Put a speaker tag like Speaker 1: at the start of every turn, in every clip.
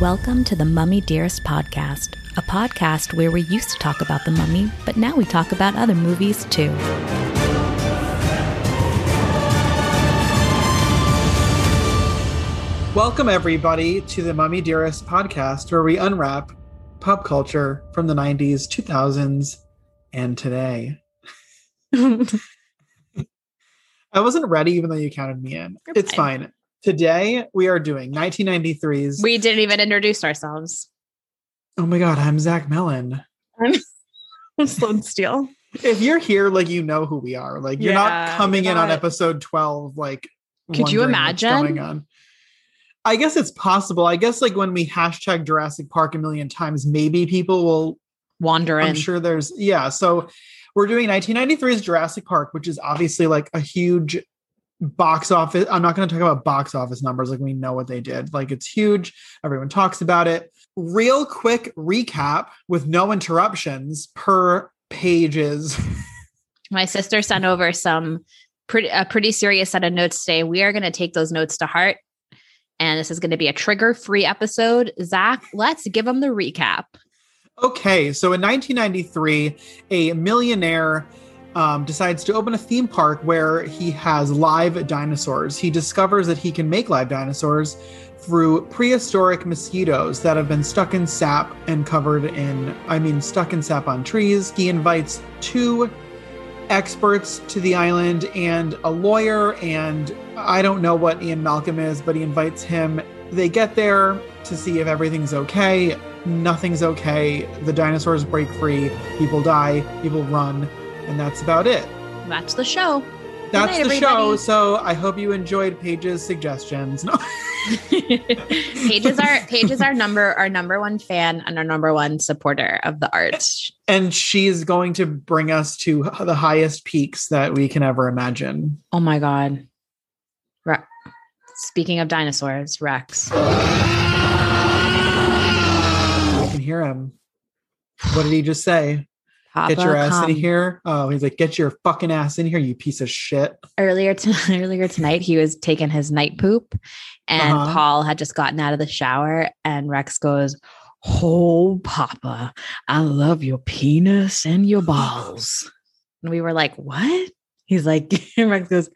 Speaker 1: Welcome to the Mummy Dearest podcast, a podcast where we used to talk about the mummy, but now we talk about other movies too.
Speaker 2: Welcome, everybody, to the Mummy Dearest podcast, where we unwrap pop culture from the 90s, 2000s, and today. I wasn't ready, even though you counted me in.
Speaker 3: You're
Speaker 2: It's
Speaker 3: fine.
Speaker 2: fine. Today, we are doing 1993's.
Speaker 3: We didn't even introduce ourselves.
Speaker 2: oh my God, I'm Zach Mellon.
Speaker 3: Sloan Steele.
Speaker 2: If you're here, like, you know who we are. Like, you're not
Speaker 3: Yeah,
Speaker 2: coming
Speaker 3: you're
Speaker 2: in on
Speaker 3: not-
Speaker 2: episode 12, like,
Speaker 3: Could
Speaker 2: wondering
Speaker 3: you
Speaker 2: what's
Speaker 3: imagine?
Speaker 2: Going on. I guess it's possible. I guess, like, when we hashtag Jurassic Park a million times, maybe people will
Speaker 3: Wander in.
Speaker 2: I'm sure there's yeah. So we're doing 1993's Jurassic Park, which is obviously like a huge box office. I'm not going to talk about box office numbers. Like we know what they did. Like it's huge. Everyone talks about it. Real quick recap with no interruptions per pages.
Speaker 3: My sister sent over some pretty a pretty serious set of notes today. We are going to take those notes to heart. And this is going to be a trigger free episode. Zach, let's give them the recap.
Speaker 2: Okay, so in 1993, a millionaire um, decides to open a theme park where he has live dinosaurs. He discovers that he can make live dinosaurs through prehistoric mosquitoes that have been stuck in sap and covered in, I mean, stuck in sap on trees. He invites two experts to the island and a lawyer, and I don't know what Ian Malcolm is, but he invites him. They get there to see if everything's okay nothing's okay. The dinosaurs break free, people die, people run, and that's about it.
Speaker 3: That's the show.
Speaker 2: That's
Speaker 3: night,
Speaker 2: the show.
Speaker 3: everybody.
Speaker 2: So I hope you enjoyed Paige's suggestions. No.
Speaker 3: Pages are Pages our number our number one fan and our number one supporter of the arts.
Speaker 2: And she's going to bring us to the highest peaks that we can ever imagine.
Speaker 3: Oh my god. Re- Speaking of dinosaurs, Rex.
Speaker 2: I can hear him. What did he just say? Get your
Speaker 3: Papa,
Speaker 2: ass in
Speaker 3: come.
Speaker 2: here. Oh, he's like, get your fucking ass in here, you piece of shit.
Speaker 3: earlier to, earlier tonight he was taking his night poop and
Speaker 2: Uh-huh.
Speaker 3: paul had just gotten out of the shower and rex goes oh papa i love your penis and your balls and we were like what he's like and rex goes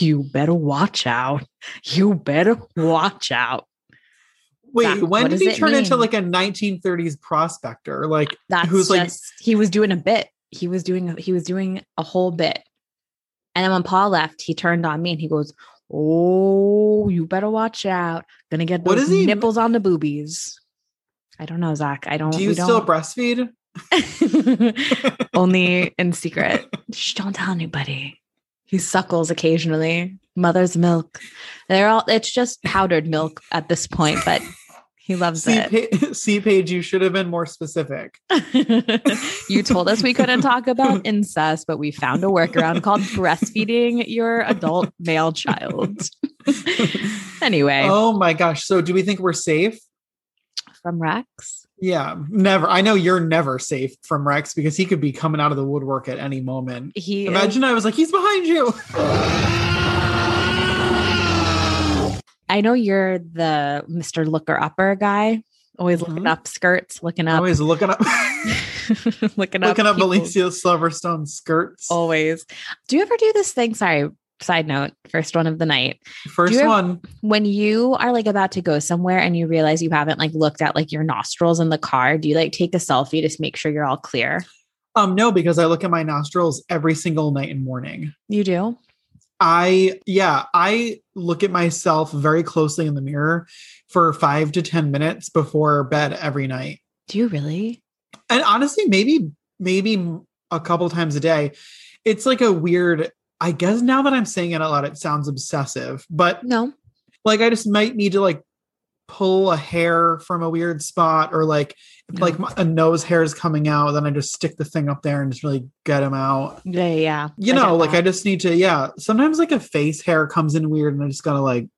Speaker 3: you better watch out you better watch out
Speaker 2: Wait,
Speaker 3: That-
Speaker 2: when
Speaker 3: what
Speaker 2: did
Speaker 3: does
Speaker 2: he
Speaker 3: it
Speaker 2: turn into
Speaker 3: mean?
Speaker 2: like a 1930s prospector? Like,
Speaker 3: that's
Speaker 2: Who's
Speaker 3: just
Speaker 2: like-
Speaker 3: he was doing a bit he was doing he was doing a whole bit and then when paul left he turned on me and he goes oh you better watch out gonna get
Speaker 2: What
Speaker 3: those
Speaker 2: is he-
Speaker 3: nipples on the boobies i don't know zach i don't
Speaker 2: do you
Speaker 3: Uh, we
Speaker 2: still
Speaker 3: don't-
Speaker 2: breastfeed?
Speaker 3: only in secret Shh, don't tell anybody he suckles occasionally mother's milk they're all it's just powdered milk at this point but he loves
Speaker 2: C,
Speaker 3: it
Speaker 2: pa- C page, you should have been more specific.
Speaker 3: you told us we couldn't talk about incest, but we found a workaround called breastfeeding your adult male child. anyway,
Speaker 2: Oh my gosh. So, do we think we're safe?
Speaker 3: from Rex.
Speaker 2: Yeah, never. I know you're never safe from Rex because he could be coming out of the woodwork at any moment.
Speaker 3: He Uh,
Speaker 2: Imagine I was like, he's behind you.
Speaker 3: I know you're the Mr. Looker Upper guy, always looking
Speaker 2: Mhm.
Speaker 3: up skirts, looking up,
Speaker 2: Always looking up,
Speaker 3: looking
Speaker 2: looking
Speaker 3: up,
Speaker 2: up
Speaker 3: people's-
Speaker 2: Alicia Silverstone skirts.
Speaker 3: Always. Do you ever do this thing? Sorry, side note, first one of the night.
Speaker 2: First
Speaker 3: do you have-
Speaker 2: one.
Speaker 3: when you are like about to go somewhere and you realize you haven't like looked at like your nostrils in the car, do you like take a selfie just make sure you're all clear?
Speaker 2: Um, no, because I look at my nostrils every single night and morning.
Speaker 3: You do.
Speaker 2: I yeah, I look at myself very closely in the mirror for 5 to 10 minutes before bed every night.
Speaker 3: Do you really?
Speaker 2: And honestly, maybe maybe a couple times a day. It's like a weird I guess now that I'm saying it out loud it sounds obsessive, but
Speaker 3: No.
Speaker 2: like I just might need to like pull a hair from a weird spot or like if
Speaker 3: No.
Speaker 2: like my, a nose hair is coming out then I just stick the thing up there and just really get them out.
Speaker 3: Yeah, yeah, yeah.
Speaker 2: You
Speaker 3: I
Speaker 2: know,
Speaker 3: get
Speaker 2: like I
Speaker 3: that.
Speaker 2: just need to yeah, sometimes like a face hair comes in weird and I just got to like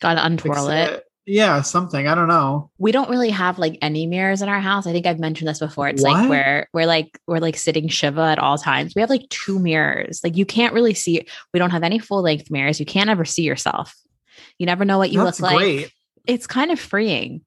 Speaker 3: gotta
Speaker 2: fix
Speaker 3: untwirl it.
Speaker 2: Yeah, something. I don't know.
Speaker 3: We don't really have like any mirrors in our house. I think I've mentioned this before. It's
Speaker 2: What?
Speaker 3: like we're we're like we're like sitting Shiva at all times. We have like two mirrors. Like you can't really see we don't have any full length mirrors. You can't ever see yourself. You never know what you
Speaker 2: That's
Speaker 3: look like.
Speaker 2: great.
Speaker 3: It's kind of freeing.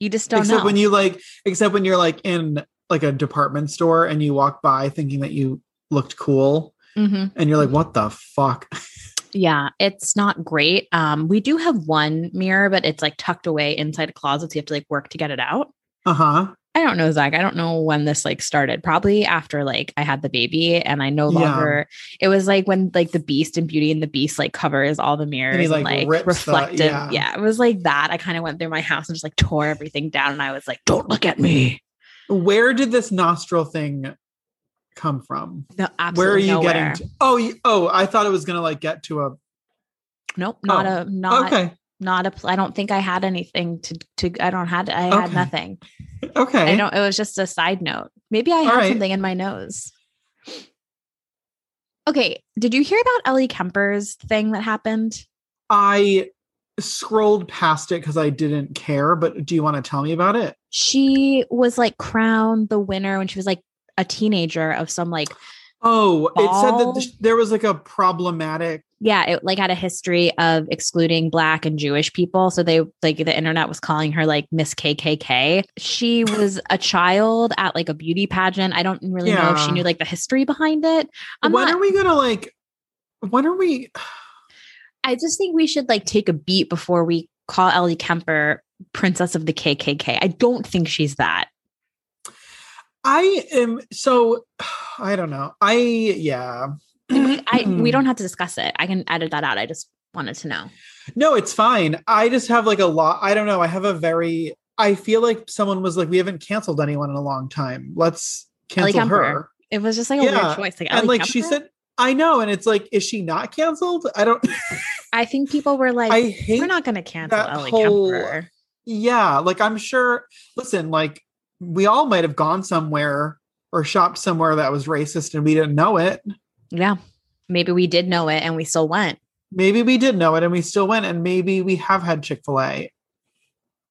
Speaker 3: You just don't
Speaker 2: except
Speaker 3: know.
Speaker 2: when you like except when you're like in like a department store and you walk by thinking that you looked cool
Speaker 3: Mhm.
Speaker 2: and you're like what the fuck
Speaker 3: Yeah, it's not great. Um, we do have one mirror, but it's like tucked away inside a closet. So you have to like work to get it out.
Speaker 2: uh-huh
Speaker 3: I don't know, Zach. I don't know when this like started. Probably after like I had the baby and I no
Speaker 2: Yeah.
Speaker 3: longer it was like when like the beast and beauty and the beast like covers all the mirrors and,
Speaker 2: like,
Speaker 3: like,
Speaker 2: rips the-
Speaker 3: reflective.
Speaker 2: yeah.
Speaker 3: yeah. it was like that. I kind of went through my house and just like tore everything down and I was like, Don't look at me.
Speaker 2: where did this nostril thing come from
Speaker 3: No, absolutely.
Speaker 2: where are you
Speaker 3: nowhere.
Speaker 2: getting to? oh you- oh i thought it was gonna like get to a
Speaker 3: Nope, not
Speaker 2: Oh,
Speaker 3: a not
Speaker 2: okay
Speaker 3: not a pl- I don't think I had anything to to I don't had I had
Speaker 2: Okay.
Speaker 3: nothing.
Speaker 2: okay
Speaker 3: I don't. It was just a side note. Maybe I
Speaker 2: All
Speaker 3: had
Speaker 2: right.
Speaker 3: something in my nose. Okay. Did you hear about Ellie Kemper's thing that happened?
Speaker 2: I scrolled past it because I didn't care, but do you want to tell me about it?
Speaker 3: She was like crowned the winner when she was like a teenager of some like
Speaker 2: Oh, it said that
Speaker 3: Ball?
Speaker 2: th- there was like a problematic.
Speaker 3: yeah it like had a history of excluding black and jewish people so they like the internet was calling her like miss kkk she was a child at like a beauty pageant i don't really know if
Speaker 2: Yeah.
Speaker 3: she knew like the history behind it i'm
Speaker 2: when
Speaker 3: not
Speaker 2: are we gonna like? When are we?
Speaker 3: I just think we should like take a beat before we call Ellie Kemper princess of the KKK. I don't think she's that.
Speaker 2: I am so. I don't know. I yeah. Hmm.
Speaker 3: I we don't have to discuss it. I can edit that out. I just wanted to know.
Speaker 2: No, it's fine. I just have like a lot. I don't know. I have a very. I feel like someone was like, we haven't canceled anyone in a long time. Let's
Speaker 3: Ellie
Speaker 2: cancel
Speaker 3: Kemper.
Speaker 2: her.
Speaker 3: It was just like a
Speaker 2: Yeah,
Speaker 3: weird choice. Like,
Speaker 2: and
Speaker 3: Ellie
Speaker 2: like she
Speaker 3: Kemper?
Speaker 2: said, I know. And it's like, is she not canceled? I don't.
Speaker 3: I think people were like,
Speaker 2: I hate.
Speaker 3: we're not going to cancel
Speaker 2: that
Speaker 3: Ellie
Speaker 2: whole-
Speaker 3: Kemper.
Speaker 2: Yeah, like I'm sure. Listen, like we all might have gone somewhere or shopped somewhere that was racist and we didn't know it.
Speaker 3: Yeah, maybe we did know it and we still went.
Speaker 2: Maybe we did know it and we still went, and maybe we have had Chick fil A.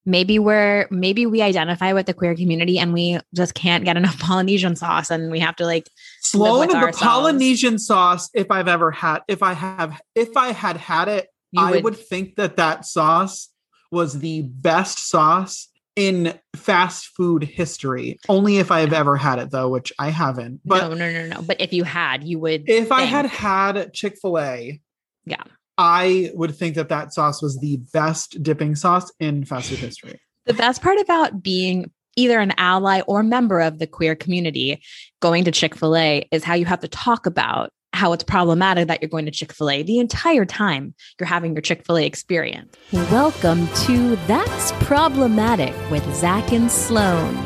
Speaker 3: Maybe we're maybe we identify with the queer community and we just can't get enough Polynesian sauce and we have to like
Speaker 2: Sloan,
Speaker 3: with
Speaker 2: the
Speaker 3: ourselves.
Speaker 2: Polynesian sauce, if I've ever had, if I have, if I had had it,
Speaker 3: you
Speaker 2: I
Speaker 3: would,
Speaker 2: would... think that that sauce was the best sauce in fast food history. Only if I've ever had it, though, which I haven't. But
Speaker 3: no no no no. But if you had, you would
Speaker 2: if I had
Speaker 3: think.
Speaker 2: had Chick fil A,
Speaker 3: Yeah.
Speaker 2: I would think that that sauce was the best dipping sauce in fast food history.
Speaker 3: The best part about being either an ally or member of the queer community going to Chick fil A is how you have to talk about how it's problematic that you're going to Chick fil A the entire time you're having your Chick fil A experience.
Speaker 1: Welcome to That's Problematic with Zach and Sloan.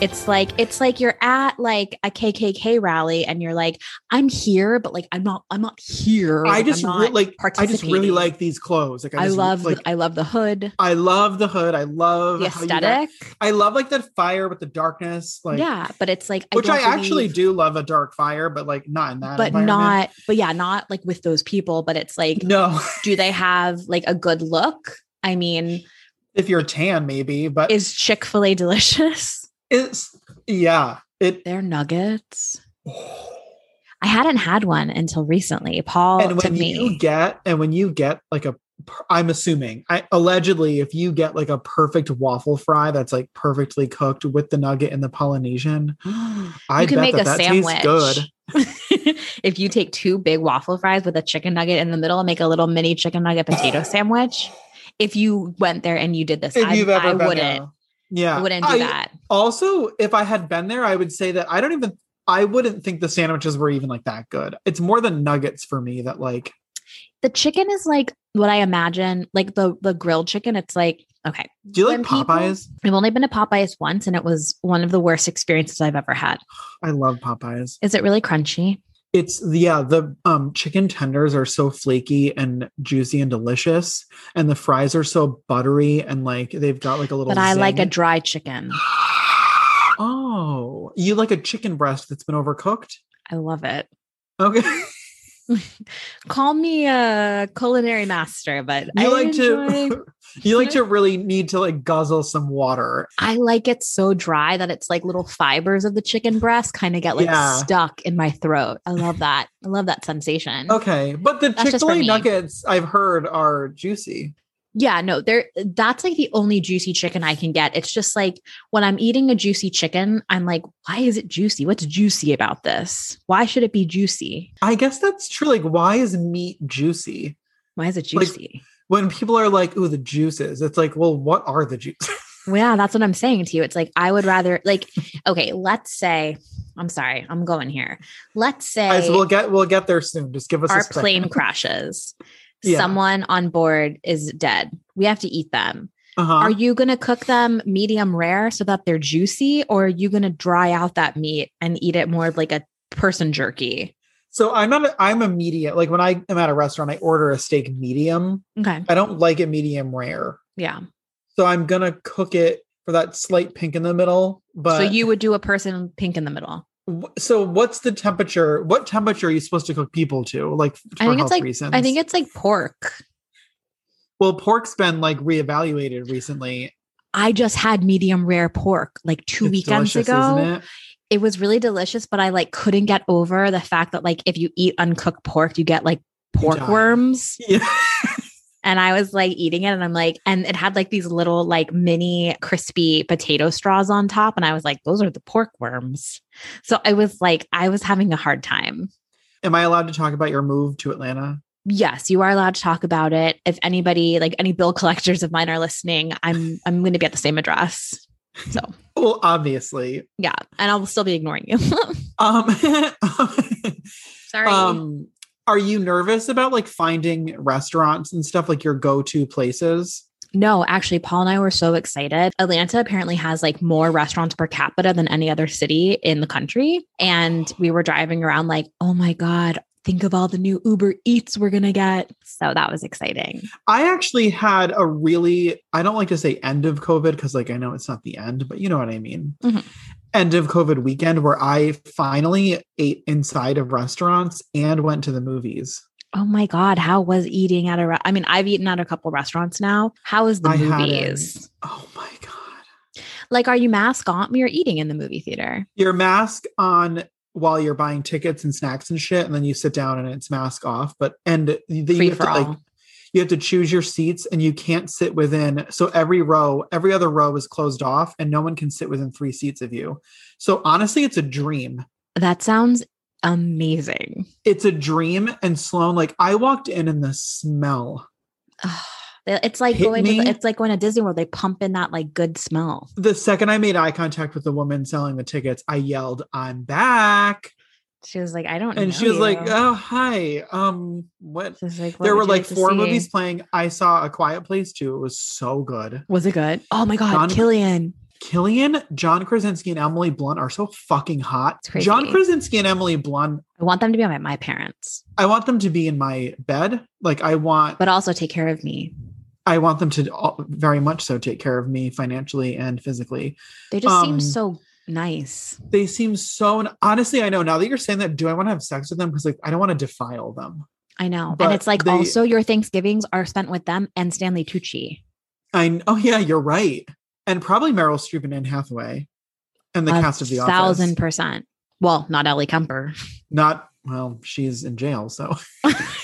Speaker 3: It's like it's like you're at like a KKK rally and you're like I'm here but like I'm not I'm not here.
Speaker 2: I
Speaker 3: Like,
Speaker 2: just
Speaker 3: I'm
Speaker 2: re-
Speaker 3: not
Speaker 2: like I just really
Speaker 3: participating.
Speaker 2: like these clothes. Like I,
Speaker 3: I
Speaker 2: just,
Speaker 3: love
Speaker 2: like
Speaker 3: the, I love the hood,
Speaker 2: I love the hood. I love
Speaker 3: the
Speaker 2: how you got-
Speaker 3: aesthetic.
Speaker 2: I love like the fire with the darkness. Like
Speaker 3: yeah, but it's like
Speaker 2: which I,
Speaker 3: don't
Speaker 2: actually
Speaker 3: believe-
Speaker 2: do love a dark fire, but like not in that.
Speaker 3: but
Speaker 2: environment.
Speaker 3: not but yeah, not like with those people, but it's like
Speaker 2: no.
Speaker 3: do they have like a good look? I mean,
Speaker 2: if you're tan, maybe. But
Speaker 3: is Chick fil A delicious?
Speaker 2: it's yeah. It
Speaker 3: Their nuggets. I hadn't had one until recently. Paul
Speaker 2: and
Speaker 3: took
Speaker 2: when
Speaker 3: me.
Speaker 2: you get and when you get like a per- i'm assuming i allegedly if you get like a perfect waffle fry that's like perfectly cooked with the nugget and the polynesian i
Speaker 3: You
Speaker 2: bet that that tastes good
Speaker 3: if you take two big waffle fries with a chicken nugget in the middle and make a little mini chicken nugget potato sandwich. If you went there and you did this,
Speaker 2: if
Speaker 3: I,
Speaker 2: you've ever
Speaker 3: I
Speaker 2: been
Speaker 3: wouldn't.
Speaker 2: there. yeah
Speaker 3: I wouldn't do
Speaker 2: I-
Speaker 3: that.
Speaker 2: also if i had been there i would say that i don't even i wouldn't think the sandwiches were even like that good it's more the nuggets for me that like
Speaker 3: The chicken is like what I imagine, like the the grilled chicken. It's like okay,
Speaker 2: do you like
Speaker 3: When people-
Speaker 2: popeyes
Speaker 3: I've only been to Popeyes once, and it was one of the worst experiences I've ever had.
Speaker 2: i love popeyes
Speaker 3: Is it really crunchy?
Speaker 2: it's yeah the um chicken tenders are so flaky and juicy and delicious and the fries are so buttery and like they've got like a little
Speaker 3: But I like
Speaker 2: zing.
Speaker 3: a dry chicken.
Speaker 2: oh you like a chicken breast that's been overcooked
Speaker 3: I love it.
Speaker 2: okay
Speaker 3: Call me a culinary master, but
Speaker 2: you
Speaker 3: I
Speaker 2: like
Speaker 3: enjoy-
Speaker 2: to you like to really need to like guzzle some water
Speaker 3: I like it so dry that it's like little fibers of the chicken breast kind of get like
Speaker 2: Yeah.
Speaker 3: stuck in my throat. I love that. I love that sensation.
Speaker 2: Oh. okay but the
Speaker 3: That's just for
Speaker 2: chick-fil-a
Speaker 3: me.
Speaker 2: nuggets i've heard are juicy
Speaker 3: Yeah, no, there that's like the only juicy chicken I can get. It's just like when I'm eating a juicy chicken, I'm like, why is it juicy? What's juicy about this? Why should it be juicy?
Speaker 2: I guess that's true. Like, why is meat juicy?
Speaker 3: Why is it
Speaker 2: Like-
Speaker 3: juicy?
Speaker 2: When people are like, "Ooh, the juices," it's like, well, what are the juices?
Speaker 3: Well, yeah, that's what I'm saying to you. It's like I would rather like okay, let's say I'm sorry, I'm going here. Let's say
Speaker 2: Guys, we'll get we'll get there soon. Just give us a
Speaker 3: our
Speaker 2: second.
Speaker 3: plane crashes.
Speaker 2: Yeah.
Speaker 3: Someone on board is dead. We have to eat them.
Speaker 2: Uh-huh.
Speaker 3: Are you going to cook them medium rare so that they're juicy, or are you going to dry out that meat and eat it more of like a person jerky?
Speaker 2: so I'm not. A, I'm a medium. Like when I am at a restaurant, I order a steak medium.
Speaker 3: Okay.
Speaker 2: I don't like it medium rare,
Speaker 3: Yeah.
Speaker 2: so I'm gonna cook it for that slight pink in the middle. But
Speaker 3: so you would do a person pink in the middle.
Speaker 2: W- so what's the temperature what temperature are you supposed to cook people to like for
Speaker 3: I think
Speaker 2: health
Speaker 3: it's like
Speaker 2: reasons
Speaker 3: I think it's like pork.
Speaker 2: well pork's been like reevaluated recently
Speaker 3: I just had medium rare pork like two
Speaker 2: It's
Speaker 3: weekends
Speaker 2: delicious,
Speaker 3: ago.
Speaker 2: isn't it?
Speaker 3: it was really delicious, but I like couldn't get over the fact that like if you eat uncooked pork, you get like pork
Speaker 2: die.
Speaker 3: worms.
Speaker 2: yeah
Speaker 3: And I was like eating it and I'm like, and it had like these little like mini crispy potato straws on top. And I was like, those are the pork worms. So I was like, I was having a hard time.
Speaker 2: am i allowed to talk about your move to atlanta
Speaker 3: Yes, you are allowed to talk about it. If anybody, like any bill collectors of mine are listening, I'm I'm gonna be at the same address. So
Speaker 2: well obviously
Speaker 3: yeah. And I'll still be ignoring you.
Speaker 2: um
Speaker 3: Sorry.
Speaker 2: um are you nervous about like finding restaurants and stuff like your go-to places
Speaker 3: No, actually, Paul and I were so excited. Atlanta apparently has like more restaurants per capita than any other city in the country. And we were driving around like, oh my God, think of all the new Uber Eats we're going to get. So that was exciting.
Speaker 2: i actually had a really i don't like to say end of covid because like i know it's not the end but you know what i mean
Speaker 3: Mhm.
Speaker 2: end of covid weekend where i finally ate inside of restaurants and went to the movies
Speaker 3: Oh my God, how was eating at a re- I mean, I've eaten at a couple restaurants now. How is the
Speaker 2: I hadn't.
Speaker 3: movies?
Speaker 2: oh my god
Speaker 3: Like, are you mask on? You're eating in the movie theater.
Speaker 2: your mask on while you're buying tickets and snacks and shit and then you sit down and it's mask off but and you, you
Speaker 3: Free
Speaker 2: have
Speaker 3: for
Speaker 2: to
Speaker 3: all.
Speaker 2: like you have to choose your seats and you can't sit within so every row every other row is closed off and no one can sit within three seats of you so honestly it's a dream
Speaker 3: that sounds amazing.
Speaker 2: it's a dream and sloan like i walked in and the smell
Speaker 3: Ugh. It's like
Speaker 2: Hit
Speaker 3: going to,
Speaker 2: me.
Speaker 3: it's like going to Disney World. They pump in that like good smell.
Speaker 2: the second i made eye contact with the woman selling the tickets i yelled i'm back
Speaker 3: She was like, I don't know.
Speaker 2: and she was like
Speaker 3: you.
Speaker 2: oh hi um what
Speaker 3: She's like, "What
Speaker 2: there
Speaker 3: would
Speaker 2: were
Speaker 3: you
Speaker 2: like
Speaker 3: to
Speaker 2: four
Speaker 3: see?"
Speaker 2: movies playing. I saw A Quiet Place too. It was so good.
Speaker 3: Was it good? Oh my God,
Speaker 2: John-
Speaker 3: Killian.
Speaker 2: Killian, John Krasinski, and Emily Blunt are so fucking hot.
Speaker 3: It's crazy.
Speaker 2: John Krasinski and Emily Blunt.
Speaker 3: I want them to be my, my parents,
Speaker 2: I want them to be in my bed. Like I want,
Speaker 3: but also take care of me.
Speaker 2: I want them to all, very much so take care of me financially and physically.
Speaker 3: They just
Speaker 2: Um,
Speaker 3: seem so nice.
Speaker 2: They seem so. And honestly, I know now that you're saying that. Do I want to have sex with them? Because like I don't want to defile them.
Speaker 3: I know.
Speaker 2: but
Speaker 3: And it's like
Speaker 2: they-
Speaker 3: also your Thanksgivings are spent with them and Stanley Tucci.
Speaker 2: I oh yeah, you're right. And probably Meryl Streep and Anne Hathaway, and the
Speaker 3: A
Speaker 2: cast of The Office.
Speaker 3: Thousand percent. Well, not Ellie Kemper.
Speaker 2: Not well. She's in jail, so.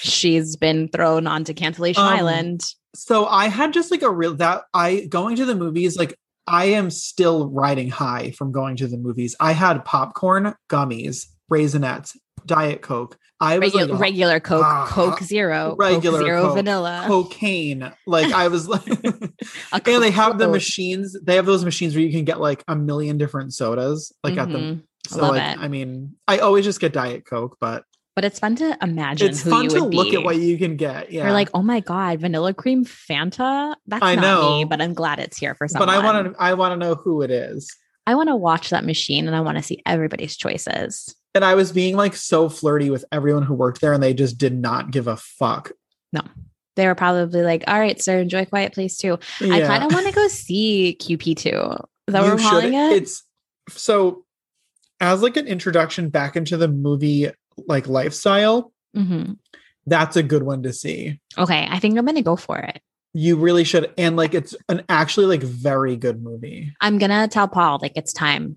Speaker 3: She's been thrown onto Cancellation
Speaker 2: Um,
Speaker 3: Island.
Speaker 2: so I had just like a real that I going to the movies like I am still riding high from going to the movies. I had popcorn, gummies, raisinettes, diet coke. I was
Speaker 3: Regu-
Speaker 2: like
Speaker 3: regular Coke,
Speaker 2: ah,
Speaker 3: Coke Zero,
Speaker 2: regular
Speaker 3: Coke Zero
Speaker 2: Coke,
Speaker 3: Vanilla.
Speaker 2: cocaine. Like I was like and
Speaker 3: a
Speaker 2: they have the
Speaker 3: Coke.
Speaker 2: machines. They have those machines where you can get like a million different sodas like at them.
Speaker 3: Mhm. I
Speaker 2: So
Speaker 3: love
Speaker 2: like
Speaker 3: it.
Speaker 2: I mean, I always just get diet coke, but
Speaker 3: But it's fun to imagine.
Speaker 2: it's
Speaker 3: who
Speaker 2: fun
Speaker 3: you
Speaker 2: to
Speaker 3: would
Speaker 2: look
Speaker 3: be.
Speaker 2: at what you can get. Yeah.
Speaker 3: You're like, oh my God, vanilla cream Fanta? That's
Speaker 2: I
Speaker 3: not me,
Speaker 2: know.
Speaker 3: but I'm glad it's here for someone.
Speaker 2: but I want to I want to know who it is.
Speaker 3: I want to watch that machine and I want to see everybody's choices.
Speaker 2: and I was being like so flirty with everyone who worked there, and they just did not give a fuck.
Speaker 3: They were probably like, all right, sir, enjoy Quiet Place too. I kind of want to go see QP2. Is that what
Speaker 2: You
Speaker 3: we're
Speaker 2: should-
Speaker 3: calling it?
Speaker 2: It's so as like an introduction back into the movie like lifestyle.
Speaker 3: Mhm.
Speaker 2: That's a good one to see.
Speaker 3: Okay. I think I'm going to go for it.
Speaker 2: You really should, and like it's an actually like very good movie.
Speaker 3: I'm going to tell Paul, like, it's time.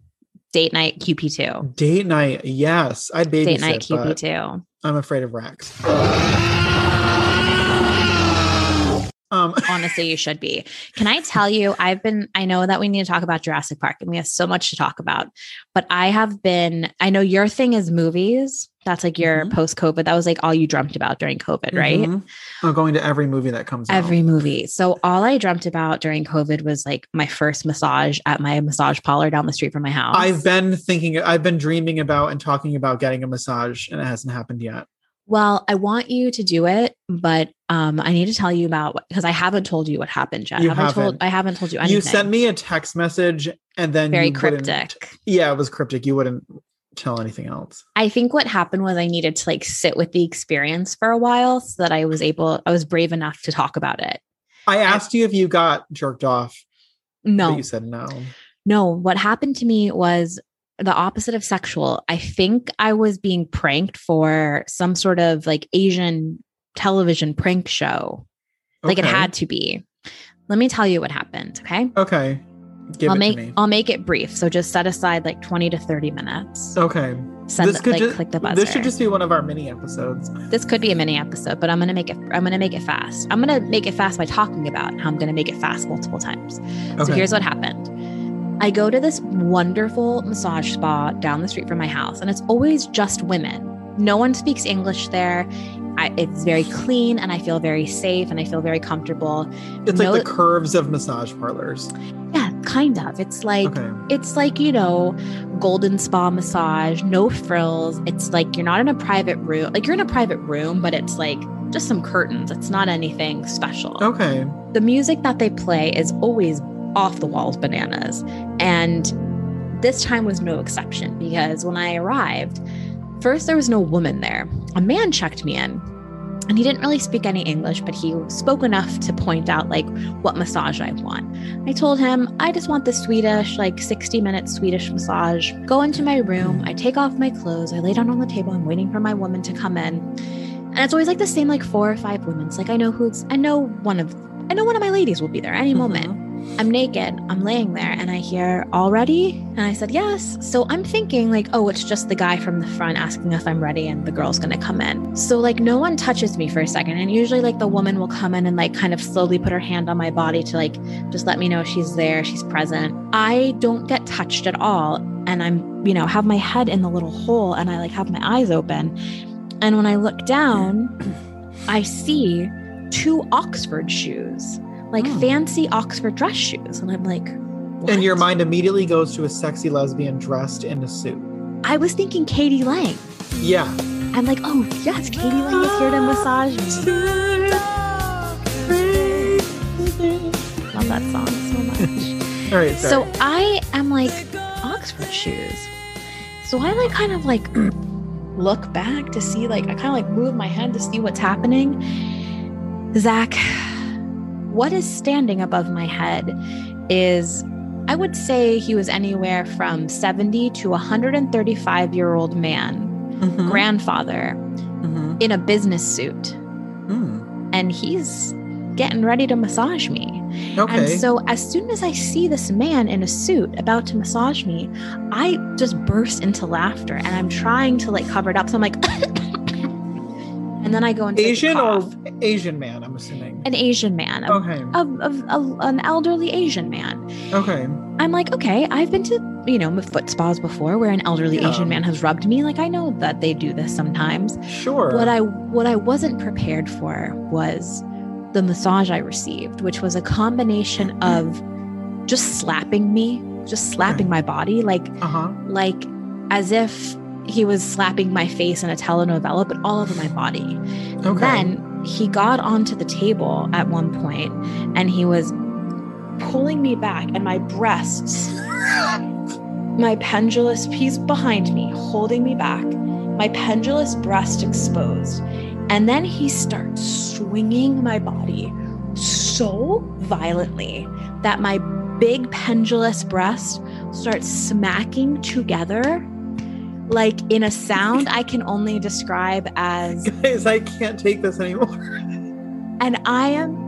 Speaker 3: Date night QP2.
Speaker 2: Date night, yes, I'd babysit.
Speaker 3: Date night
Speaker 2: but
Speaker 3: QP2.
Speaker 2: I'm afraid of Rex. Um,
Speaker 3: Honestly, you should be. Can I tell you, I've been, I know that we need to talk about Jurassic Park and we have so much to talk about, but I have been, I know your thing is movies. That's like your
Speaker 2: Mhm.
Speaker 3: post COVID. That was like all you dreamt about during COVID, right?
Speaker 2: mhm. I'm going to every movie that comes out.
Speaker 3: Every movie. So all I dreamt about during COVID was like my first massage at my massage parlor down the street from my house.
Speaker 2: I've been thinking, I've been dreaming about and talking about getting a massage, and it hasn't happened yet.
Speaker 3: Well, I want you to do it, but um, I need to tell you about because I haven't told you what happened yet.
Speaker 2: You
Speaker 3: I haven't told
Speaker 2: haven't.
Speaker 3: I haven't told you anything.
Speaker 2: You sent me a text message, and then
Speaker 3: very
Speaker 2: you wouldn't-
Speaker 3: cryptic.
Speaker 2: Yeah, it was cryptic. You wouldn't tell anything else.
Speaker 3: I think what happened was I needed to like sit with the experience for a while so that I was able I was brave enough to talk about it.
Speaker 2: I asked you if you got jerked off, but
Speaker 3: No.
Speaker 2: you said no.
Speaker 3: No, what happened to me was the opposite of sexual. I think I was being pranked for some sort of like Asian television prank show. Like it
Speaker 2: Okay.
Speaker 3: had to be. Let me tell you what happened, okay?
Speaker 2: Okay, give
Speaker 3: I'll
Speaker 2: it
Speaker 3: make
Speaker 2: to me.
Speaker 3: I'll make it brief. So just set aside like 20 to 30 minutes.
Speaker 2: Okay,
Speaker 3: Send
Speaker 2: this
Speaker 3: it-
Speaker 2: could
Speaker 3: like
Speaker 2: just
Speaker 3: click the buzzer.
Speaker 2: this should just be one of our mini episodes.
Speaker 3: This could be a mini episode, but I'm gonna make it I'm gonna make it fast. I'm gonna make it fast by talking about how I'm gonna make it fast multiple times.
Speaker 2: Okay.
Speaker 3: So here's what happened. I go to this wonderful massage spa down the street from my house, and it's always just women. No one speaks English there. I, it's very clean, and I feel very safe, and I feel very comfortable.
Speaker 2: it's like
Speaker 3: no-
Speaker 2: the curves of massage parlors.
Speaker 3: Yeah, kind of. It's like
Speaker 2: okay,
Speaker 3: it's like you know, golden spa massage, no frills. It's like you're not in a private room. Like you're in a private room, but it's like just some curtains. It's not anything special.
Speaker 2: okay.
Speaker 3: The music that they play is always off the walls bananas. And this time was no exception because when I arrived, first there was no woman there. A man checked me in and he didn't really speak any English, but he spoke enough to point out like what massage I want. I told him, I just want the Swedish, like 60 minute Swedish massage. Go into my room, I take off my clothes, I lay down on the table, I'm waiting for my woman to come in. And it's always like the same like four or five women. It's like I know who's I know one of I know one of my ladies will be there
Speaker 1: Mm-hmm.
Speaker 3: any moment. I'm naked, I'm laying there, and I hear already? And I said, yes. So I'm thinking, like, oh, it's just the guy from the front asking if I'm ready, and the girl's gonna come in. So, like, no one touches me for a second. And usually, like, the woman will come in and, like, kind of slowly put her hand on my body to, like, just let me know she's there, she's present. I don't get touched at all. And I'm, you know, have my head in the little hole, and I, like, have my eyes open. And when I look down, I see two Oxford shoes, like
Speaker 2: Hmm.
Speaker 3: fancy Oxford dress shoes. And I'm like,
Speaker 2: And your
Speaker 3: "What?"
Speaker 2: mind immediately goes to a sexy lesbian dressed in a suit.
Speaker 3: I was thinking Katie Lang.
Speaker 2: Yeah.
Speaker 3: I'm like, oh, yes, Katie Lang is here to massage me. Love that song so much.
Speaker 2: All right.
Speaker 3: so
Speaker 2: Sorry.
Speaker 3: I am like, Oxford shoes. So I like kind of like look back to see, like, I kind of like move my head to see what's happening. Zach, what is standing above my head is, I would say he was anywhere from 70 to 135 year old man,
Speaker 2: Mm-hmm,
Speaker 3: grandfather, in a business suit.
Speaker 2: mm-hmm.
Speaker 3: And he's getting ready to massage me.
Speaker 2: Okay.
Speaker 3: And so, as soon as I see this man in a suit about to massage me, I just burst into laughter and I'm trying to like cover it up. So, I'm like, and then I go into like, a
Speaker 2: Asian or
Speaker 3: cough. um,
Speaker 2: Asian man? I'm assuming.
Speaker 3: an Asian man, a,
Speaker 2: Okay.
Speaker 3: a, a, a- an elderly Asian man.
Speaker 2: Okay.
Speaker 3: I'm like, okay, I've been to, you know, foot spas before where an elderly
Speaker 2: Yeah.
Speaker 3: Asian man has rubbed me. Like, I know that they do this sometimes.
Speaker 2: Sure.
Speaker 3: What I what I wasn't prepared for was the massage I received, which was a combination of just slapping me, just slapping my body, like
Speaker 2: Uh huh.
Speaker 3: like as if he was slapping my face in a telenovela, but all over my body.
Speaker 2: Okay.
Speaker 3: Then he got onto the table at one point and he was pulling me back and my breasts my pendulous he's behind me holding me back my pendulous breast exposed and then he starts swinging my body so violently that my big pendulous breast starts smacking together like in a sound i can only describe as
Speaker 2: Guys, I can't take this anymore.
Speaker 3: and I am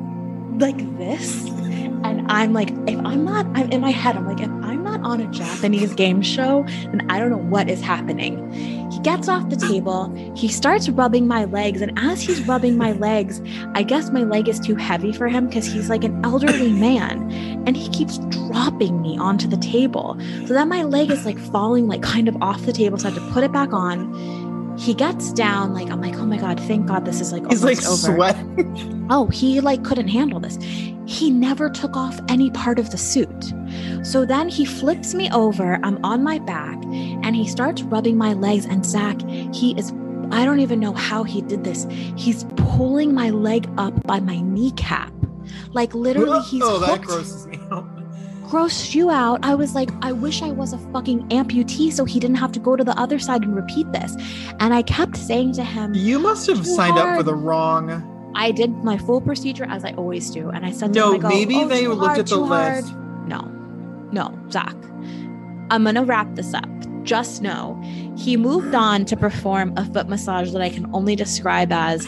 Speaker 3: like this, and I'm like, if I'm not, I'm in my head, I'm like, if I'm not not on a Japanese game show, and I don't know what is happening. He gets off the table. He starts rubbing my legs. And as he's rubbing my legs, I guess my leg is too heavy for him because he's like an elderly man. And he keeps dropping me onto the table. So then my leg is like falling, like kind of off the table. So I have to put it back on. He gets down, like, I'm like, oh my God, thank God this is like
Speaker 2: He's like
Speaker 3: almost over.
Speaker 2: sweating.
Speaker 3: Oh, he like couldn't handle this. He never took off any part of the suit. So then he flips me over. I'm on my back and he starts rubbing my legs. And Zach, he is, I don't even know how he did this. He's pulling my leg up by my kneecap. Like literally, he's
Speaker 2: oh, that
Speaker 3: hooked
Speaker 2: grosses me out.
Speaker 3: grossed you out. I was like, I wish I was a fucking amputee so he didn't have to go to the other side and repeat this. And I kept saying to him,
Speaker 2: You must have
Speaker 3: Too
Speaker 2: signed up for
Speaker 3: hard.
Speaker 2: the wrong.
Speaker 3: I did my full procedure as I always do, and I said to
Speaker 2: No,
Speaker 3: him, I go,
Speaker 2: maybe
Speaker 3: "Oh,
Speaker 2: they
Speaker 3: too
Speaker 2: looked
Speaker 3: hard,
Speaker 2: at the
Speaker 3: too hard."
Speaker 2: list.
Speaker 3: No, no, Zach. I'm gonna wrap this up. Just know he moved on to perform a foot massage that I can only describe as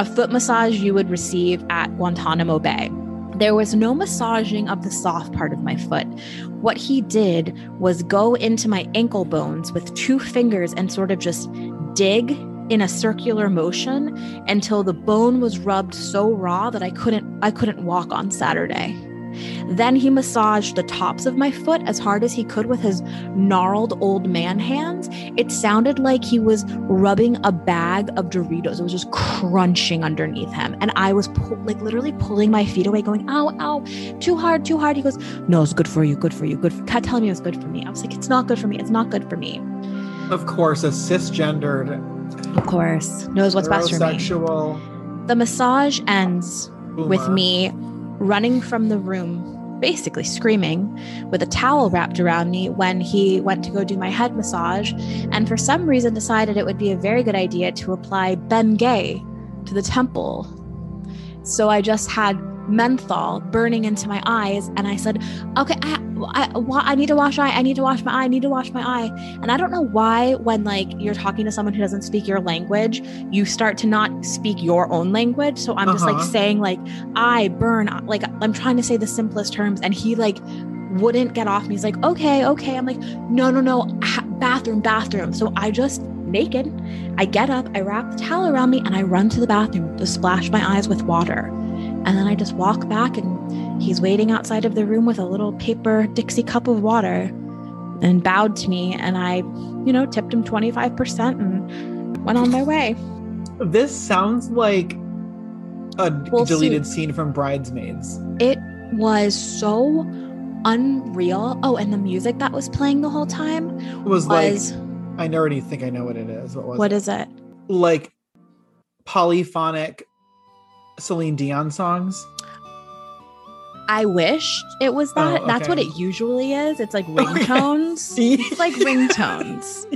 Speaker 3: a foot massage you would receive at Guantanamo Bay. There was no massaging of the soft part of my foot. What he did was go into my ankle bones with two fingers and sort of just dig in a circular motion until the bone was rubbed so raw that I couldn't I couldn't walk on Saturday. Then he massaged the tops of my foot as hard as he could with his gnarled old man hands. It sounded like he was rubbing a bag of Doritos. It was just crunching underneath him. And I was pull, like literally pulling my feet away, going, ow, ow, too hard, too hard. He goes, no, it's good for you, good for you, good for Kept telling me it was good for me. I was like, it's not good for me, it's not good for me.
Speaker 2: Of course, a cisgendered,
Speaker 3: Mm-hmm. Of course, knows what's best for me.
Speaker 2: heterosexual.
Speaker 3: The massage ends with
Speaker 2: boomer.
Speaker 3: me running from the room, basically screaming, with a towel wrapped around me when he went to go do my head massage, and for some reason decided it would be a very good idea to apply Bengay to the temple. So I just had menthol burning into my eyes, and I said, "Okay, I, I, wa- I need to wash my eye. I need to wash my eye. I need to wash my eye." And I don't know why, when like you're talking to someone who doesn't speak your language, you start to not speak your own language. So I'm just like
Speaker 2: Uh-huh.
Speaker 3: saying like I burn like I'm trying to say the simplest terms and he like wouldn't get off me. He's like, "Okay, okay." I'm like, "No, no, no. ha- Bathroom, bathroom." So I just naked, I get up, I wrap the towel around me and I run to the bathroom to splash my eyes with water. And then I just walk back and he's waiting outside of the room with a little paper Dixie cup of water and bowed to me and I, you know, tipped him 25% and went on my way.
Speaker 2: This sounds like a
Speaker 3: Full
Speaker 2: deleted scene from Bridesmaids.
Speaker 3: It was so unreal. Oh, and the music that was playing the whole time
Speaker 2: It was,
Speaker 3: was
Speaker 2: like I already think I know what it is. What was
Speaker 3: what
Speaker 2: it?
Speaker 3: is it?
Speaker 2: like polyphonic Celine Dion songs?
Speaker 3: I wished it was that.
Speaker 2: Oh,
Speaker 3: That's what
Speaker 2: okay.
Speaker 3: it usually is. It's like
Speaker 2: Okay.
Speaker 3: ringtones.
Speaker 2: See,
Speaker 3: It's like ringtones.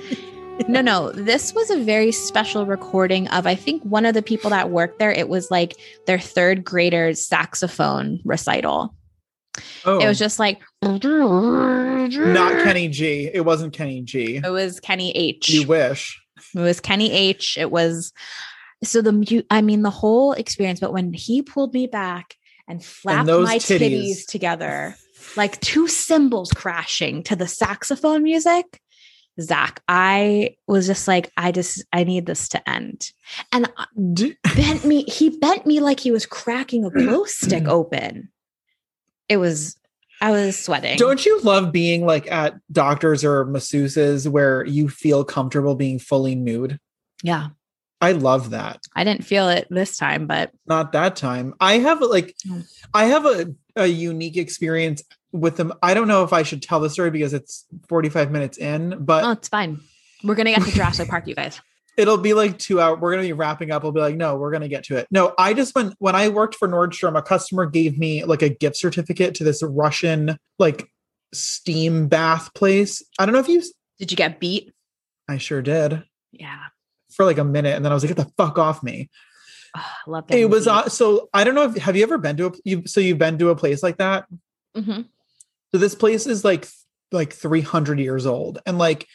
Speaker 3: No, no, this was a very special recording of, I think, one of the people that worked there. It was like their third grader's saxophone recital.
Speaker 2: oh,
Speaker 3: It was just like,
Speaker 2: not
Speaker 3: not
Speaker 2: Kenny G. It wasn't Kenny G.
Speaker 3: It was Kenny H.
Speaker 2: You wish.
Speaker 3: It was Kenny H. It was so the mu- I mean the whole experience. But when he pulled me back and flapped
Speaker 2: those
Speaker 3: my titties.
Speaker 2: titties.
Speaker 3: together, like two cymbals crashing to the saxophone music, Zach, I was just like, I just I need this to end. And I-
Speaker 2: D-
Speaker 3: bent me. He bent me like he was cracking a glow stick open. It was. I was sweating.
Speaker 2: Don't you love being like at doctors or masseuses where you feel comfortable being fully nude?
Speaker 3: yeah,
Speaker 2: I love that.
Speaker 3: I didn't feel it this time, but
Speaker 2: Not that time. I have like,
Speaker 3: Mm.
Speaker 2: I have a, a unique experience with them. I don't know if I should tell the story because it's 45 minutes in, but
Speaker 3: oh, it's fine. We're gonna get to Jurassic Park, you guys.
Speaker 2: it'll be like two hours. We're gonna be wrapping up. We'll be like, no, we're gonna get to it. No, I just went when I worked for Nordstrom, a customer gave me like a gift certificate to this Russian like steam bath place. I don't know if you
Speaker 3: Did you get beat?
Speaker 2: I sure did
Speaker 3: Yeah.
Speaker 2: for like a minute. And then I was like, get the fuck off me.
Speaker 3: Oh, I love
Speaker 2: It was uh, so I don't know if have you ever been to a you so you've been to a place like that?
Speaker 3: hmm
Speaker 2: So this place is like like 300 years old and like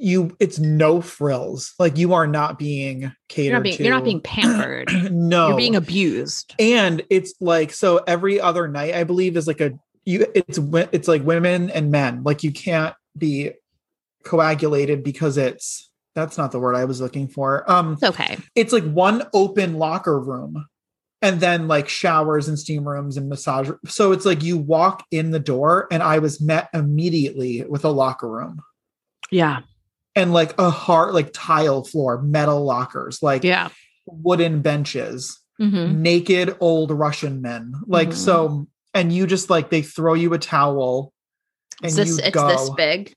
Speaker 2: you it's no frills. Like you are not being catered
Speaker 3: You're not being
Speaker 2: to.
Speaker 3: you're not being pampered.
Speaker 2: no.
Speaker 3: You're being abused.
Speaker 2: and it's like so every other night I believe is like a you it's wi- it's like women and men. Like you can't be coagulated because it's that's not the word I was looking for. Um
Speaker 3: It's okay.
Speaker 2: it's like one open locker room and then like showers and steam rooms and massage so it's like you walk in the door and i was met immediately with a locker room
Speaker 3: Yeah.
Speaker 2: and like a hard like tile floor metal lockers like
Speaker 3: Yeah.
Speaker 2: wooden benches
Speaker 3: Mm-hmm.
Speaker 2: naked old russian men like
Speaker 3: Mhm.
Speaker 2: so and you just like they throw you a towel and
Speaker 3: It's this
Speaker 2: you
Speaker 3: it's
Speaker 2: go
Speaker 3: this big.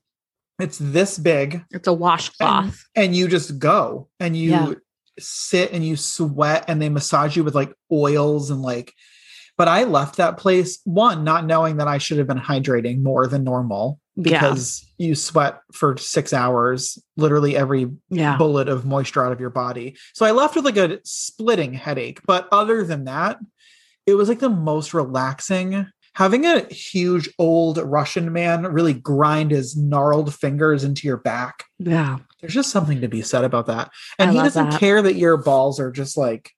Speaker 2: it's this big
Speaker 3: It's a washcloth.
Speaker 2: and you just go and you
Speaker 3: Yeah.
Speaker 2: sit and you sweat and they massage you with like oils and like but i left that place one not knowing that i should have been hydrating more than normal
Speaker 3: Yeah.
Speaker 2: because you sweat for six hours literally every
Speaker 3: Yeah.
Speaker 2: bullet of moisture out of your body so i left with like a splitting headache but other than that it was like the most relaxing having a huge old russian man really grind his gnarled fingers into your back
Speaker 3: Yeah.
Speaker 2: there's just something to be said about that.
Speaker 3: I
Speaker 2: And he
Speaker 3: love
Speaker 2: doesn't
Speaker 3: that.
Speaker 2: care that your balls are just like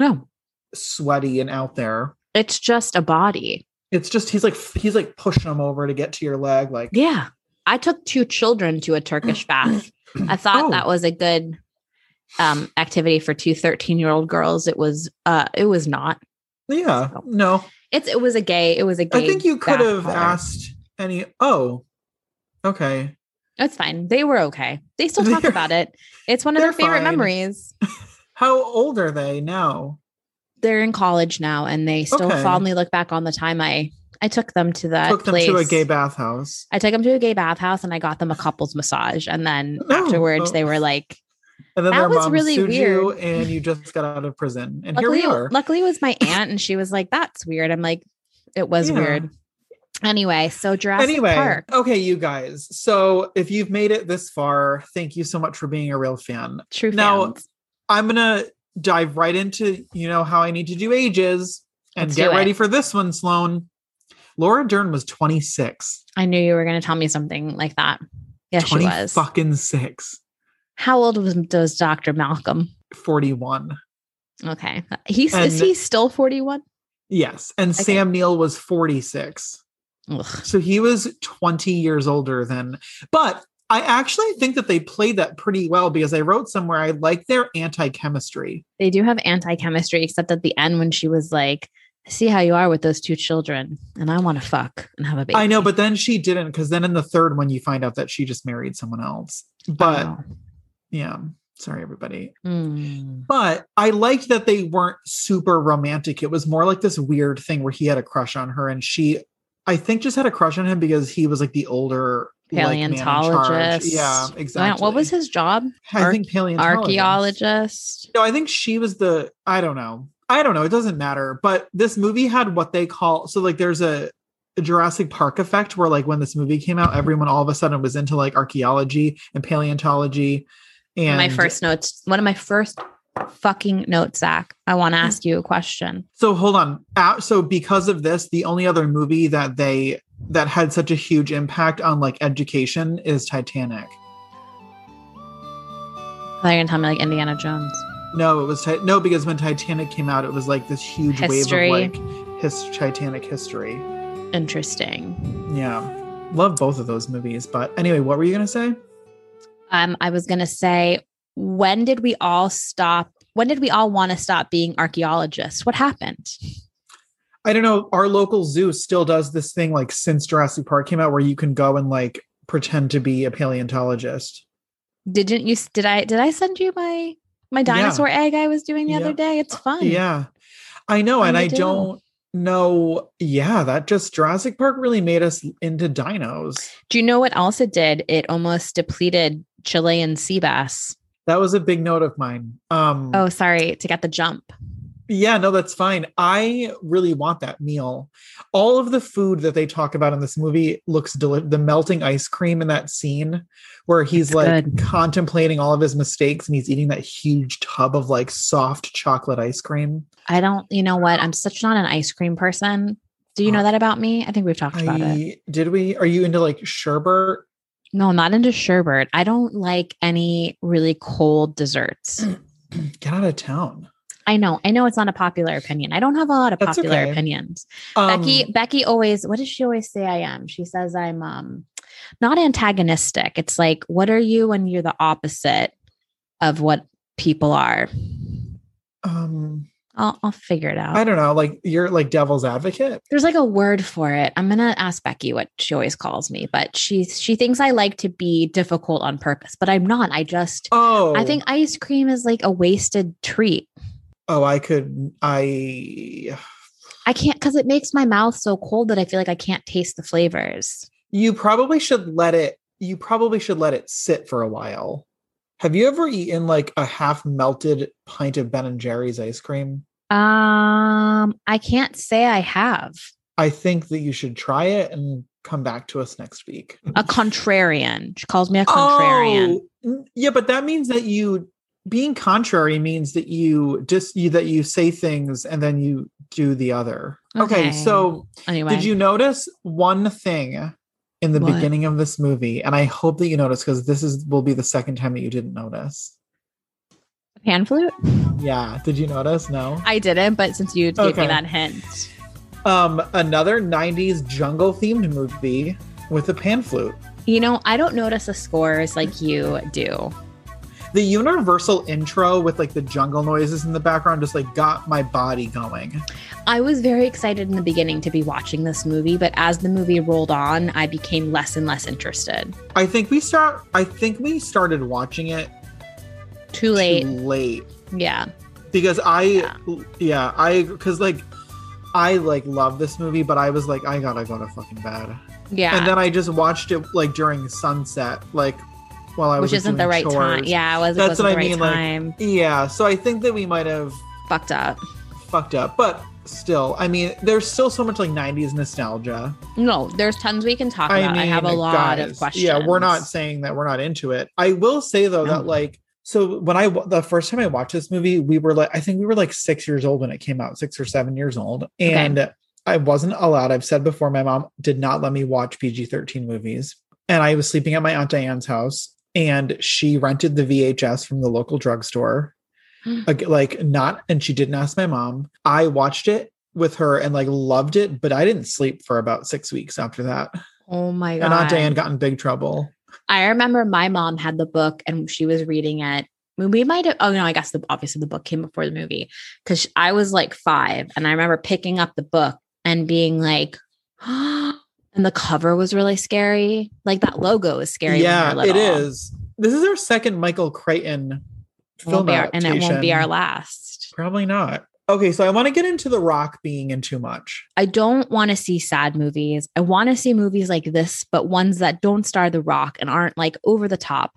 Speaker 3: No.
Speaker 2: sweaty and out there.
Speaker 3: It's just a body.
Speaker 2: It's just he's like he's like pushing them over to get to your leg. Like
Speaker 3: Yeah. I took two children to a Turkish bath. I thought
Speaker 2: Oh.
Speaker 3: that was a good um activity for two 13 year old girls. It was uh it was not.
Speaker 2: yeah, no.
Speaker 3: It's it was a gay, it was a gay.
Speaker 2: I think you could
Speaker 3: bath
Speaker 2: have
Speaker 3: parlor.
Speaker 2: asked any. Oh, okay.
Speaker 3: That's fine. They were okay. They still talk
Speaker 2: They're-
Speaker 3: about it. It's one of their
Speaker 2: they're
Speaker 3: favorite
Speaker 2: fine.
Speaker 3: memories.
Speaker 2: How old are they now?
Speaker 3: They're in college now and they still
Speaker 2: Okay.
Speaker 3: fondly look back on the time I I took them to that
Speaker 2: Took them
Speaker 3: place.
Speaker 2: to a gay bathhouse.
Speaker 3: I took them to a gay bathhouse and I got them a couples massage. And then
Speaker 2: Oh,
Speaker 3: afterwards,
Speaker 2: oh.
Speaker 3: they were like,
Speaker 2: And then
Speaker 3: That
Speaker 2: their
Speaker 3: was
Speaker 2: mom
Speaker 3: really
Speaker 2: sued you
Speaker 3: weird.
Speaker 2: and you just got out of prison. And
Speaker 3: luckily,
Speaker 2: here we are.
Speaker 3: luckily, it was my aunt, and she was like, that's weird. I'm like, it was
Speaker 2: Yeah.
Speaker 3: weird. Anyway, so Jurassic
Speaker 2: anyway,
Speaker 3: Park.
Speaker 2: okay, you guys. So if you've made it this far, thank you so much for being a real fan.
Speaker 3: True
Speaker 2: Now,
Speaker 3: fans.
Speaker 2: I'm gonna dive right into you know how I need to do ages and
Speaker 3: Let's
Speaker 2: get
Speaker 3: do it.
Speaker 2: ready for this one, Sloan. Laura Dern was 26.
Speaker 3: I knew you were going to tell me something like that. Yes, she
Speaker 2: 20
Speaker 3: was.
Speaker 2: fucking six.
Speaker 3: How old was, was Dr. Malcolm?
Speaker 2: 41.
Speaker 3: Okay. He's is
Speaker 2: And-
Speaker 3: he still 41?
Speaker 2: Yes. And
Speaker 3: Okay.
Speaker 2: Sam Neill was 46.
Speaker 3: Ugh.
Speaker 2: So he was 20 years older than, but I actually think that they played that pretty well because I wrote somewhere I like their anti chemistry.
Speaker 3: They do have anti-chemistry, except at the end when she was like, I see how you are with those two children, and I want to fuck and have a baby.
Speaker 2: I know, but then she didn't because then in the third one, you find out that she just married someone else. But
Speaker 3: Oh.
Speaker 2: yeah, sorry, everybody.
Speaker 3: Mm.
Speaker 2: But I liked that they weren't super romantic. It was more like this weird thing where he had a crush on her and she I think just had a crush on him because he was like the older like, man in charge.
Speaker 3: Paleontologist.
Speaker 2: yeah,
Speaker 3: Wow,
Speaker 2: exactly.
Speaker 3: What was his job?
Speaker 2: I think paleontologist.
Speaker 3: Archaeologist.
Speaker 2: No, I think she was the I don't know. I don't know. It doesn't matter. But this movie had what they call so like there's a a Jurassic Park effect where like when this movie came out, everyone all of a sudden was into like archaeology and paleontology and
Speaker 3: my first notes. One of my first fucking notes, Zach. I want to ask you a question.
Speaker 2: So hold on. Uh, So because of this, the only other movie that they that had such a huge impact on like education is Titanic.
Speaker 3: I thought you were gonna tell me like Indiana Jones.
Speaker 2: No, it was Ti- no because when Titanic came out, it was like this huge
Speaker 3: History.
Speaker 2: wave of like his Titanic history.
Speaker 3: Interesting.
Speaker 2: Yeah. Love both of those movies, but anyway, what were you going to say?
Speaker 3: Um, I was gonna say, when did we all stop? When did we all want to stop being archaeologists? What happened?
Speaker 2: I don't know, our local zoo still does this thing like since Jurassic Park came out where you can go and like pretend to be a paleontologist.
Speaker 3: Didn't you? Did I? Did I send you my my dinosaur egg I was doing the other
Speaker 2: Yeah. Oh,
Speaker 3: day? It's fun.
Speaker 2: Yeah. I know.
Speaker 3: Fun
Speaker 2: and
Speaker 3: to
Speaker 2: I
Speaker 3: do.
Speaker 2: don't know. Yeah, that just Jurassic Park really made us into dinos.
Speaker 3: Do you know what else it did? It almost depleted Chilean sea bass.
Speaker 2: That was a big note of mine. Um
Speaker 3: Oh, sorry, to get the jump.
Speaker 2: yeah, no, that's fine. I really want that meal. All of the food that they talk about in this movie looks deli- the melting ice cream in that scene where he's
Speaker 3: It's
Speaker 2: like
Speaker 3: good.
Speaker 2: contemplating all of his mistakes and he's eating that huge tub of like soft chocolate ice cream.
Speaker 3: I don't, you know what? I'm such not an ice cream person. Do you know
Speaker 2: Oh.
Speaker 3: that about me? I think we've talked about it.
Speaker 2: I did we are you into like sherbet?
Speaker 3: No, I'm not into sherbet.
Speaker 2: Mm.
Speaker 3: I don't like any really cold desserts.
Speaker 2: Get out of town.
Speaker 3: I know. I know it's not a popular opinion. I don't have a lot of
Speaker 2: That's
Speaker 3: popular
Speaker 2: okay.
Speaker 3: opinions.
Speaker 2: Um,
Speaker 3: Becky Becky always what does she always say I am? She says I'm um not antagonistic. It's like what are you when you're the opposite of what people are?
Speaker 2: um,
Speaker 3: I'll I'll figure it out.
Speaker 2: I don't know. Like you're like devil's advocate.
Speaker 3: There's like a word for it. I'm gonna ask Becky what she always calls me, but she's she thinks I like to be difficult on purpose, but I'm not. I just
Speaker 2: Oh,
Speaker 3: I think ice cream is like a wasted treat.
Speaker 2: Oh, I could. I.
Speaker 3: I can't because it makes my mouth so cold that I feel like I can't taste the flavors.
Speaker 2: You probably should let it. You probably should let it sit for a while. Have you ever eaten like a half melted pint of Ben and Jerry's ice cream?
Speaker 3: Um, I can't say I have
Speaker 2: I think that you should try it and come back to us next week.
Speaker 3: a contrarian. She calls me a contrarian.
Speaker 2: Oh, n- yeah, but that means that you being contrary means that you just you that you say things and then you do the other. Okay,
Speaker 3: Okay.
Speaker 2: so
Speaker 3: anyway,
Speaker 2: did you notice one thing in the
Speaker 3: What?
Speaker 2: beginning of this movie? And I hope that you noticed because this is will be the second time that you didn't notice.
Speaker 3: pan flute?
Speaker 2: Yeah, did you notice? No.
Speaker 3: I didn't, but since you gave
Speaker 2: Okay.
Speaker 3: me that hint,
Speaker 2: Um, another '90s jungle themed movie with a pan flute.
Speaker 3: you know, I don't notice the scores like you do.
Speaker 2: The universal intro with like the jungle noises in the background just like got my body going.
Speaker 3: I was very excited in the beginning to be watching this movie, but as the movie rolled on, I became less and less interested.
Speaker 2: I think we start. I think we started watching it
Speaker 3: Too late.
Speaker 2: too late
Speaker 3: Yeah.
Speaker 2: because I, yeah,
Speaker 3: Yeah.
Speaker 2: I because like I like love this movie, but I was like I gotta go to fucking bed,
Speaker 3: Yeah.
Speaker 2: and then I just watched it like during sunset, like while I was like,
Speaker 3: Which isn't the
Speaker 2: doing
Speaker 3: right time.
Speaker 2: chores.
Speaker 3: Yeah, it was,
Speaker 2: That's
Speaker 3: it wasn't
Speaker 2: what
Speaker 3: the
Speaker 2: I
Speaker 3: right
Speaker 2: mean, like-
Speaker 3: time.
Speaker 2: yeah. So I think that we might have
Speaker 3: Fucked up.
Speaker 2: fucked up, but still, I mean, there's still so much like '90s nostalgia.
Speaker 3: No, there's tons we can talk about. I have a
Speaker 2: mean,
Speaker 3: lot of
Speaker 2: guys,
Speaker 3: questions.
Speaker 2: Yeah, we're not saying that we're not into it. I will say though
Speaker 3: No.
Speaker 2: that like so when I wa- the first time I watched this movie, we were like I think we were like six years old when it came out, six or seven years old,
Speaker 3: Okay.
Speaker 2: and I wasn't allowed. I've said before, my mom did not let me watch PG thirteen movies, and I was sleeping at my aunt Diane's house, and she rented the VHS from the local drugstore. Ag- Like not, and she didn't ask my mom. I watched it with her and like loved it, but I didn't sleep for about six weeks after that.
Speaker 3: Oh my god.
Speaker 2: And Aunt Diane got in big trouble.
Speaker 3: I remember my mom had the book and she was reading it. I mean, We might have, oh no, I guess the obviously the book came before the movie because I was like five and I remember picking up the book and being like, and the cover was really scary. Like that logo is scary. when
Speaker 2: yeah,
Speaker 3: you're
Speaker 2: it
Speaker 3: little.
Speaker 2: is. This is our second Michael Crichton
Speaker 3: It won't
Speaker 2: film
Speaker 3: be our- and it won't be our
Speaker 2: adaptation.
Speaker 3: last.
Speaker 2: Probably not. Okay, so I want to get into The Rock being in too much.
Speaker 3: I don't want to see sad movies. I want to see movies like this, but ones that don't star The Rock and aren't like over the top.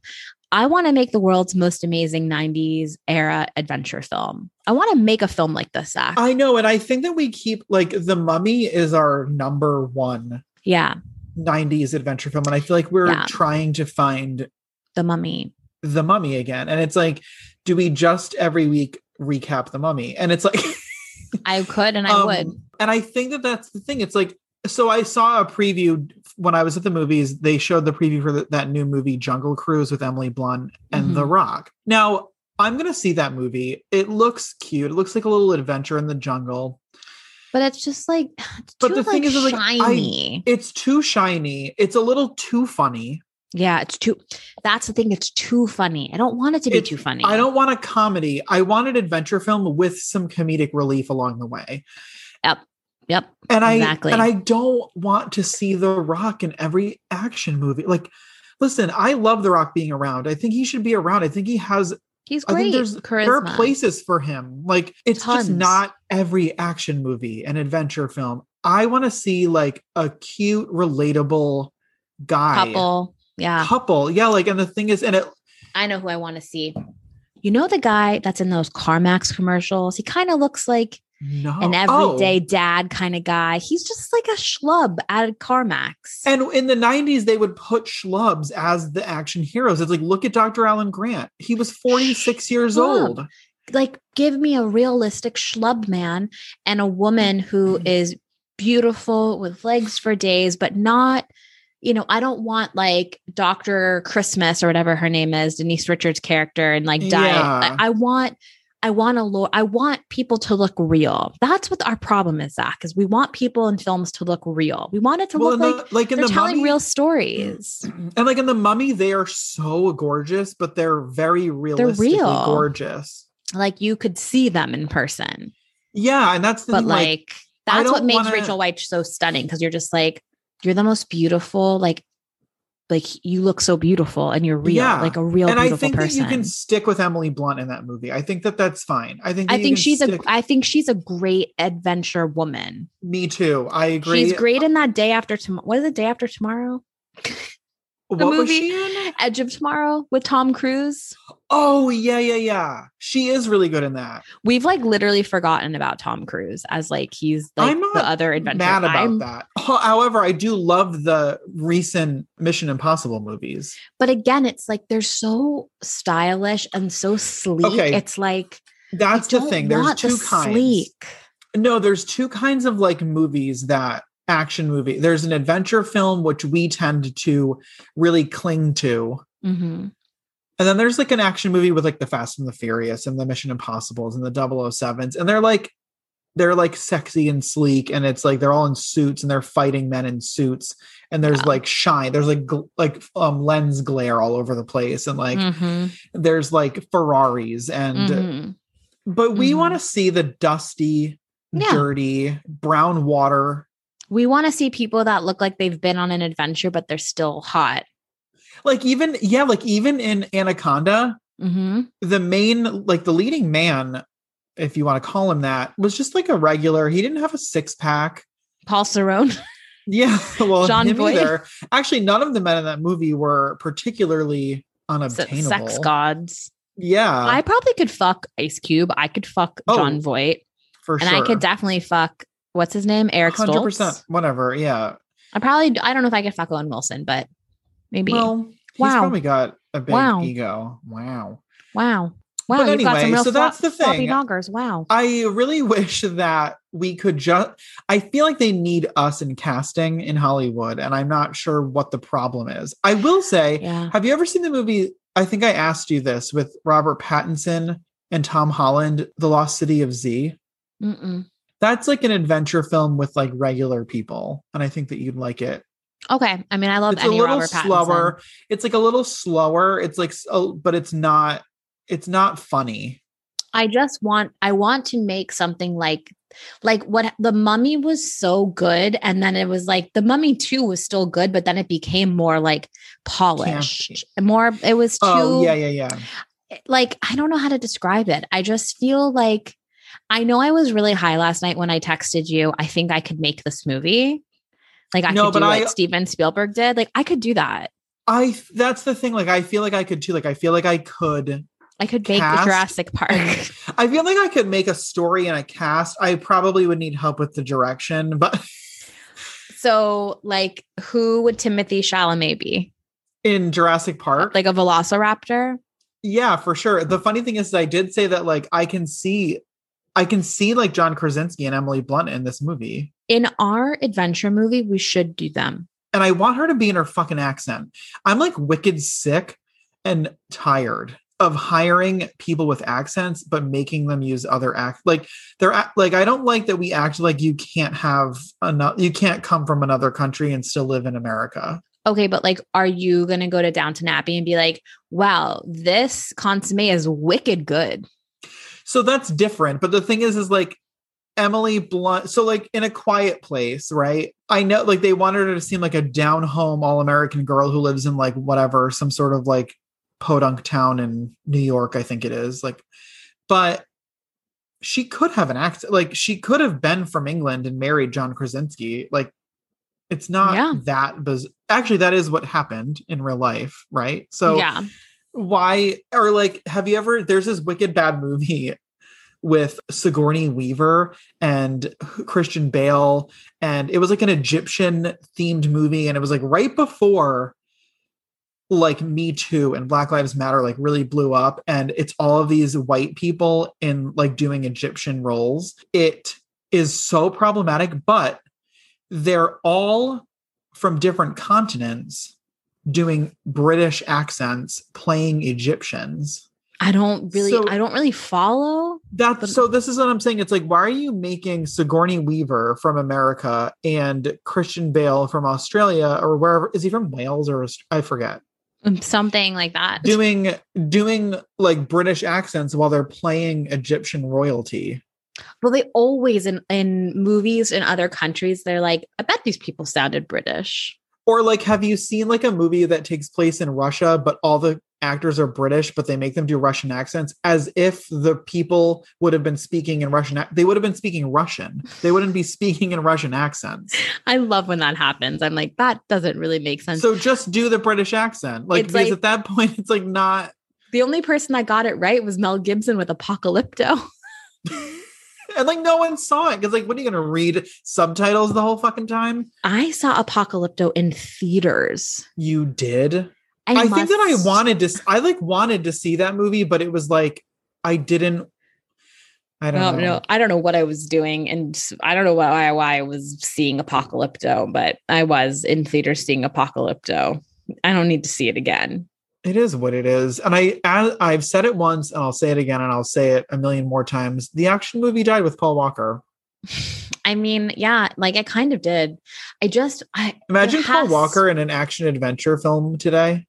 Speaker 3: I want to make the world's most amazing 90s era adventure film. I want to make a film like this, Zach.
Speaker 2: I know, and I think that we keep like The Mummy is our number one
Speaker 3: yeah,
Speaker 2: 90s adventure film, and I feel like we're
Speaker 3: Yeah.
Speaker 2: trying to find
Speaker 3: The Mummy.
Speaker 2: The Mummy again. And it's like, do we just every week recap The Mummy? And it's like,
Speaker 3: I could and I
Speaker 2: Um,
Speaker 3: would.
Speaker 2: And I think that that's the thing. It's like, so I saw a preview when I was at the movies. They showed the preview for th- that new movie, Jungle Cruise, with Emily Blunt and
Speaker 3: Mm-hmm.
Speaker 2: The Rock. Now, I'm going to see that movie. It looks cute. It looks like a little adventure in the jungle.
Speaker 3: But it's just like, it's
Speaker 2: But
Speaker 3: too,
Speaker 2: the thing
Speaker 3: like,
Speaker 2: is, is, like, I-
Speaker 3: shiny.
Speaker 2: It's too shiny. It's a little too funny.
Speaker 3: yeah, it's too, that's the thing. It's too funny. I don't want it to be
Speaker 2: It's-
Speaker 3: too funny.
Speaker 2: I don't want a comedy. I want an adventure film with some comedic relief along the way.
Speaker 3: Yep.
Speaker 2: And I
Speaker 3: Exactly.
Speaker 2: and I don't want to see The Rock in every action movie. Like, listen, I love The Rock being around. I think he should be around. I think he has
Speaker 3: He's
Speaker 2: I
Speaker 3: great.
Speaker 2: think there's-
Speaker 3: Charisma.
Speaker 2: there are places for him. Like, it's
Speaker 3: Tons.
Speaker 2: just not every action movie, an adventure film. I want to see like a cute, relatable guy
Speaker 3: couple. Yeah.
Speaker 2: couple. Yeah, like, and the thing is, and it
Speaker 3: I know who I want to see. You know the guy that's in those CarMax commercials? He kind of looks like
Speaker 2: no
Speaker 3: an
Speaker 2: Oh.
Speaker 3: everyday dad kind of guy. He's just like a schlub at a CarMax.
Speaker 2: And in the 90s, they would put schlubs as the action heroes. It's like, look at Dr. Alan Grant. He was 46 years
Speaker 3: Schlub.
Speaker 2: old.
Speaker 3: like, give me a realistic schlub man and a woman who
Speaker 2: Mm-hmm.
Speaker 3: is beautiful with legs for days, but not, you know, I don't want like Dr. Christmas or whatever her name is, Denise Richards' character, and like diet.
Speaker 2: Yeah.
Speaker 3: I, I want. I want to lo- I want people to look real. That's what our problem is, Zach, is we want people in films to look real. We want it to
Speaker 2: well, in
Speaker 3: look like
Speaker 2: the, like in
Speaker 3: they're
Speaker 2: the Mm.
Speaker 3: telling
Speaker 2: mummy,
Speaker 3: real stories.
Speaker 2: and like in the mummy, they are so gorgeous, but they're very realistically
Speaker 3: real.
Speaker 2: gorgeous.
Speaker 3: Like you could see them in person.
Speaker 2: Yeah, and that's the
Speaker 3: but
Speaker 2: thing,
Speaker 3: like,
Speaker 2: like I
Speaker 3: that's what
Speaker 2: don't
Speaker 3: makes
Speaker 2: wanna-
Speaker 3: Rachel White so stunning because you're just like you're the most beautiful like like you look so beautiful and you're real
Speaker 2: Yeah.
Speaker 3: like a real
Speaker 2: and I
Speaker 3: beautiful
Speaker 2: think
Speaker 3: person.
Speaker 2: that you can stick with Emily Blunt in that movie. I think that that's fine. I think that
Speaker 3: I
Speaker 2: you
Speaker 3: think
Speaker 2: can
Speaker 3: she's
Speaker 2: stick-
Speaker 3: a I think she's a great adventure woman.
Speaker 2: Me too. I agree.
Speaker 3: She's great in that day after tomorrow. What is it? Day after tomorrow?
Speaker 2: What
Speaker 3: the
Speaker 2: was
Speaker 3: movie
Speaker 2: she in?
Speaker 3: Edge of Tomorrow with Tom Cruise.
Speaker 2: Oh yeah, yeah, yeah. She is really good in that.
Speaker 3: We've like literally forgotten about Tom Cruise as like he's like
Speaker 2: I'm not
Speaker 3: the other adventure.
Speaker 2: Mad about
Speaker 3: I'm-
Speaker 2: that. Ho- However, I do love the recent Mission Impossible movies.
Speaker 3: But again, it's like they're so stylish and so sleek.
Speaker 2: Okay.
Speaker 3: It's like I
Speaker 2: That's the
Speaker 3: don't
Speaker 2: thing. There's
Speaker 3: want the
Speaker 2: two kinds.
Speaker 3: Sleek.
Speaker 2: No, there's two kinds of like movies that action movie. There's an adventure film which we tend to really cling to.
Speaker 3: Mhm.
Speaker 2: And then there's like an action movie with like the Fast and the Furious and the Mission Impossibles and the 007s. And they're like, they're like sexy and sleek. And it's like they're all in suits and they're fighting men in suits. And there's
Speaker 3: Yeah.
Speaker 2: like shine, there's like, gl- like um, lens glare all over the place. And like
Speaker 3: Mhm.
Speaker 2: there's like Ferraris. And, uh,
Speaker 3: Mhm.
Speaker 2: but we
Speaker 3: Mhm.
Speaker 2: want to see the dusty,
Speaker 3: Yeah.
Speaker 2: dirty, brown water.
Speaker 3: we want to see people that look like they've been on an adventure, but they're still hot.
Speaker 2: Like even, yeah, like even in Anaconda,
Speaker 3: hmm
Speaker 2: the main like the leading man if you want to call him that was just like a regular he didn't have a six-pack
Speaker 3: Paul Cerrone.
Speaker 2: yeah well
Speaker 3: John
Speaker 2: him
Speaker 3: Boyd.
Speaker 2: either. actually none of the men in that movie were particularly
Speaker 3: Se-
Speaker 2: unobtainable
Speaker 3: Sex gods.
Speaker 2: yeah
Speaker 3: I probably could fuck Ice Cube. I could fuck
Speaker 2: Uh, Oh,
Speaker 3: John Voight.
Speaker 2: for
Speaker 3: and
Speaker 2: sure
Speaker 3: I could definitely fuck what's his name, Eric Stoltz.
Speaker 2: whatever yeah
Speaker 3: I probably I don't know if I could fuck Owen Wilson, but maybe.
Speaker 2: well he's
Speaker 3: Wow.
Speaker 2: probably got a big
Speaker 3: Wow.
Speaker 2: ego wow
Speaker 3: wow, wow,
Speaker 2: But
Speaker 3: you've got some
Speaker 2: anyway,
Speaker 3: real
Speaker 2: so that's
Speaker 3: flop-
Speaker 2: the thing.
Speaker 3: floppy doggers. Wow,
Speaker 2: I really wish that we could just. I feel like they need us in casting in Hollywood, and I'm not sure what the problem is. I will say,
Speaker 3: yeah,
Speaker 2: Have you ever seen the movie? I think I asked you this with Robert Pattinson and Tom Holland, The Lost City of Z.
Speaker 3: Mm-mm.
Speaker 2: That's like an adventure film with like regular people, and I think that you'd like it.
Speaker 3: okay. I mean, I love
Speaker 2: It's a
Speaker 3: any
Speaker 2: little
Speaker 3: Robert Pattinson.
Speaker 2: slower. It's like a little slower. It's like, s- oh, but it's not. It's not funny.
Speaker 3: I just want I want to make something like like what the mummy was so good and then it was like the mummy 2 was still good but then it became more like polished more it was too eh,
Speaker 2: Oh yeah, yeah, yeah.
Speaker 3: like I don't know how to describe it. I just feel like I know I was really high last night when I texted you. I think I could make this movie. Like I
Speaker 2: No,
Speaker 3: could do
Speaker 2: but
Speaker 3: what
Speaker 2: I-
Speaker 3: Steven Spielberg did. Like I could do that.
Speaker 2: I. f- That's the thing. Like I feel like I could too. Like I feel like I could
Speaker 3: I could make the
Speaker 2: Cast
Speaker 3: Jurassic Park.
Speaker 2: I feel like I could make a story and a cast. I probably would need help with the direction, but
Speaker 3: so like who would Timothy Chalamet be?
Speaker 2: in Jurassic Park,
Speaker 3: Like a Velociraptor?
Speaker 2: yeah, for sure. The funny thing is, I did say that like I can see, I can see like John Krasinski and Emily Blunt in this movie,
Speaker 3: In our adventure movie, we should do them.
Speaker 2: and I want her to be in her fucking accent. I'm like wicked sick and tired of hiring people with accents, but making them use other act like they're ac- like I don't like that we act like you can't have another, you can't come from another country and still live in America.
Speaker 3: Okay, but like, are you gonna go to Downton Abbey and be like, wow, this consomme is wicked good?
Speaker 2: So that's different. But the thing is, is like Emily Blunt. So like in a quiet place, right? I know like they wanted her to seem like a down home all American girl who lives in like whatever, some sort of like podunk town in New York, I think it is. Like, but she could have an accent. Like she could have been from England and married John Krasinski. Like it's not
Speaker 3: Yeah.
Speaker 2: that biz- actually that is what happened in real life, right? So
Speaker 3: yeah.
Speaker 2: why or like have you ever there's this wicked bad movie with Sigourney Weaver and Christian Bale and it was like an Egyptian themed movie and it was like right before like Me Too and Black Lives Matter like really blew up and it's all of these white people in like doing Egyptian roles it is so problematic but they're all from different continents doing British accents playing Egyptians.
Speaker 3: I don't really,
Speaker 2: So-
Speaker 3: I don't really follow.
Speaker 2: That's
Speaker 3: But-
Speaker 2: so. This is what I'm saying. It's like, why are you making Sigourney Weaver from America and Christian Bale from Australia or wherever? Is he from Wales or Aust- I forget?
Speaker 3: Something like that.
Speaker 2: Doing doing like British accents while they're playing Egyptian royalty.
Speaker 3: Well, they always in in movies in other countries, they're like, I bet these people sounded British.
Speaker 2: Or like, have you seen like a movie that takes place in Russia, but all the actors are British, but they make them do Russian accents as if the people would have been speaking in Russian. ac- They would have been speaking Russian. They wouldn't be speaking in Russian accents.
Speaker 3: I love when that happens. I'm like, that doesn't really make sense.
Speaker 2: So just do the British accent. Like,
Speaker 3: It's
Speaker 2: because
Speaker 3: like-
Speaker 2: at that point, it's like not.
Speaker 3: the only person that got it right was Mel Gibson with Apocalypto.
Speaker 2: And like, no one saw it. Cause like, what are you going to read subtitles the whole fucking time?
Speaker 3: I saw Apocalypto in theaters.
Speaker 2: You did.
Speaker 3: I,
Speaker 2: I, think that I
Speaker 3: must-
Speaker 2: wanted to, s- I like wanted to see that movie, but it was like, I didn't. I
Speaker 3: I
Speaker 2: don't
Speaker 3: don't
Speaker 2: know.
Speaker 3: know. I don't know what I was doing, and I don't know why why I was seeing Apocalypto, but I was in theater seeing Apocalypto. I don't need to see it again.
Speaker 2: It is what it is. And I, I I've said it once and I'll say it again and I'll say it a million more times. The action movie died with Paul Walker.
Speaker 3: I mean, yeah, like I kind of did. I just, I
Speaker 2: Imagine
Speaker 3: It
Speaker 2: Paul
Speaker 3: has-
Speaker 2: Walker in an action adventure film today.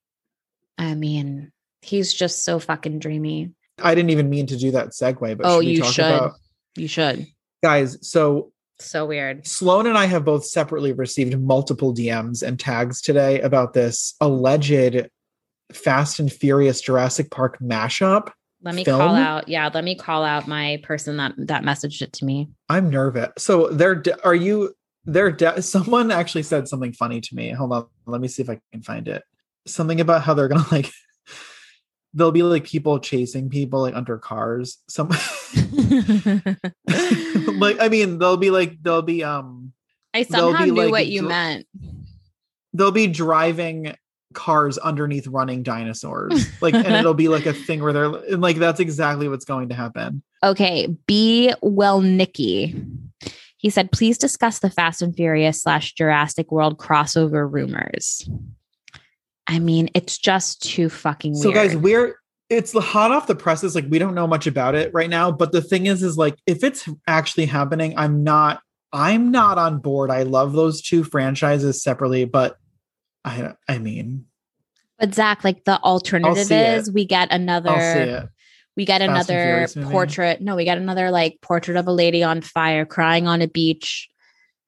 Speaker 3: I mean, he's just so fucking dreamy.
Speaker 2: I didn't even mean to do that segue, but
Speaker 3: Oh,
Speaker 2: should we
Speaker 3: you
Speaker 2: talk
Speaker 3: should.
Speaker 2: about
Speaker 3: You should.
Speaker 2: guys? So
Speaker 3: So weird.
Speaker 2: Sloan and I have both separately received multiple DMs and tags today about this alleged Fast and Furious Jurassic Park mashup.
Speaker 3: Let me
Speaker 2: Film?
Speaker 3: call out. Yeah, let me call out my person that that messaged it to me.
Speaker 2: I'm nervous. So they're de- are you they're de- someone actually said something funny to me. Hold on, let me see if I can find it. Something about how they're gonna like there'll be like people chasing people like under cars. Some like I mean they'll be like they'll be um
Speaker 3: I
Speaker 2: They'll
Speaker 3: somehow
Speaker 2: be,
Speaker 3: knew
Speaker 2: like,
Speaker 3: what you
Speaker 2: dr-
Speaker 3: meant.
Speaker 2: they'll be driving cars underneath running dinosaurs like and it'll be like a thing where they're and like that's exactly what's going to happen
Speaker 3: Okay, be well, Nikki. He said, please discuss the Fast and Furious slash Jurassic World crossover rumors. I mean, it's just too fucking weird.
Speaker 2: so guys we're it's hot off the presses like we don't know much about it right now but the thing is is like if it's actually happening i'm not i'm not on board i love those two franchises separately but i i mean
Speaker 3: but Zach, like the alternative
Speaker 2: see it.
Speaker 3: is we get another
Speaker 2: i'll see it
Speaker 3: we get
Speaker 2: Fast and
Speaker 3: another
Speaker 2: Furious movie.
Speaker 3: portrait. No, we get another like portrait of a lady on fire crying on a beach,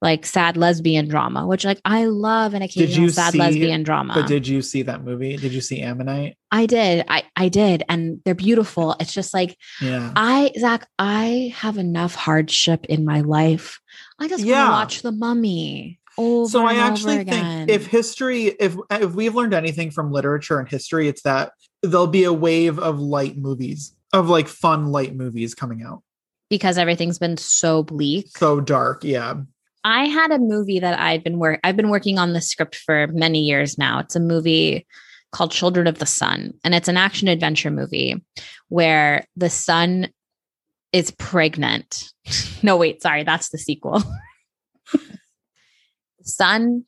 Speaker 3: like sad lesbian drama, which like I love an occasional
Speaker 2: you
Speaker 3: sad
Speaker 2: see-
Speaker 3: lesbian drama.
Speaker 2: but did you see that movie did you see ammonite
Speaker 3: I did. I I did, and they're beautiful. It's just like
Speaker 2: yeah
Speaker 3: I Zach, I have enough hardship in my life. I just
Speaker 2: Yeah.
Speaker 3: want to watch The Mummy. Over
Speaker 2: so i
Speaker 3: and
Speaker 2: actually
Speaker 3: over again.
Speaker 2: think if history if if we've learned anything from literature and history it's that there'll be a wave of light movies of like fun light movies coming out
Speaker 3: because everything's been so bleak.
Speaker 2: so dark yeah
Speaker 3: I had a movie that I've been work I've been working on the script for many years now. It's a movie called Children of the Sun and it's an action adventure movie where the sun is pregnant. no wait, sorry, that's the sequel. sun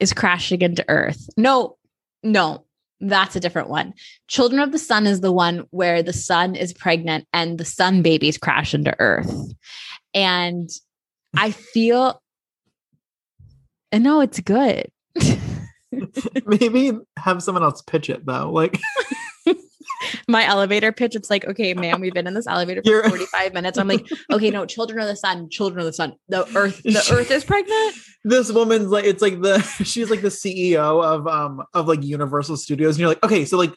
Speaker 3: is crashing into earth. No. No. That's a different one. Children of the Sun is the one where the sun is pregnant and the sun babies crash into earth. And I feel and no, it's good.
Speaker 2: maybe have someone else pitch it though like
Speaker 3: My elevator pitch, it's like, okay, man, we've been in this elevator
Speaker 2: You're-
Speaker 3: for 45 minutes. I'm like, okay, no, children of the sun, children of the sun. The earth, the earth is pregnant.
Speaker 2: this woman's like it's like the she's like the ceo of um of like universal studios and you're like okay so like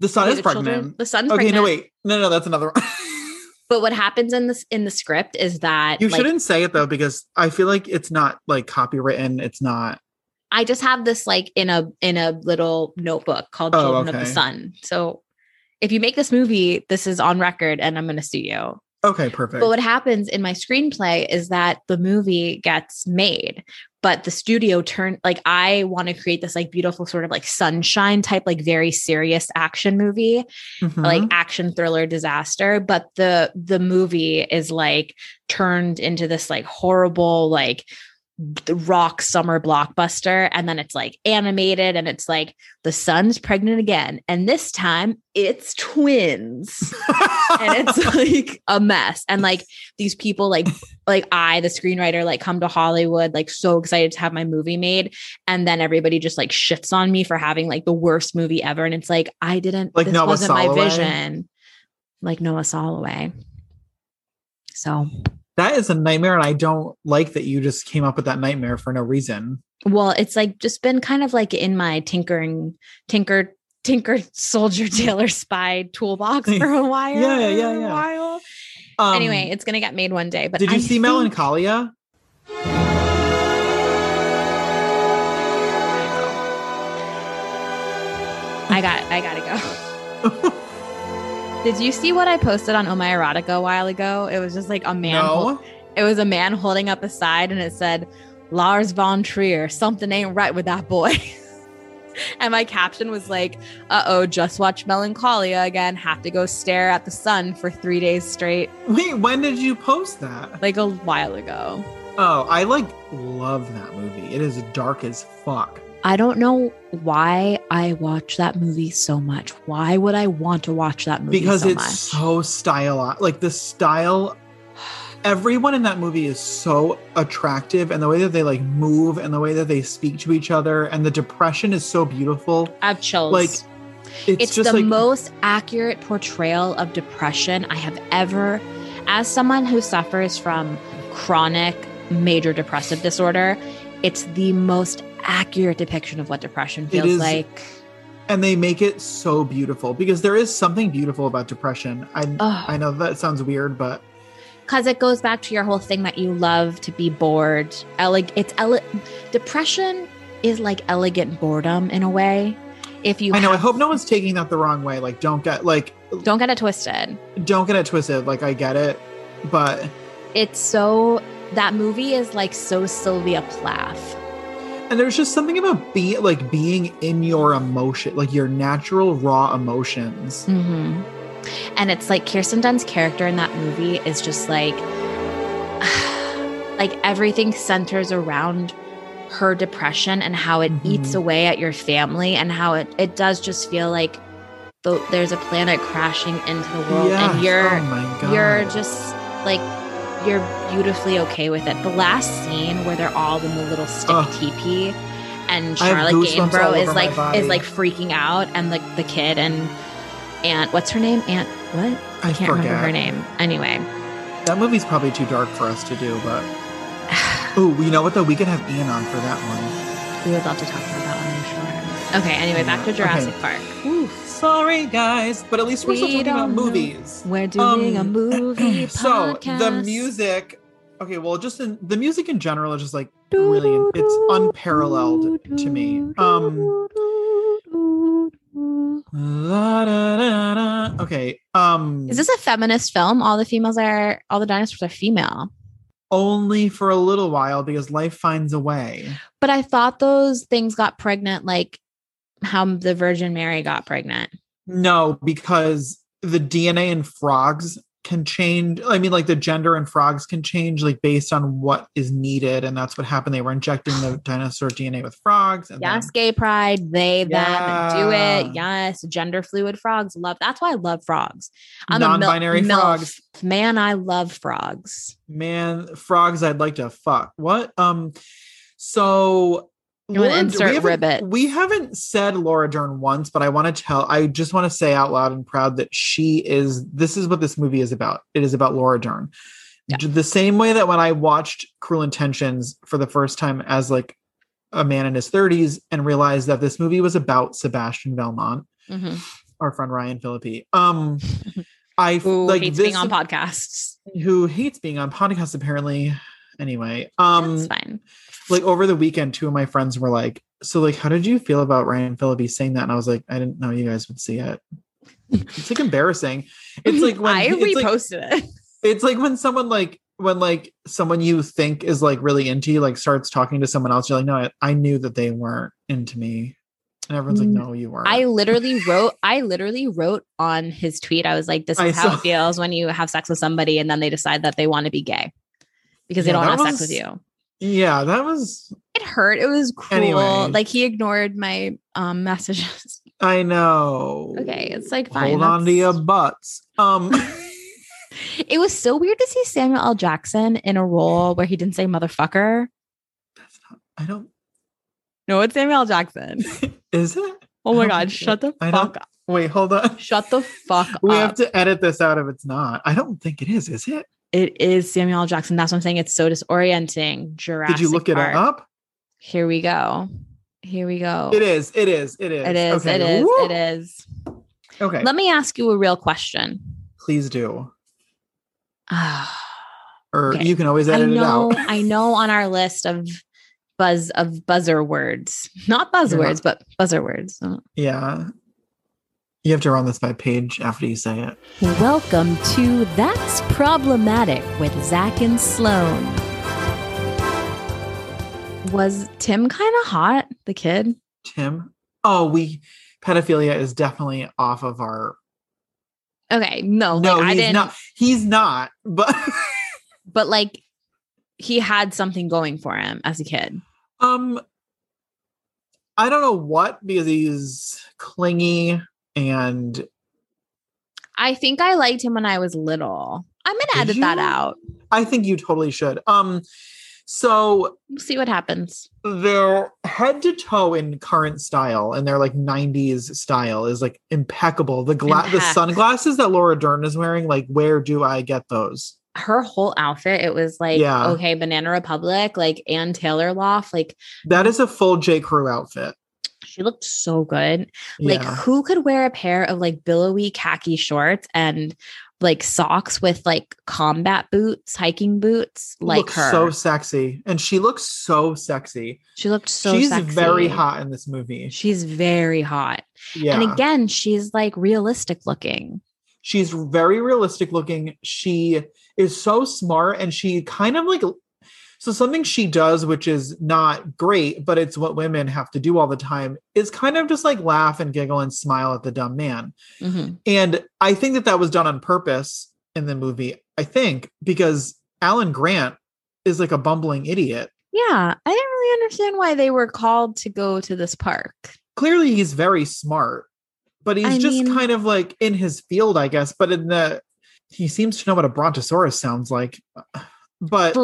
Speaker 2: the son
Speaker 3: Wait,
Speaker 2: is
Speaker 3: the children-
Speaker 2: pregnant
Speaker 3: the sun's
Speaker 2: okay
Speaker 3: pregnant.
Speaker 2: no wait no no that's another one
Speaker 3: But what happens in this in the script is that
Speaker 2: you
Speaker 3: like,
Speaker 2: shouldn't say it though because i feel like it's not like copywritten it's not
Speaker 3: I just have this like in a in a little notebook called
Speaker 2: Oh,
Speaker 3: Children of
Speaker 2: okay.
Speaker 3: the Sun. So if you make this movie, this is on record and I'm gonna sue you.
Speaker 2: okay perfect
Speaker 3: But what happens in my screenplay is that the movie gets made, but the studio turned like I want to create this like beautiful sort of like sunshine type, like very serious action movie,
Speaker 2: Mhm.
Speaker 3: like action thriller disaster. But the the movie is like turned into this like horrible like the rock summer blockbuster and then it's like animated and it's like the son's pregnant again and this time it's twins and it's like a mess and like these people like like i the screenwriter like come to hollywood like so excited to have my movie made and then everybody just like shits on me for having like the worst movie ever and it's like i didn't
Speaker 2: Like
Speaker 3: this
Speaker 2: Noah
Speaker 3: wasn't my
Speaker 2: Soloway?
Speaker 3: vision like noah soloway so
Speaker 2: that is a nightmare, and I don't like that you just came up with that nightmare for no reason.
Speaker 3: well it's like just been kind of like in my tinkering tinker tinker soldier tailor spy toolbox for a while
Speaker 2: Yeah, yeah, yeah, yeah.
Speaker 3: while.
Speaker 2: Um,
Speaker 3: anyway it's gonna get made one day but
Speaker 2: did you
Speaker 3: I
Speaker 2: see
Speaker 3: think-
Speaker 2: Melancholia?
Speaker 3: i got i gotta go did you see what i posted on oh my erotica a while ago it was just like a man hol-
Speaker 2: no.
Speaker 3: it was a man holding up a sign and it said lars von trier something ain't right with that boy and my caption was like uh-oh just watch melancholia again have to go stare at the sun for three days straight
Speaker 2: Wait, when did you post that?
Speaker 3: like a while ago.
Speaker 2: Oh, I like love that movie. It is dark as fuck.
Speaker 3: I don't know why I watch that movie so much. Why would I want to watch that movie
Speaker 2: because
Speaker 3: so
Speaker 2: it's
Speaker 3: much?
Speaker 2: so stylized. Like the style, everyone in that movie is so attractive, and the way that they like move, and the way that they speak to each other, and the depression is so beautiful.
Speaker 3: I have chills.
Speaker 2: Like,
Speaker 3: it's
Speaker 2: It's, just
Speaker 3: the
Speaker 2: like
Speaker 3: most accurate portrayal of depression I have ever as someone who suffers from chronic major depressive disorder, it's the most accurate depiction of what depression feels
Speaker 2: is-
Speaker 3: like.
Speaker 2: and they make it so beautiful because there is something beautiful about depression. I
Speaker 3: Ugh.
Speaker 2: I know that sounds weird, but
Speaker 3: because it goes back to your whole thing that you love to be bored. Ele- it's ele- depression is like elegant boredom in a way. If you
Speaker 2: I know. I
Speaker 3: have-
Speaker 2: hope no one's taking that the wrong way. Like, don't get like
Speaker 3: don't get it twisted.
Speaker 2: don't get it twisted. Like, I get it, but
Speaker 3: It's so that movie is like so Sylvia Plath.
Speaker 2: and there's just something about being like being in your emotion, like your natural raw emotions.
Speaker 3: Mm-hmm. And it's like Kirsten Dunst's character in that movie is just like, like everything centers around her depression and how it
Speaker 2: Mhm.
Speaker 3: eats away at your family and how it it does just feel like the, there's a planet crashing into the world and
Speaker 2: Yes.
Speaker 3: you're
Speaker 2: oh my god,
Speaker 3: you're just like you're beautifully okay with it. The last scene where they're all in the little stick
Speaker 2: Ugh.
Speaker 3: teepee and
Speaker 2: I have
Speaker 3: Charlotte
Speaker 2: goosebumps all
Speaker 3: Gainbro is
Speaker 2: over my
Speaker 3: like
Speaker 2: body.
Speaker 3: is like freaking out and like the kid and Aunt what's her name? Aunt what?
Speaker 2: I,
Speaker 3: I can't
Speaker 2: forget.
Speaker 3: remember her name. Anyway.
Speaker 2: That movie's probably too dark for us to do, but ooh, you know what though? We could have Ian on for that one.
Speaker 3: we would love to talk about that one, I'm sure. Okay, anyway, back to
Speaker 2: Yeah,
Speaker 3: Jurassic Park.
Speaker 2: Sorry guys, but at least we're still
Speaker 3: We
Speaker 2: talking about
Speaker 3: don't know.
Speaker 2: movies.
Speaker 3: We're doing a
Speaker 2: Um,
Speaker 3: movie
Speaker 2: so
Speaker 3: podcast.
Speaker 2: the music, okay, well, just in, the music in general is just like really, it's unparalleled to me. Um, la da da da. okay, um,
Speaker 3: Is this a feminist film? All the females are all the dinosaurs are female.
Speaker 2: only for a little while because life finds a way.
Speaker 3: But I thought those things got pregnant like how the Virgin Mary got pregnant.
Speaker 2: No, because the DNA in frogs can change. I mean, like the gender in frogs can change, like based on what is needed, and that's what happened. They were injecting the dinosaur DNA with frogs. And
Speaker 3: Yes, gay pride, they, them, do
Speaker 2: Yeah.
Speaker 3: it. Yes, gender fluid frogs. Love that's why I love frogs.
Speaker 2: then
Speaker 3: a mil-
Speaker 2: non-binary
Speaker 3: milf.
Speaker 2: frogs.
Speaker 3: Man, I love frogs.
Speaker 2: Man, frogs, I'd like to fuck. What? Um, so.
Speaker 3: You wanna
Speaker 2: Laura-
Speaker 3: insert
Speaker 2: we haven't-
Speaker 3: ribbit.
Speaker 2: We haven't said Laura Dern once, but I want to tell. I just want to say out loud and proud that she is. This is what this movie is about. It is about Laura Dern.
Speaker 3: Yeah.
Speaker 2: J- The same way that when I watched Cruel Intentions for the first time as like a man in his 30s and realized that this movie was about Sebastian Belmont,
Speaker 3: Mhm.
Speaker 2: our friend Ryan Philippi. Um, I f-
Speaker 3: Who
Speaker 2: like
Speaker 3: hates
Speaker 2: this
Speaker 3: being on podcasts.
Speaker 2: who hates being on podcasts apparently. Anyway, um,
Speaker 3: That's fine.
Speaker 2: like over the weekend, two of my friends were like, "So, like, how did you feel about Ryan Phillippe saying that?" And I was like, "I didn't know you guys would see it." It's like embarrassing. It's like when
Speaker 3: I
Speaker 2: it's like,
Speaker 3: reposted it.
Speaker 2: it's like when someone like when like someone you think is like really into you like starts talking to someone else. You're like, "No, I, I knew that they weren't into me," and everyone's like, "No, you weren't."
Speaker 3: Mm, I literally wrote I literally wrote on his tweet. I was like, this
Speaker 2: I
Speaker 3: is how
Speaker 2: saw-
Speaker 3: it feels when you have sex with somebody and then they decide that they want to be gay because
Speaker 2: Yeah,
Speaker 3: they don't
Speaker 2: that
Speaker 3: want to have
Speaker 2: was-
Speaker 3: sex with you.
Speaker 2: Yeah, that was.
Speaker 3: It hurt. It was cruel.
Speaker 2: Anyway.
Speaker 3: Like he ignored my um messages.
Speaker 2: I know.
Speaker 3: okay, it's like fine.
Speaker 2: Hold on to your
Speaker 3: that's-
Speaker 2: butts. Um,
Speaker 3: It was so weird to see Samuel L. Jackson in a role where he didn't say motherfucker.
Speaker 2: I don't.
Speaker 3: No, it's Samuel L. Jackson.
Speaker 2: Is it?
Speaker 3: Oh
Speaker 2: I
Speaker 3: my
Speaker 2: don't
Speaker 3: god,
Speaker 2: think it-
Speaker 3: shut the
Speaker 2: I don't-
Speaker 3: fuck up.
Speaker 2: Wait, hold on.
Speaker 3: Shut the fuck
Speaker 2: We
Speaker 3: up.
Speaker 2: have to edit this out if it's not. I don't think it is. Is it?
Speaker 3: it is Samuel L. Jackson. That's what I'm saying. It's so disorienting. Jurassic
Speaker 2: Did you look it
Speaker 3: Park.
Speaker 2: up?
Speaker 3: Here we go. Here we go.
Speaker 2: It is. It is. It is.
Speaker 3: It is.
Speaker 2: Okay.
Speaker 3: It is.
Speaker 2: Woo!
Speaker 3: It is.
Speaker 2: Okay.
Speaker 3: Let me ask you a real question.
Speaker 2: Please do.
Speaker 3: Ah.
Speaker 2: Or
Speaker 3: Okay.
Speaker 2: you can always
Speaker 3: I
Speaker 2: edit
Speaker 3: know,
Speaker 2: it out.
Speaker 3: I know on our list of buzz of buzzer words, not buzzwords, but buzzer words.
Speaker 2: Yeah. You have to run this by page after you say it.
Speaker 3: Welcome to That's Problematic with Zach and Sloan. Was Tim kind of hot, the kid?
Speaker 2: Tim. Oh, we pedophilia is definitely off of our
Speaker 3: Okay, no,
Speaker 2: No,
Speaker 3: like, I
Speaker 2: he's
Speaker 3: didn't,
Speaker 2: not he's not, but
Speaker 3: but like he had something going for him as a kid.
Speaker 2: um I don't know what because he's clingy and
Speaker 3: I think I liked him when I was little. I'm gonna
Speaker 2: Did
Speaker 3: edit that
Speaker 2: you?
Speaker 3: out.
Speaker 2: I think you totally should. Um so
Speaker 3: We'll see what happens.
Speaker 2: their head to toe in current style and their like 90s style is like impeccable the gla- the
Speaker 3: Impeccable.
Speaker 2: sunglasses that laura dern is wearing like where do i get those
Speaker 3: her whole outfit it was like
Speaker 2: Yeah.
Speaker 3: okay banana republic like ann taylor loft like
Speaker 2: that is a full j crew outfit
Speaker 3: she looked so good like
Speaker 2: yeah
Speaker 3: who could wear a pair of like billowy khaki shorts and like socks with like combat boots hiking boots like
Speaker 2: looks
Speaker 3: her
Speaker 2: so sexy and she looks so sexy
Speaker 3: she looked so
Speaker 2: she's
Speaker 3: sexy.
Speaker 2: very hot in this movie
Speaker 3: she's very hot
Speaker 2: yeah
Speaker 3: and again she's like realistic looking
Speaker 2: she's very realistic looking she is so smart and she kind of like so something she does which is not great but it's what women have to do all the time is kind of just like laugh and giggle and smile at the dumb man Mm-hmm.
Speaker 3: Mhm.
Speaker 2: and i think that that was done on purpose in the movie i think because alan grant is like a bumbling idiot
Speaker 3: yeah i didn't really understand why they were called to go to this park
Speaker 2: clearly he's very smart but he's
Speaker 3: I
Speaker 2: just
Speaker 3: mean-
Speaker 2: kind of like in his field i guess but in the he seems to know what a brontosaurus sounds like but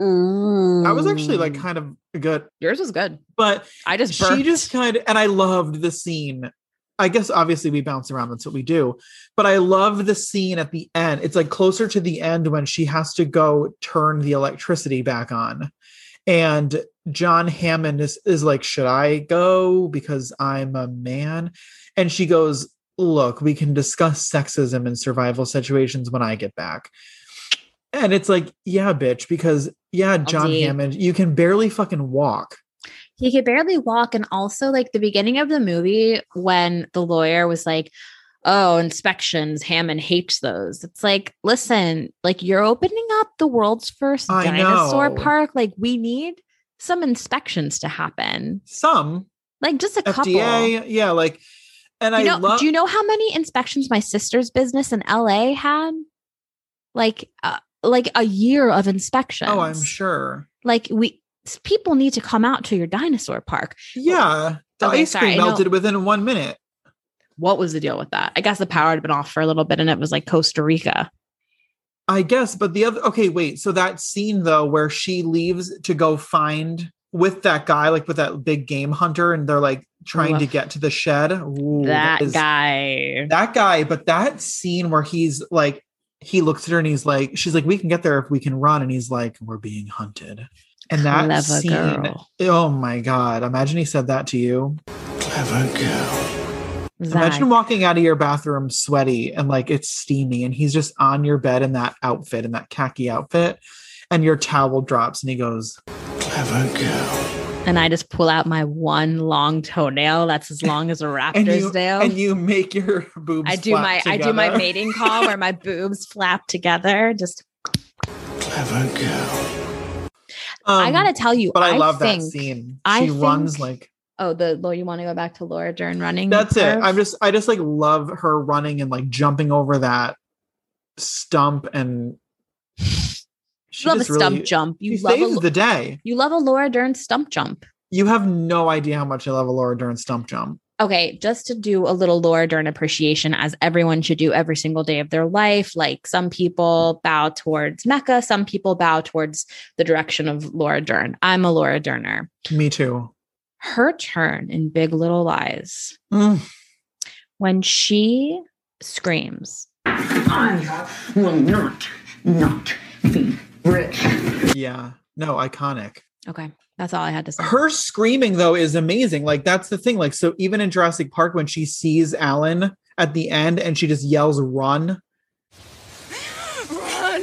Speaker 2: I was actually like kind of good,
Speaker 3: Mm. yours was good
Speaker 2: but
Speaker 3: i just burped.
Speaker 2: she just kind of, and I loved the scene. I guess obviously we bounce around, that's what we do. But I love the scene at the end. It's like closer to the end when she has to go turn the electricity back on. And John Hammond is, is like, Should I go? Because I'm a man. And she goes, Look, we can discuss sexism in survival situations when I get back. And it's like, Yeah, bitch, because yeah, John
Speaker 3: deep.
Speaker 2: Hammond, you can barely fucking walk.
Speaker 3: he could barely walk and also like the beginning of the movie when the lawyer was like oh inspections hammond hates those it's like listen like you're opening up the world's first
Speaker 2: I
Speaker 3: dinosaur
Speaker 2: know.
Speaker 3: park like we need some inspections to happen
Speaker 2: Some
Speaker 3: like just a couple
Speaker 2: FDA. Yeah, like, and
Speaker 3: you
Speaker 2: I
Speaker 3: know,
Speaker 2: love.
Speaker 3: do you know how many inspections my sister's business in la had like uh, like a year of inspections
Speaker 2: oh, I'm sure.
Speaker 3: like we people need to come out to your dinosaur park
Speaker 2: Yeah, the
Speaker 3: Okay,
Speaker 2: ice
Speaker 3: sorry, I
Speaker 2: cream
Speaker 3: know-
Speaker 2: melted within one minute.
Speaker 3: what was the deal with that? I guess the power had been off for a little bit and it was like Costa Rica.
Speaker 2: I guess, but the other. Okay, wait. So that scene though, where she leaves to go find with that guy, like with that big game hunter, and they're like trying to
Speaker 3: Oof.
Speaker 2: get to the shed. Ooh,
Speaker 3: that
Speaker 2: is-
Speaker 3: guy.
Speaker 2: That guy. But that scene where he's like. He looks at her and he's like, she's like, we can get there if we can run. And he's like, we're being hunted. And that
Speaker 3: Clever
Speaker 2: scene,
Speaker 3: girl.
Speaker 2: oh my God. Imagine he said that to you.
Speaker 4: Clever girl.
Speaker 3: Zach.
Speaker 2: Imagine walking out of your bathroom sweaty and like it's steamy, and he's just on your bed in that outfit, in that khaki outfit, and your towel drops, and he goes,
Speaker 4: Clever girl.
Speaker 3: and I just pull out my one long toenail that's as long as a
Speaker 2: and
Speaker 3: raptor's
Speaker 2: you,
Speaker 3: nail.
Speaker 2: and you make your boobs.
Speaker 3: I do my
Speaker 2: flap
Speaker 3: I do my
Speaker 2: together.
Speaker 3: mating call where my boobs flap together. Just
Speaker 4: Clever girl.
Speaker 3: I
Speaker 2: Um,
Speaker 3: gotta tell you,
Speaker 2: But I, love
Speaker 3: think,
Speaker 2: that scene.
Speaker 3: I
Speaker 2: she runs
Speaker 3: think-
Speaker 2: like
Speaker 3: Oh, the Lord, you want to go back to Laura Dern running?
Speaker 2: that's it.
Speaker 3: curve?
Speaker 2: I'm just I just like love her running and like jumping over that stump and She
Speaker 3: You love a
Speaker 2: just
Speaker 3: stump
Speaker 2: really-
Speaker 3: jump. You
Speaker 2: she
Speaker 3: love a,
Speaker 2: saved the day.
Speaker 3: you love a Laura Dern stump jump.
Speaker 2: You have no idea how much I love a Laura Dern stump jump.
Speaker 3: okay, just to do a little Laura Dern appreciation, as everyone should do every single day of their life. Like some people bow towards Mecca, some people bow towards the direction of Laura Dern. I'm a Laura Derner.
Speaker 2: Me too.
Speaker 3: Her turn in Big Little Lies
Speaker 2: Mm.
Speaker 3: when she screams,
Speaker 5: I will not, not be rich.
Speaker 2: Yeah. No, iconic.
Speaker 3: okay, that's all I had to say.
Speaker 2: Her screaming though is amazing. Like that's the thing. Like so, even in Jurassic Park, when she sees Alan at the end and she just yells "run,"
Speaker 6: Run!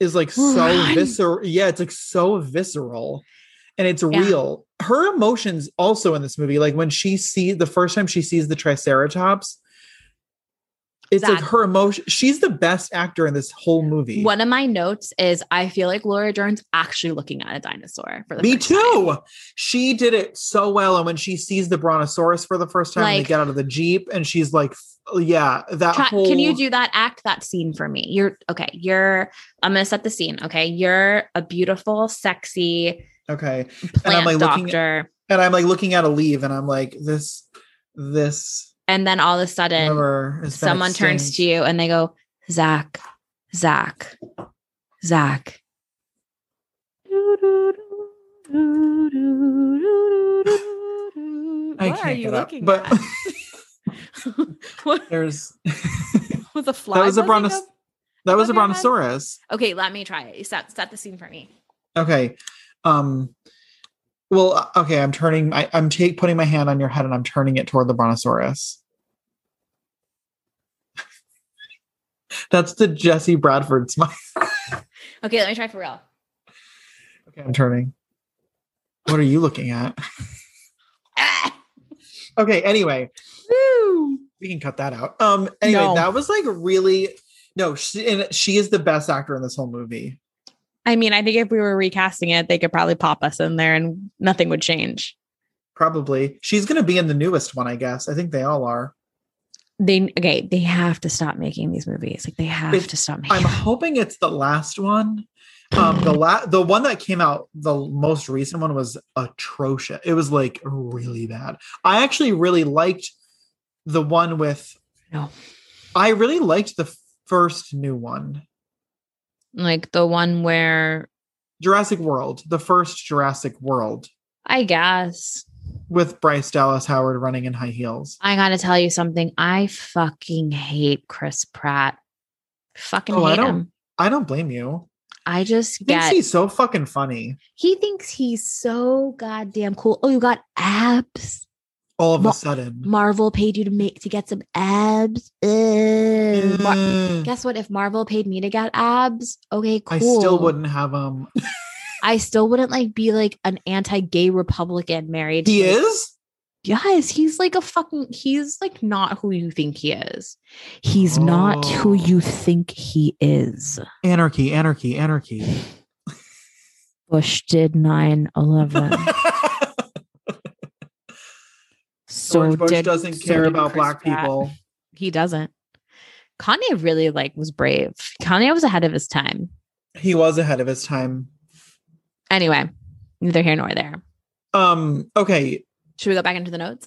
Speaker 2: is like so
Speaker 3: Run.
Speaker 2: visceral. Yeah, it's like so visceral, and it's
Speaker 3: Yeah.
Speaker 2: real. Her emotions also in this movie. Like when she sees the first time she sees the Triceratops, it's like
Speaker 3: That-
Speaker 2: her emotion. She's the best actor in this whole movie.
Speaker 3: One of my notes is I feel like Laura Dern's actually looking at a dinosaur for the
Speaker 2: Me
Speaker 3: first time.
Speaker 2: too. She did it so well. And when she sees the brontosaurus for the first time, and they
Speaker 3: Like-
Speaker 2: get out of the jeep, and she's like, f- "Yeah, that
Speaker 3: Try-
Speaker 2: whole."
Speaker 3: can you do that act that scene for me you're okay you're i'm gonna set the scene okay you're a beautiful sexy
Speaker 2: Okay, I'm,
Speaker 3: plant
Speaker 2: like, looking at-
Speaker 3: doctor
Speaker 2: and I'm like looking at a leave, and I'm like, "This, this
Speaker 3: and then all of a sudden
Speaker 2: number is
Speaker 3: someone turns to you and they go zach zach zach
Speaker 2: I
Speaker 3: what are
Speaker 2: can't
Speaker 3: you
Speaker 2: get up,
Speaker 3: looking
Speaker 2: but-
Speaker 3: at what
Speaker 2: There's
Speaker 3: was a fly
Speaker 2: that was a
Speaker 3: buzzing
Speaker 2: brontos-
Speaker 3: up?
Speaker 2: that was a
Speaker 3: above your head?
Speaker 2: brontosaurus.
Speaker 3: okay let me try it set, set the scene for me
Speaker 2: Okay, um, well, uh, okay, I'm turning. I, I'm ta- putting my hand on your head, and I'm turning it toward the brontosaurus. That's the Jesse Bradford smile.
Speaker 3: okay let me try for real
Speaker 2: Okay, I'm turning. What are you looking at?
Speaker 3: Ah!
Speaker 2: Okay, anyway,
Speaker 3: Woo.
Speaker 2: we can cut that out. Um, anyway,
Speaker 3: No.
Speaker 2: that was like really no, she and she is the best actor in this whole movie.
Speaker 3: I mean, I think if we were recasting it, they could probably pop us in there and nothing would change.
Speaker 2: Probably. She's gonna be in the newest one, I guess. I think they all are.
Speaker 3: They okay, they have to stop making these movies. Like they have
Speaker 2: If
Speaker 3: to stop making.
Speaker 2: I'm hoping it's the last one. Um, the la- the one that came out, the most recent one was atrocious. It was like really bad. I actually really liked the one with
Speaker 3: No.
Speaker 2: I really liked the first new one.
Speaker 3: like the one where
Speaker 2: Jurassic World, the first Jurassic World
Speaker 3: I guess
Speaker 2: with Bryce Dallas Howard running in high heels.
Speaker 3: I gotta tell you something. I fucking hate Chris Pratt. Fucking
Speaker 2: Oh, I
Speaker 3: hate
Speaker 2: don't
Speaker 3: him.
Speaker 2: I don't blame you.
Speaker 3: I just
Speaker 2: He thinks
Speaker 3: get
Speaker 2: he's so fucking funny.
Speaker 3: he thinks he's so goddamn cool. Oh, you got abs.
Speaker 2: All of
Speaker 3: Well,
Speaker 2: a sudden.
Speaker 3: Marvel paid you to make to get some abs. Ugh. Mar-
Speaker 2: Eh,
Speaker 3: Guess what? If Marvel paid me to get abs, okay, cool.
Speaker 2: I still wouldn't have him.
Speaker 3: I still wouldn't like be like an anti-gay Republican married.
Speaker 2: He
Speaker 3: to-
Speaker 2: is?
Speaker 3: Yes, he's like a fucking. He's like not who you think he is. He's not who
Speaker 2: Oh.
Speaker 3: you think he is.
Speaker 2: Anarchy, anarchy, anarchy.
Speaker 3: Bush did nine eleven. so
Speaker 2: George Bush
Speaker 3: did-
Speaker 2: doesn't
Speaker 3: so
Speaker 2: care
Speaker 3: did
Speaker 2: about
Speaker 3: Chris
Speaker 2: black
Speaker 3: Pratt.
Speaker 2: people.
Speaker 3: He doesn't. Kanye really like was brave. Kanye was ahead of his time.
Speaker 2: He was ahead of his time.
Speaker 3: Anyway, neither here nor there.
Speaker 2: Um, okay.
Speaker 3: Should we go back into the notes?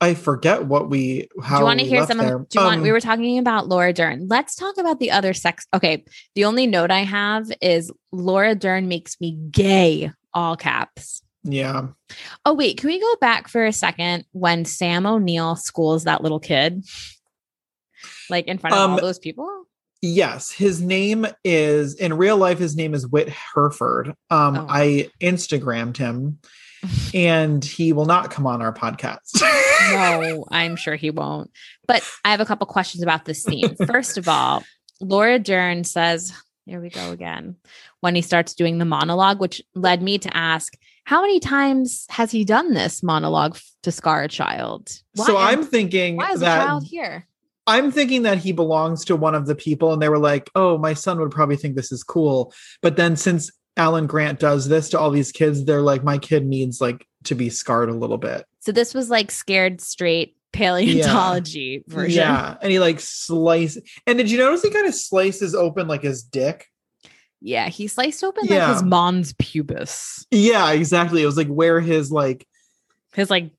Speaker 2: I forget what we how
Speaker 3: do you want to
Speaker 2: we
Speaker 3: hear
Speaker 2: left
Speaker 3: some?
Speaker 2: there.
Speaker 3: Of, do you want?
Speaker 2: Um,
Speaker 3: We were talking about Laura Dern. Let's talk about the other sex. Okay, the only note I have is Laura Dern makes me gay. All caps.
Speaker 2: Yeah.
Speaker 3: Oh wait, can we go back for a second when Sam O'Neill schools that little kid, like in front of
Speaker 2: Um,
Speaker 3: all those people?
Speaker 2: Yes, his name is in real life. His name is Whit Herford. Um,
Speaker 3: Oh.
Speaker 2: I Instagrammed him, and he will not come on our podcast.
Speaker 3: no, I'm sure he won't. But I have a couple questions about this scene. First of all, Laura Dern says, here we go again, when he starts doing the monologue, which led me to ask, how many times has he done this monologue f- to scar a child? Why
Speaker 2: so
Speaker 3: am-
Speaker 2: I'm thinking
Speaker 3: why is a
Speaker 2: that
Speaker 3: child here?
Speaker 2: I'm thinking that he belongs to one of the people, and they were like, "Oh, my son would probably think this is cool." But then since Alan Grant does this to all these kids, they're like, "My kid needs like to be scarred a little bit."
Speaker 3: So this was like scared straight paleontology version.
Speaker 2: Yeah, and he like slices. And did you notice he kind of slices open like his dick?
Speaker 1: Yeah, he sliced open
Speaker 2: Yeah.
Speaker 1: like his mom's pubis.
Speaker 2: Yeah, exactly. It was like where his like
Speaker 1: His like,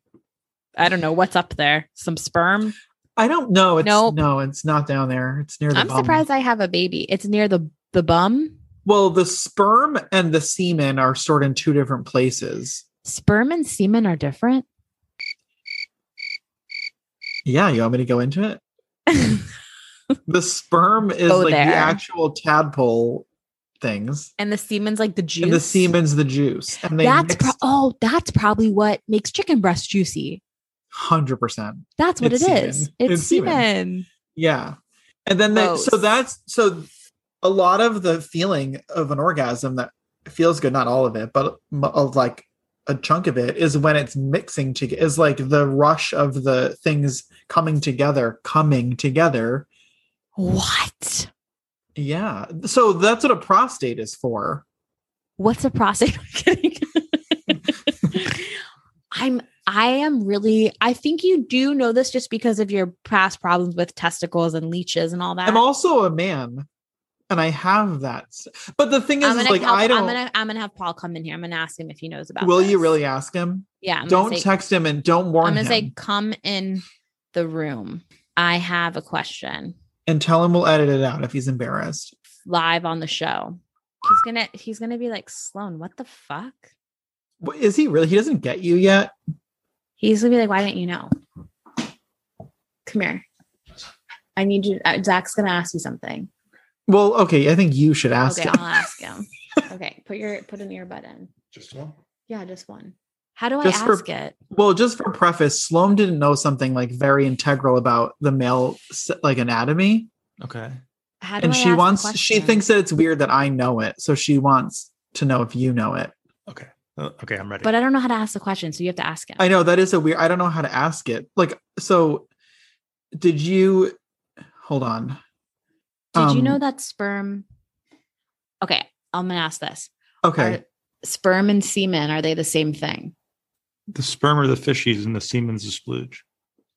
Speaker 1: I don't know what's up there. Some sperm.
Speaker 2: I don't know. It's
Speaker 1: Nope.
Speaker 2: no, it's not down there. It's near the
Speaker 3: I'm
Speaker 2: bum.
Speaker 3: surprised I have a baby.
Speaker 1: It's near the the bum.
Speaker 2: Well, the sperm and the semen are stored in two different places.
Speaker 3: Sperm and semen are different.
Speaker 2: Yeah, you want me to go into it? the sperm is
Speaker 3: Go
Speaker 2: like
Speaker 3: Oh, there.
Speaker 2: the actual tadpole things,
Speaker 3: And the semen's like the juice.
Speaker 2: and the semen's the juice, and they
Speaker 3: That's
Speaker 2: mix
Speaker 3: pro- oh, that's probably what makes chicken breast juicy.
Speaker 2: hundred percent.
Speaker 3: That's what
Speaker 2: It's
Speaker 3: it's
Speaker 2: semen.
Speaker 3: It's,
Speaker 2: It's semen.
Speaker 3: semen.
Speaker 2: Yeah. And then the, so
Speaker 3: Gross.
Speaker 2: that's so a lot of the feeling of an orgasm that feels good, not all of it, but m- of like a chunk of it is when it's mixing to is like the rush of the things coming together, coming together.
Speaker 3: What?
Speaker 2: Yeah. So that's what a prostate is for.
Speaker 3: What's a prostate? I'm kidding. I'm I am really I think you do know this just because of your past problems with testicles and leeches and all that.
Speaker 2: I'm also a man and I have that. s- But the thing is,
Speaker 3: I'm
Speaker 2: is,
Speaker 3: gonna
Speaker 2: like,
Speaker 3: help-
Speaker 2: I
Speaker 3: I'm
Speaker 2: don't.
Speaker 3: gonna I'm gonna have Paul come in here. I'm gonna ask him if he knows about
Speaker 2: will you
Speaker 3: this.
Speaker 2: really ask him?
Speaker 3: Yeah. I'm gonna
Speaker 2: don't
Speaker 3: say-
Speaker 2: text him and don't warn
Speaker 3: I'm gonna
Speaker 2: him.
Speaker 3: say come in the room. I have a question
Speaker 2: and tell him we'll edit it out if he's embarrassed.
Speaker 3: live on the show. He's gonna he's gonna be like Sloan, what the fuck?
Speaker 2: Wha- Is he really? He doesn't get you yet.
Speaker 3: He's gonna be like, why didn't you know? Come here. I need you. uh, Zach's gonna ask you something.
Speaker 2: Well, okay. I think you should ask
Speaker 3: Okay,
Speaker 2: him.
Speaker 3: I'll ask him. Okay, put your put an earbud in.
Speaker 4: Just one.
Speaker 3: Yeah, just one. How do
Speaker 2: Just
Speaker 3: I
Speaker 2: for-
Speaker 3: ask it?
Speaker 2: Well, just for preface, Sloan didn't know something like very integral about the male s- like anatomy,
Speaker 4: Okay.
Speaker 3: How do
Speaker 2: and
Speaker 3: I
Speaker 2: she
Speaker 3: ask the
Speaker 2: wants she
Speaker 3: question?
Speaker 2: thinks that it's weird that I know it, so she wants to know if you know it.
Speaker 4: Okay. Uh, okay, I'm ready.
Speaker 3: but I don't know how to ask the question, so you have to ask him.
Speaker 2: I know that is a weird. I don't know how to ask it. Like, so did you? Hold on.
Speaker 3: Did you know
Speaker 2: Um,
Speaker 3: that sperm? Okay, I'm gonna ask this.
Speaker 2: Okay.
Speaker 3: Are sperm and semen are they the same thing?
Speaker 4: the sperm are the fishies and the semen's the splooge.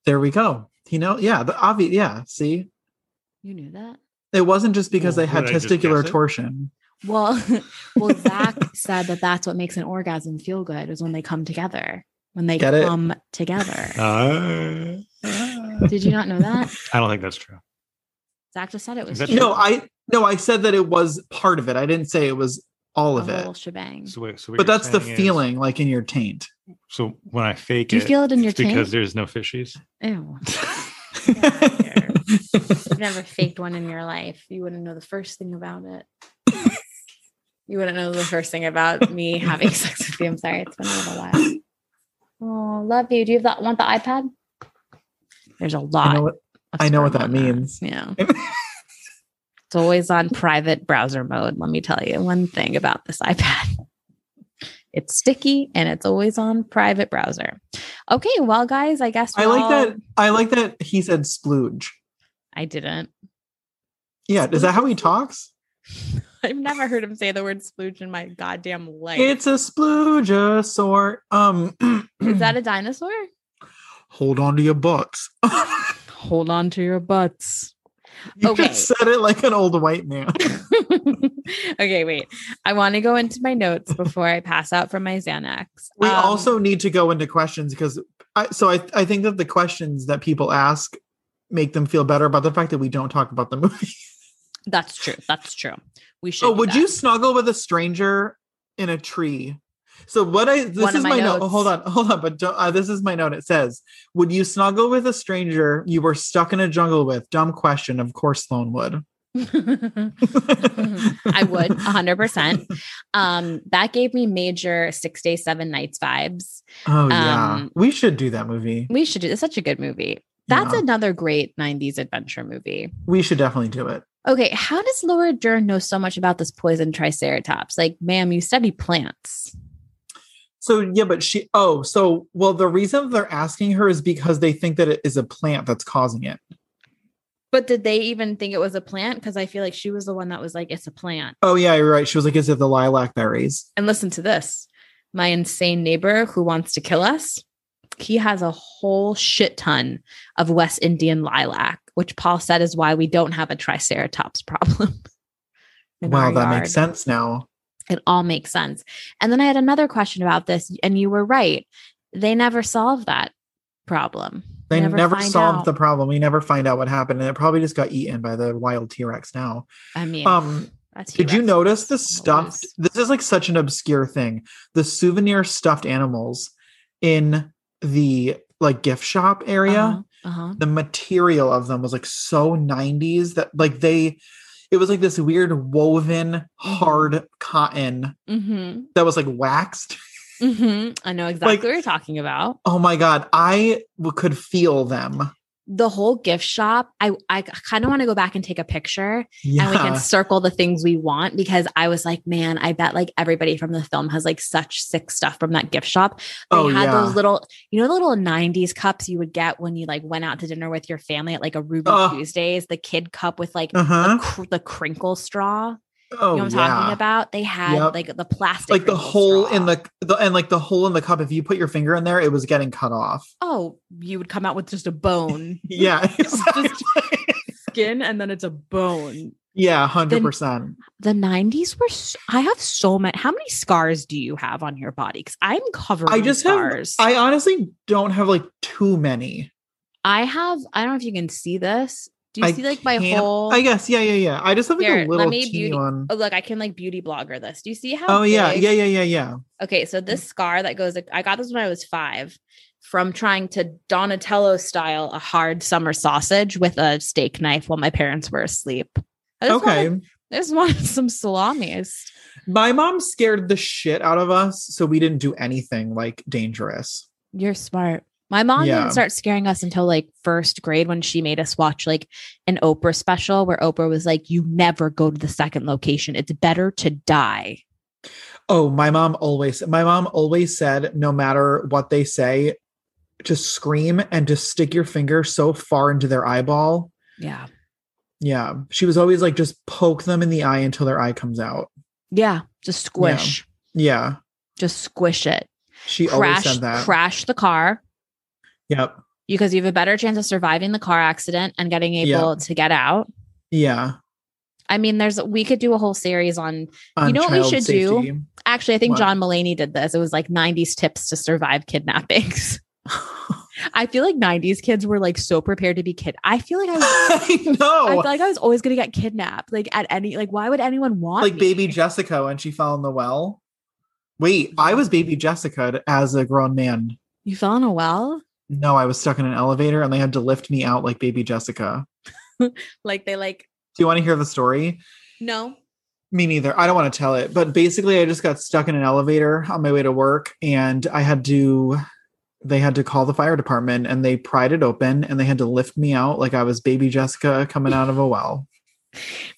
Speaker 2: there we go. You know, yeah, the obvious. Yeah, see,
Speaker 3: You knew that.
Speaker 2: it wasn't just because
Speaker 4: Well,
Speaker 2: I had
Speaker 4: would I just
Speaker 2: testicular
Speaker 4: guess it?
Speaker 2: torsion.
Speaker 3: Well, well, Zach said that that's what makes an orgasm feel good is when they come together. When they
Speaker 2: Get it?
Speaker 3: come together.
Speaker 4: Uh,
Speaker 3: Did you not know that?
Speaker 4: I don't think that's true.
Speaker 3: Zach just said it was
Speaker 4: Is that
Speaker 3: true.
Speaker 4: true?
Speaker 2: No, I no, I said that it was part of it. I didn't say it was all
Speaker 3: a
Speaker 2: of it.
Speaker 3: whole shebang.
Speaker 4: So, wait, so what
Speaker 2: But
Speaker 4: you're
Speaker 2: that's the
Speaker 4: saying is-
Speaker 2: feeling, like in your taint.
Speaker 4: So when I fake
Speaker 3: Do you
Speaker 4: it,
Speaker 3: feel it in your
Speaker 4: it's because
Speaker 3: taint?
Speaker 4: there's no fishies.
Speaker 3: Ew.
Speaker 2: yeah,
Speaker 3: You've never faked one in your life. You wouldn't know the first thing about it. you wouldn't know the first thing about me having sex with you. I'm sorry, it's been a little while. Oh, love you. Do you have that want the iPad? There's a lot.
Speaker 2: I know what,
Speaker 3: of
Speaker 2: I know what
Speaker 3: sperm
Speaker 2: that
Speaker 3: on
Speaker 2: means.
Speaker 3: Yeah. It's always on private browser mode. Let me tell you one thing about this iPad. It's sticky and it's always on private browser. Okay, well, guys, I guess
Speaker 2: I like that.
Speaker 3: we'll-
Speaker 2: I like that he said splooge.
Speaker 3: I didn't.
Speaker 2: Yeah, is that how he talks?
Speaker 3: I've never heard him say the word splooge in my goddamn life.
Speaker 2: It's a sploogeosaur. Um,
Speaker 3: Is that a dinosaur?
Speaker 2: hold on to your butts.
Speaker 1: Hold on to your butts.
Speaker 2: you
Speaker 3: Okay.
Speaker 2: just said it like an old white man.
Speaker 3: okay, wait. I want to go into my notes before I pass out from my Xanax.
Speaker 2: We
Speaker 3: Um,
Speaker 2: also need to go into questions because I so I I think that the questions that people ask make them feel better about the fact that we don't talk about the movie.
Speaker 3: that's true. That's true. We should.
Speaker 2: Oh,
Speaker 3: do
Speaker 2: would
Speaker 3: that.
Speaker 2: you snuggle with a stranger in a tree? So what I this
Speaker 3: One of
Speaker 2: is
Speaker 3: my
Speaker 2: my note.
Speaker 3: notes.
Speaker 2: Hold on, hold on. But don't, uh, this is my note. It says, "Would you snuggle with a stranger you were stuck in a jungle with?" Dumb question. Of course, Sloan would.
Speaker 3: I would 100%. Um, that gave me major six days, seven nights vibes.
Speaker 2: Oh yeah,
Speaker 3: Um,
Speaker 2: we should do that movie.
Speaker 3: We should do it's such a good movie. That's
Speaker 2: Yeah.
Speaker 3: another great 90s adventure movie.
Speaker 2: We should definitely do it.
Speaker 3: Okay, how does Laura Dern know so much about this poison triceratops? Like, ma'am, you study plants.
Speaker 2: So yeah, but she. Oh, so well, the reason they're asking her is because they think that it is a plant that's causing it.
Speaker 3: But did they even think it was a plant? Because I feel like she was the one that was like, it's a plant.
Speaker 2: Oh yeah, you're right. She was like, "Is it the lilac berries?"
Speaker 3: And listen to this my insane neighbor who wants to kill us, he has a whole shit ton of West Indian lilac, which Paul said is why we don't have a triceratops problem. in
Speaker 2: Wow,
Speaker 3: our
Speaker 2: that
Speaker 3: yard.
Speaker 2: makes sense now.
Speaker 3: It all makes sense. And then I had another question about this, and you were right. They never solved that problem.
Speaker 2: They never,
Speaker 3: find
Speaker 2: solved
Speaker 3: out.
Speaker 2: the problem. We never find out what happened, and it probably just got eaten by the wild T Rex. Now,
Speaker 3: I mean,
Speaker 2: um,
Speaker 3: that's
Speaker 2: did you
Speaker 3: T-Rex.
Speaker 2: notice the stuffed?
Speaker 3: Always.
Speaker 2: This is like such an obscure thing. The souvenir stuffed animals in the like gift shop area.
Speaker 3: Uh-huh. uh-huh.
Speaker 2: the material of them was like so 90s that like they it was like this weird woven hard cotton
Speaker 3: Mm-hmm.
Speaker 2: that was like waxed
Speaker 3: Mm-hmm. I know exactly what you're talking about.
Speaker 2: oh my god i w- could feel them
Speaker 3: The whole gift shop. I I kind of want to go back and take a picture, and we can
Speaker 2: yeah
Speaker 3: circle the things we want because I was like, man, I bet like everybody from the film has like such sick stuff from that gift shop. They
Speaker 2: oh
Speaker 3: had
Speaker 2: yeah
Speaker 3: those little, you know, the little 90s cups you would get when you like went out to dinner with your family at like a Ruby
Speaker 2: Ugh.
Speaker 3: Tuesdays, the kid cup with like the,
Speaker 2: uh-huh
Speaker 3: cr- the crinkle straw.
Speaker 2: oh
Speaker 3: you know what I'm
Speaker 2: yeah
Speaker 3: talking about? They had
Speaker 2: Yep.
Speaker 3: like the plastic,
Speaker 2: like the
Speaker 3: crinkle
Speaker 2: hole in
Speaker 3: straw.
Speaker 2: the, the and like the hole in the cup if you put your finger in there it was getting cut off
Speaker 3: oh, you would come out with just a bone
Speaker 2: yeah exactly.
Speaker 3: skin, and then it's a bone.
Speaker 2: yeah 100%
Speaker 3: The 90s were. So, I have so many. How many scars do you have on your body? Because I'm covered.
Speaker 2: i
Speaker 3: in
Speaker 2: just have
Speaker 3: scars.
Speaker 2: i honestly don't have like too many
Speaker 3: I have. I don't know if you can see this. Do you
Speaker 2: I
Speaker 3: see like my
Speaker 2: can't-
Speaker 3: whole?
Speaker 2: i guess yeah yeah yeah i just have like
Speaker 3: Here,
Speaker 2: a
Speaker 3: let
Speaker 2: little
Speaker 3: me
Speaker 2: teeny
Speaker 3: beauty-
Speaker 2: one
Speaker 3: Oh, look, I can like beauty blogger this. Do you see how?
Speaker 2: Oh yeah,
Speaker 3: big-
Speaker 2: yeah, Mm. yeah, yeah, yeah.
Speaker 3: Okay, so this scar that goes, I got this when I was five from trying to Donatello style a hard summer sausage with a steak knife while my parents were asleep. I just
Speaker 2: Okay.
Speaker 3: Wanted, I just wanted some salamis.
Speaker 2: My mom scared the shit out of us, so we didn't do anything like dangerous.
Speaker 3: You're smart. My mom
Speaker 2: Yeah.
Speaker 3: didn't start scaring us until like first grade when she made us watch like an Oprah special where Oprah was like, You never go to the second location. It's better to die.
Speaker 2: Oh, my mom always my mom always said no matter what they say, just scream and just stick your finger so far into their eyeball.
Speaker 3: Yeah.
Speaker 2: Yeah. She was always like just poke them in the eye until their eye comes out.
Speaker 3: Yeah. Just squish.
Speaker 2: Yeah.
Speaker 3: Just squish it.
Speaker 2: She
Speaker 3: crash
Speaker 2: always said that.
Speaker 3: crash the car
Speaker 2: Yep.
Speaker 3: because you have a better chance of surviving the car accident and getting
Speaker 2: Yeah.
Speaker 3: able to get out.
Speaker 2: Yeah.
Speaker 3: I mean, there's we could do a whole series on
Speaker 2: On
Speaker 3: know what we
Speaker 2: child
Speaker 3: should do?
Speaker 2: safety.
Speaker 3: actually, I think
Speaker 2: What?
Speaker 3: John Mullaney did this. It was like 90s tips to survive kidnappings. I feel like 90s kids were like so prepared to be kid. I feel like I was
Speaker 2: I
Speaker 3: I
Speaker 2: know.
Speaker 3: feel like I was always gonna get kidnapped. Like at any like why would anyone want
Speaker 2: like
Speaker 3: me?
Speaker 2: baby Jessica when she fell in the well. Wait, I was baby Jessica as a grown man.
Speaker 3: You fell in a well?
Speaker 2: No, I was stuck in an elevator and they had to lift me out like baby Jessica.
Speaker 3: Like they like
Speaker 2: Do you want to hear the story?
Speaker 3: no.
Speaker 2: Me neither. I don't want to tell it, but basically I just got stuck in an elevator on my way to work and I had to they had to call the fire department and they pried it open and they had to lift me out like I was baby Jessica coming out of a well.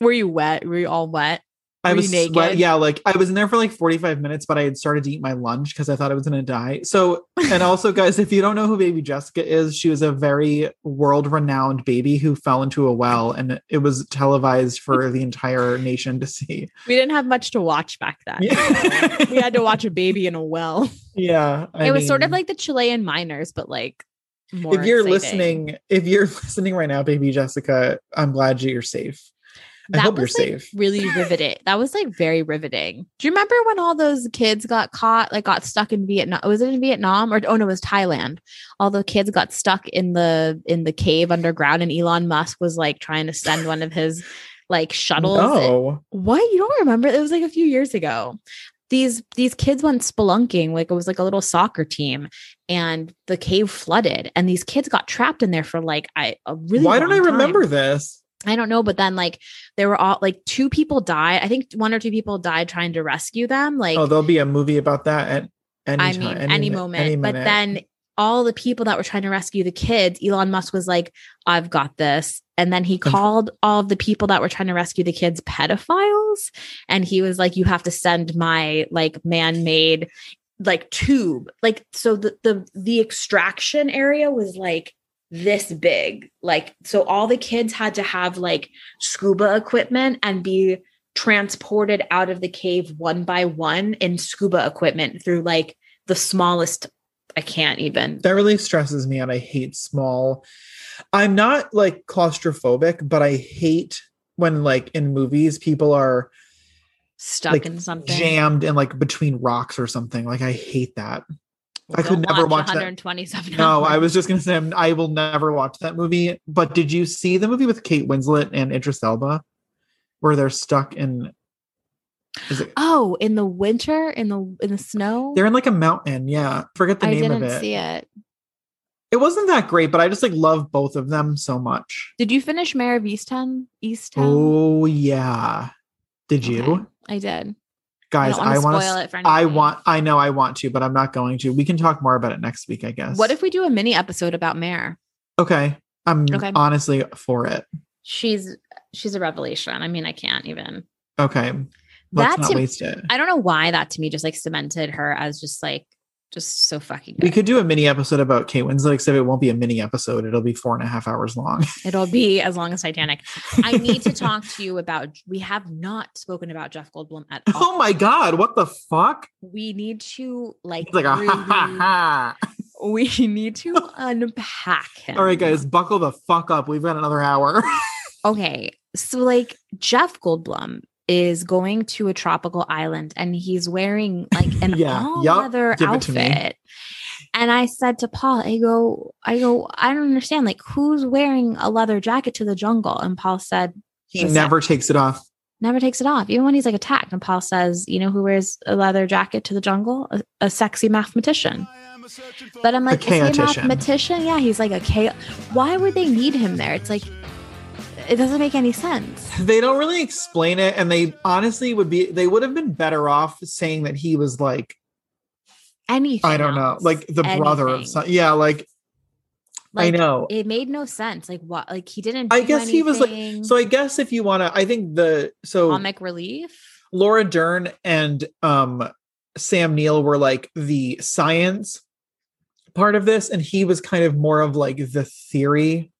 Speaker 3: Were you wet? Were you all wet?
Speaker 2: I
Speaker 3: Were you
Speaker 2: was sweat-
Speaker 3: naked?
Speaker 2: yeah, like I was in there for like 45 minutes, but I had started to eat my lunch because I thought I was gonna die. So, and also, guys, if you don't know who baby Jessica is, she was a very world-renowned baby who fell into a well and it was televised for the entire nation to see.
Speaker 3: We didn't have much to watch back then.
Speaker 2: Yeah,
Speaker 3: we had to watch a baby in a well.
Speaker 2: yeah I
Speaker 3: it was sort of
Speaker 2: mean,
Speaker 3: like the Chilean miners, but like more.
Speaker 2: if you're
Speaker 3: exciting.
Speaker 2: listening, if you're listening right now, baby Jessica, I'm glad you're safe. I hope you're
Speaker 3: was, like,
Speaker 2: safe.
Speaker 3: Really riveting. That was like very riveting. Do you remember when all those kids got caught, like got stuck in Vietnam? Was it in Vietnam or oh no, it was Thailand? All the kids got stuck in the in the cave underground, and Elon Musk was like trying to send one of his like shuttles.
Speaker 2: No,
Speaker 3: What you don't remember? It was like a few years ago. These these kids went spelunking, like it was like a little soccer team, and the cave flooded, and these kids got trapped in there for like I a really.
Speaker 2: why don't I
Speaker 3: long time.
Speaker 2: remember this?
Speaker 3: I don't know, but then like there were all like two people died. I think one or two people died trying to rescue them. Like
Speaker 2: oh, there'll be a movie about that at any
Speaker 3: I
Speaker 2: time,
Speaker 3: mean,
Speaker 2: any,
Speaker 3: any,
Speaker 2: mi-
Speaker 3: moment.
Speaker 2: any
Speaker 3: but
Speaker 2: minute.
Speaker 3: then all the people that were trying to rescue the kids, Elon Musk was like, I've got this. And then he
Speaker 2: Unf-
Speaker 3: called all of the people that were trying to rescue the kids pedophiles. And he was like, You have to send my like man made like tube. Like, so the, the, the extraction area was like, this big like so all the kids had to have like scuba equipment and be transported out of the cave one by one in scuba equipment through like the smallest I can't even.
Speaker 2: that really stresses me out. I hate small. I'm not like claustrophobic, but I hate when like in movies people are
Speaker 3: stuck
Speaker 2: Like,
Speaker 3: in something.
Speaker 2: jammed and like between rocks or something. Like I hate that. I could
Speaker 3: Don't
Speaker 2: never watch that.
Speaker 3: 127
Speaker 2: No, I
Speaker 3: hours.
Speaker 2: was just gonna say I'm- I will never watch that movie. But did you see the movie with Kate Winslet and Idris Elba, where they're stuck in? Is it?
Speaker 3: Oh, in the winter, in the in the snow.
Speaker 2: They're in like a mountain. Yeah, forget the
Speaker 3: Um, I
Speaker 2: name
Speaker 3: didn't
Speaker 2: of it.
Speaker 3: see it.
Speaker 2: It wasn't that great, but I just like love both of them so much.
Speaker 3: Did you finish Mayor of Easttown? Easttown.
Speaker 2: Oh yeah, did
Speaker 3: Um, Okay.
Speaker 2: you
Speaker 3: I did.
Speaker 2: guys?
Speaker 3: I
Speaker 2: I
Speaker 3: don't
Speaker 2: want
Speaker 3: want to
Speaker 2: to.
Speaker 3: spoil it for anybody.
Speaker 2: I want. I know. I want to, but I'm not going to. We can talk more about it next week, I guess.
Speaker 3: What if we do a mini episode about Mayor?
Speaker 2: Okay, I'm
Speaker 3: Okay.
Speaker 2: honestly for it.
Speaker 3: She's she's a revelation. I mean, I can't even.
Speaker 2: Okay, let's
Speaker 3: That
Speaker 2: not
Speaker 3: to-
Speaker 2: waste it.
Speaker 3: I don't know why that to me just like cemented her as just like just so fucking good.
Speaker 2: We could do a mini episode about Kate Winslet, except it won't be a mini episode. It'll be four and a half hours long.
Speaker 3: It'll be as long as Titanic. I need to talk to you about. We have not spoken about Jeff Goldblum at all.
Speaker 2: Oh my god, what the fuck?
Speaker 3: We need to like.
Speaker 2: It's like a ha ha
Speaker 3: really- we need to unpack him.
Speaker 2: ha. All right, guys, buckle the fuck up. We've got another hour.
Speaker 3: Okay. So, like, Jeff Goldblum is going to a tropical island and he's wearing like an
Speaker 2: Yeah.
Speaker 3: all
Speaker 2: Yup.
Speaker 3: leather
Speaker 2: Give it to me.
Speaker 3: outfit. And I said to Paul, I go, I go, I don't understand. Like, who's wearing a leather jacket to the jungle? And Paul said,
Speaker 2: He
Speaker 3: Listen.
Speaker 2: never takes it off.
Speaker 3: never takes it off, even when he's like attacked. And Paul says, you know who wears a leather jacket to the jungle? A, a sexy mathematician. But I'm like, is he a
Speaker 2: chaotician.
Speaker 3: mathematician? Yeah, he's like a chaos. Why would they need him there? It's like, it doesn't make any sense.
Speaker 2: They don't really explain it, and they honestly would be. They would have been better off saying that he was like
Speaker 3: Anything.
Speaker 2: I don't know,
Speaker 3: else.
Speaker 2: like the brother of
Speaker 3: Anything.
Speaker 2: some. Yeah, like,
Speaker 3: Like,
Speaker 2: I know.
Speaker 3: It made no sense. Like what? Like he didn't.
Speaker 2: I
Speaker 3: do
Speaker 2: guess he was
Speaker 3: anything.
Speaker 2: like. So I guess if you want to, I think the so
Speaker 3: comic relief.
Speaker 2: Laura Dern and um Sam Neill were like the science part of this, and he was kind of more of like the theory,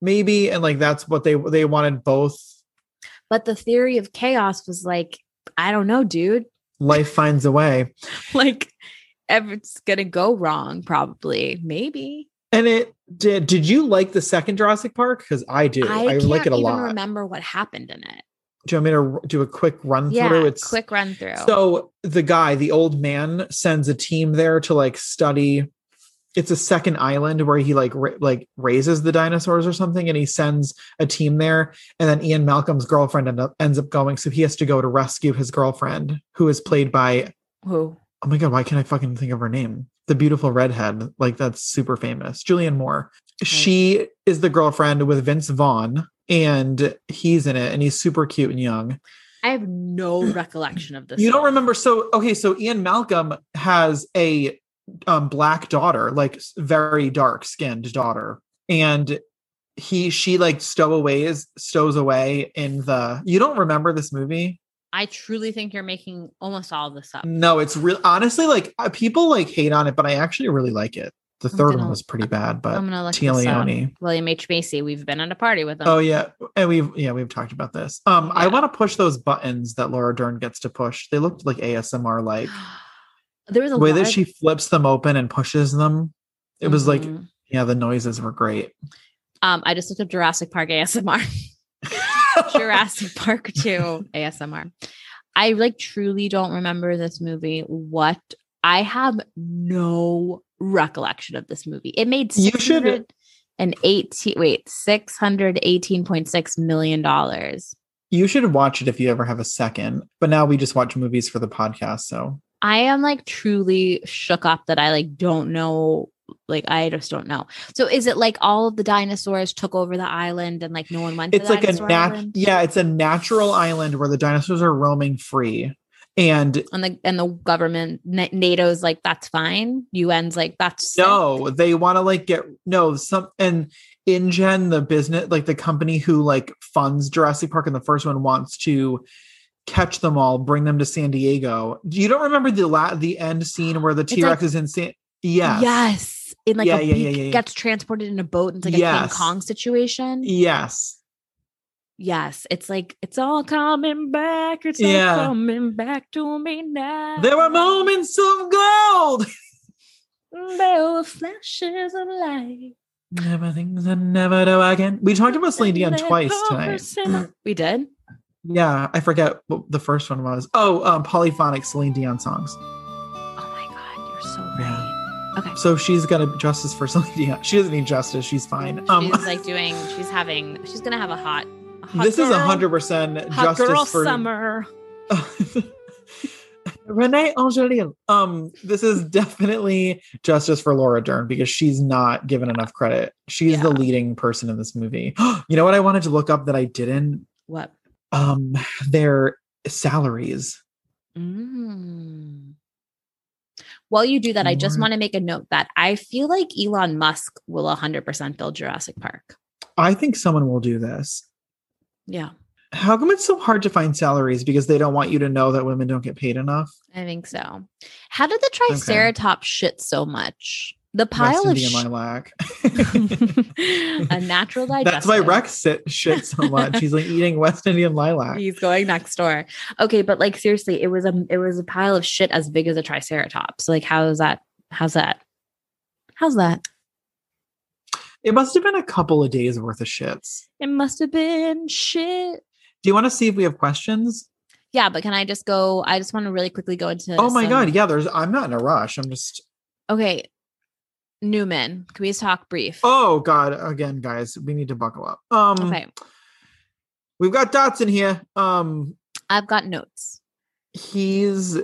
Speaker 2: maybe, and like that's what they they wanted both.
Speaker 3: But the theory of chaos was like, I don't know, dude.
Speaker 2: Life finds a way,
Speaker 3: Like, ev- it's gonna go wrong, probably, maybe.
Speaker 2: and it did. Did you like the second Jurassic Park? Because I do. I,
Speaker 3: can't
Speaker 2: like it a
Speaker 3: even
Speaker 2: lot.
Speaker 3: remember what happened in it.
Speaker 2: Do you want me to do a quick run
Speaker 3: Yeah,
Speaker 2: through? It's
Speaker 3: quick run through.
Speaker 2: So the guy, the old man, sends a team there to like study. It's a second island where he like ra- like raises the dinosaurs or something, and he sends a team there. And then Ian Malcolm's girlfriend end up, ends up going, so he has to go to rescue his girlfriend, who is played by
Speaker 3: Who?
Speaker 2: oh my god, why can't I fucking think of her name? The beautiful redhead, like that's super famous, Julianne Moore. She is the girlfriend with Vince Vaughn, and he's in it, and he's super cute and young.
Speaker 3: I have no recollection of this.
Speaker 2: You don't
Speaker 3: one.
Speaker 2: remember? So okay, so Ian Malcolm has a um, black daughter, like s- very dark skinned daughter, and he she like stowaways stows away in the. You don't remember this movie?
Speaker 3: I truly think you're making almost all this up.
Speaker 2: No, it's real. Honestly, like uh, people like hate on it, but I actually really like it. The
Speaker 3: I'm
Speaker 2: 3rd
Speaker 3: gonna-
Speaker 2: one was pretty bad,
Speaker 3: I'm
Speaker 2: but
Speaker 3: gonna look
Speaker 2: Tia
Speaker 3: this up.
Speaker 2: Leone.
Speaker 3: William H Macy. We've been at a party with him.
Speaker 2: Oh yeah, and we've yeah we've talked about this. Um, I
Speaker 3: Yeah.
Speaker 2: want to push those buttons that Laura Dern gets to push. They looked like ASMR like.
Speaker 3: there was a
Speaker 2: the way
Speaker 3: lot
Speaker 2: that
Speaker 3: of-
Speaker 2: she flips them open and pushes them it was like
Speaker 3: Mhm.
Speaker 2: yeah the noises were great
Speaker 3: Um, I just looked up Jurassic Park ASMR. Jurassic Park 2 ASMR. I like truly don't remember this movie. What I have no recollection of this movie. It made
Speaker 2: You should-
Speaker 3: 600 and 18 wait, 618.6 million dollars.
Speaker 2: you should watch it if you ever have a second but now we just watch movies for the podcast so
Speaker 3: I am like truly shook up that I like don't know like I just don't know. So is it like all of the dinosaurs took over the island and like no one went to
Speaker 2: it's
Speaker 3: the
Speaker 2: like a
Speaker 3: dinosaur
Speaker 2: nat-
Speaker 3: island?
Speaker 2: yeah it's a natural island where the dinosaurs are roaming free and
Speaker 3: and the and the government Na- NATO's like that's fine. UN's like that's sick."
Speaker 2: no they want to like get no some and InGen the business like the company who like funds Jurassic Park in the first one wants to catch them all bring them to San Diego. You don't remember the la- the end scene where the
Speaker 3: like-
Speaker 2: T-Rex is in San Yes.
Speaker 3: Yes. In like
Speaker 2: Yeah,
Speaker 3: a
Speaker 2: yeah,
Speaker 3: beak
Speaker 2: yeah, yeah, yeah.
Speaker 3: gets transported in a boat and it's like a King
Speaker 2: Yes.
Speaker 3: Kong situation.
Speaker 2: Yes.
Speaker 3: Yes. It's like it's all coming back. It's
Speaker 2: Yeah.
Speaker 3: all coming back to me now.
Speaker 2: There were moments of gold.
Speaker 3: There were flashes of light.
Speaker 2: Never things I never do again. We talked about Celine Dion
Speaker 3: And that
Speaker 2: twice
Speaker 3: poor
Speaker 2: tonight.
Speaker 3: person- we did?
Speaker 2: Yeah, I forget what the first one was. Oh, um, polyphonic Celine Dion songs.
Speaker 3: Oh my god, you're so
Speaker 2: Yeah.
Speaker 3: right.
Speaker 2: So she's gonna justice for Celine Dion. She doesn't need justice. She's fine. Um,
Speaker 3: she's like doing. She's having. She's gonna have a hot. A hot
Speaker 2: this is
Speaker 3: girl-
Speaker 2: a hundred percent
Speaker 3: hot
Speaker 2: justice
Speaker 3: girl
Speaker 2: for
Speaker 3: summer.
Speaker 2: Renee Angelil. Um, this is definitely justice for Laura Dern because she's not given enough credit. She's the leading person in this movie. you know what I wanted to look up that I didn't?
Speaker 3: What?
Speaker 2: Um, their salaries.
Speaker 3: Mm. While you do that, I just
Speaker 2: More.
Speaker 3: want to make a note that I feel like Elon Musk will 100% build Jurassic Park.
Speaker 2: I think someone will do this.
Speaker 3: Yeah,
Speaker 2: How come it's so hard to find salaries? Because they don't want you to know that women don't get paid enough.
Speaker 3: I think so. How did the Triceratops shit so much? The
Speaker 2: Rest
Speaker 3: pile
Speaker 2: in
Speaker 3: of
Speaker 2: be in
Speaker 3: sh-
Speaker 2: my lack.
Speaker 3: a natural digestive.
Speaker 2: That's why Rex sit shit so much. He's like eating West Indian lilac.
Speaker 3: He's going next door. Okay, but like seriously, it was a it was a pile of shit as big as a triceratops. Like how is that? How's that? How's that?
Speaker 2: It must have been a couple of days worth of shits.
Speaker 3: It must have been shit.
Speaker 2: Do you want to see if we have questions?
Speaker 3: Yeah, but can I just go? I just want to really quickly go into.
Speaker 2: oh my
Speaker 3: some-
Speaker 2: god, yeah. There's. I'm not in a rush. I'm just.
Speaker 3: Okay, Newman, can we just talk brief?
Speaker 2: Oh god, again, guys, we need to buckle up. Um,
Speaker 3: Okay,
Speaker 2: we've got Dotson here. Um,
Speaker 3: I've got notes.
Speaker 2: he's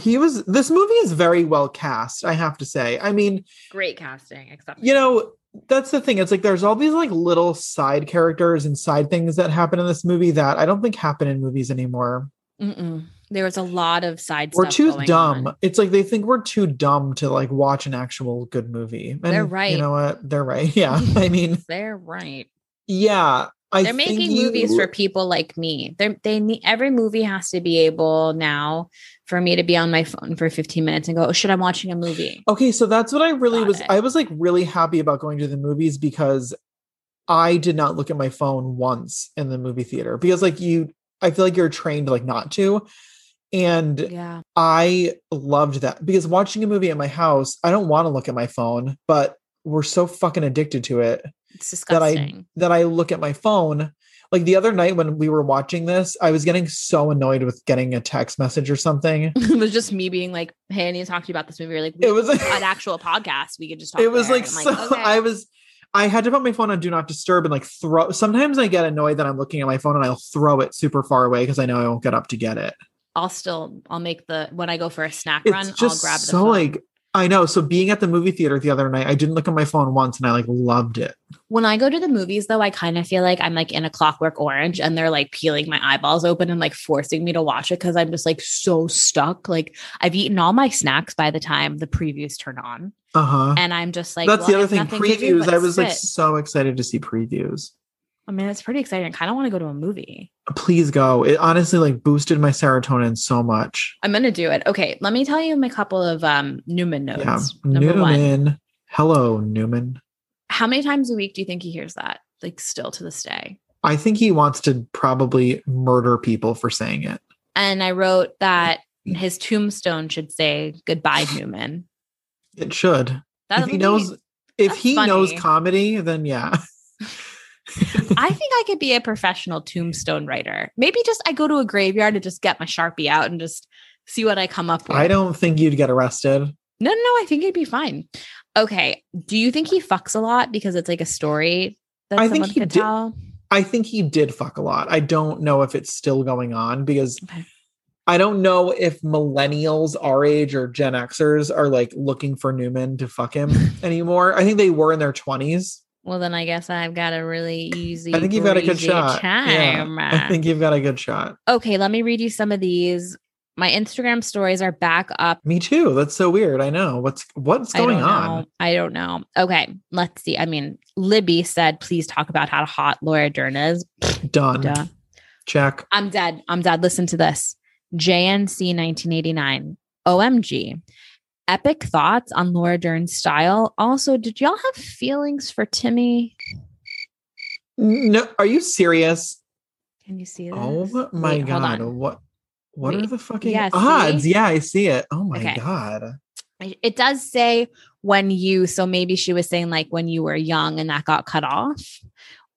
Speaker 2: he was. This movie is very well cast. I have to say. I mean,
Speaker 3: Great casting, except
Speaker 2: you know that's the thing it's like there's all these like little side characters and side things that happen in this movie that i don't think happen in movies anymore
Speaker 3: Mm-mm. there was a lot of side.
Speaker 2: we're
Speaker 3: stuff
Speaker 2: too
Speaker 3: going
Speaker 2: dumb
Speaker 3: on.
Speaker 2: it's like they think we're too dumb to like watch an actual good movie and
Speaker 3: They're right.
Speaker 2: you know what they're right yeah i mean
Speaker 3: They're right.
Speaker 2: yeah I
Speaker 3: They're
Speaker 2: think
Speaker 3: making
Speaker 2: you-
Speaker 3: movies for people like me. They they need every movie has to be able now for me to be on my phone for 15 minutes and go, oh shit, I'm watching a movie.
Speaker 2: Okay, so that's what I really
Speaker 3: Got
Speaker 2: was.
Speaker 3: it.
Speaker 2: I was like really happy about going to the movies because I did not look at my phone once in the movie theater because like you, I feel like you're trained like not to. And
Speaker 3: Yeah.
Speaker 2: I loved that because watching a movie at my house, I don't want to look at my phone, but we're so fucking addicted to it
Speaker 3: It's
Speaker 2: that I-
Speaker 3: disgusting.
Speaker 2: that I look at my phone. Like the other night when we were watching this, I was getting so annoyed with getting a text message or something.
Speaker 3: it was just me being like, hey, I need to talk to you about this movie. Or like, we,
Speaker 2: It was like,
Speaker 3: an actual podcast. We could just talk.
Speaker 2: it was
Speaker 3: there.
Speaker 2: like,
Speaker 3: I'm
Speaker 2: so I was I had to put my phone on do not disturb and like throw sometimes I get annoyed that I'm looking at my phone and I'll throw it super far away because I know I won't get up to get it.
Speaker 3: I'll still, I'll make the, when I go for a snack
Speaker 2: It's
Speaker 3: run, I'll
Speaker 2: just
Speaker 3: grab the
Speaker 2: so
Speaker 3: phone.
Speaker 2: like I know. So being at the movie theater the other night, I didn't look at my phone once and I like loved it.
Speaker 3: when I go to the movies, though, I kind of feel like I'm like in a clockwork orange and they're like peeling my eyeballs open and like forcing me to watch it because I'm just like so stuck. Like I've eaten all my snacks by the time the previews turn on.
Speaker 2: Uh-huh.
Speaker 3: And I'm just like,
Speaker 2: That's
Speaker 3: well,
Speaker 2: the other
Speaker 3: there's
Speaker 2: thing.
Speaker 3: nothing to do
Speaker 2: Previews.
Speaker 3: but
Speaker 2: I was like
Speaker 3: sit.
Speaker 2: so excited to see previews.
Speaker 3: I mean, it's pretty exciting. I kind of want to go to a movie.
Speaker 2: Please go. It honestly like boosted my serotonin so much.
Speaker 3: I'm going to do it. Okay. Let me tell you my couple of um, Newman notes.
Speaker 2: Yeah.
Speaker 3: Number one,
Speaker 2: Newman. Hello, Newman.
Speaker 3: how many times a week do you think he hears that? Like still to this day.
Speaker 2: I think he wants to probably murder people for saying it.
Speaker 3: And I wrote that his tombstone should say goodbye, Newman.
Speaker 2: It should.
Speaker 3: That's
Speaker 2: if he knows if
Speaker 3: that's
Speaker 2: he knows
Speaker 3: funny.
Speaker 2: comedy, then yeah.
Speaker 3: I think I could be a professional tombstone writer. Maybe just I go to a graveyard and just get my sharpie out and just see what I come up with.
Speaker 2: I don't think you'd get arrested.
Speaker 3: No, no, no. I think it'd be fine. Okay. Do you think he fucks a lot because it's like a story that
Speaker 2: I think
Speaker 3: someone
Speaker 2: he
Speaker 3: could
Speaker 2: did-
Speaker 3: tell?
Speaker 2: I think he did fuck a lot. I don't know if it's still going on because
Speaker 3: Okay.
Speaker 2: I don't know if millennials our age or Gen Xers are like looking for Newman to fuck him anymore. I think they were in their 20s.
Speaker 3: Well, then I guess I've got a really easy.
Speaker 2: I think you've got a good
Speaker 3: breezy
Speaker 2: shot. Yeah,
Speaker 3: Time.
Speaker 2: I think you've got a good shot.
Speaker 3: okay, let me read you some of these. My Instagram stories are back up.
Speaker 2: Me too. That's so weird. I know. What's what's
Speaker 3: I
Speaker 2: going
Speaker 3: don't
Speaker 2: on?
Speaker 3: Know. I don't know. Okay, let's see. I mean, Libby said, "Please talk about how hot Laura Dern is."
Speaker 2: Done.
Speaker 3: Duh.
Speaker 2: Check.
Speaker 3: I'm dead. I'm dead. Listen to this. JNC 1989. OMG. Epic thoughts on Laura Dern's style. Also, did y'all have feelings for Timmy?
Speaker 2: No, are you serious?
Speaker 3: Can you see this?
Speaker 2: Oh my
Speaker 3: Wait, hold
Speaker 2: god.
Speaker 3: on.
Speaker 2: What what are
Speaker 3: Wait.
Speaker 2: the fucking
Speaker 3: Yeah, see?
Speaker 2: odds? Yeah, I see it. Oh my
Speaker 3: Okay.
Speaker 2: god.
Speaker 3: I- It does say when you, so maybe she was saying like when you were young and that got cut off.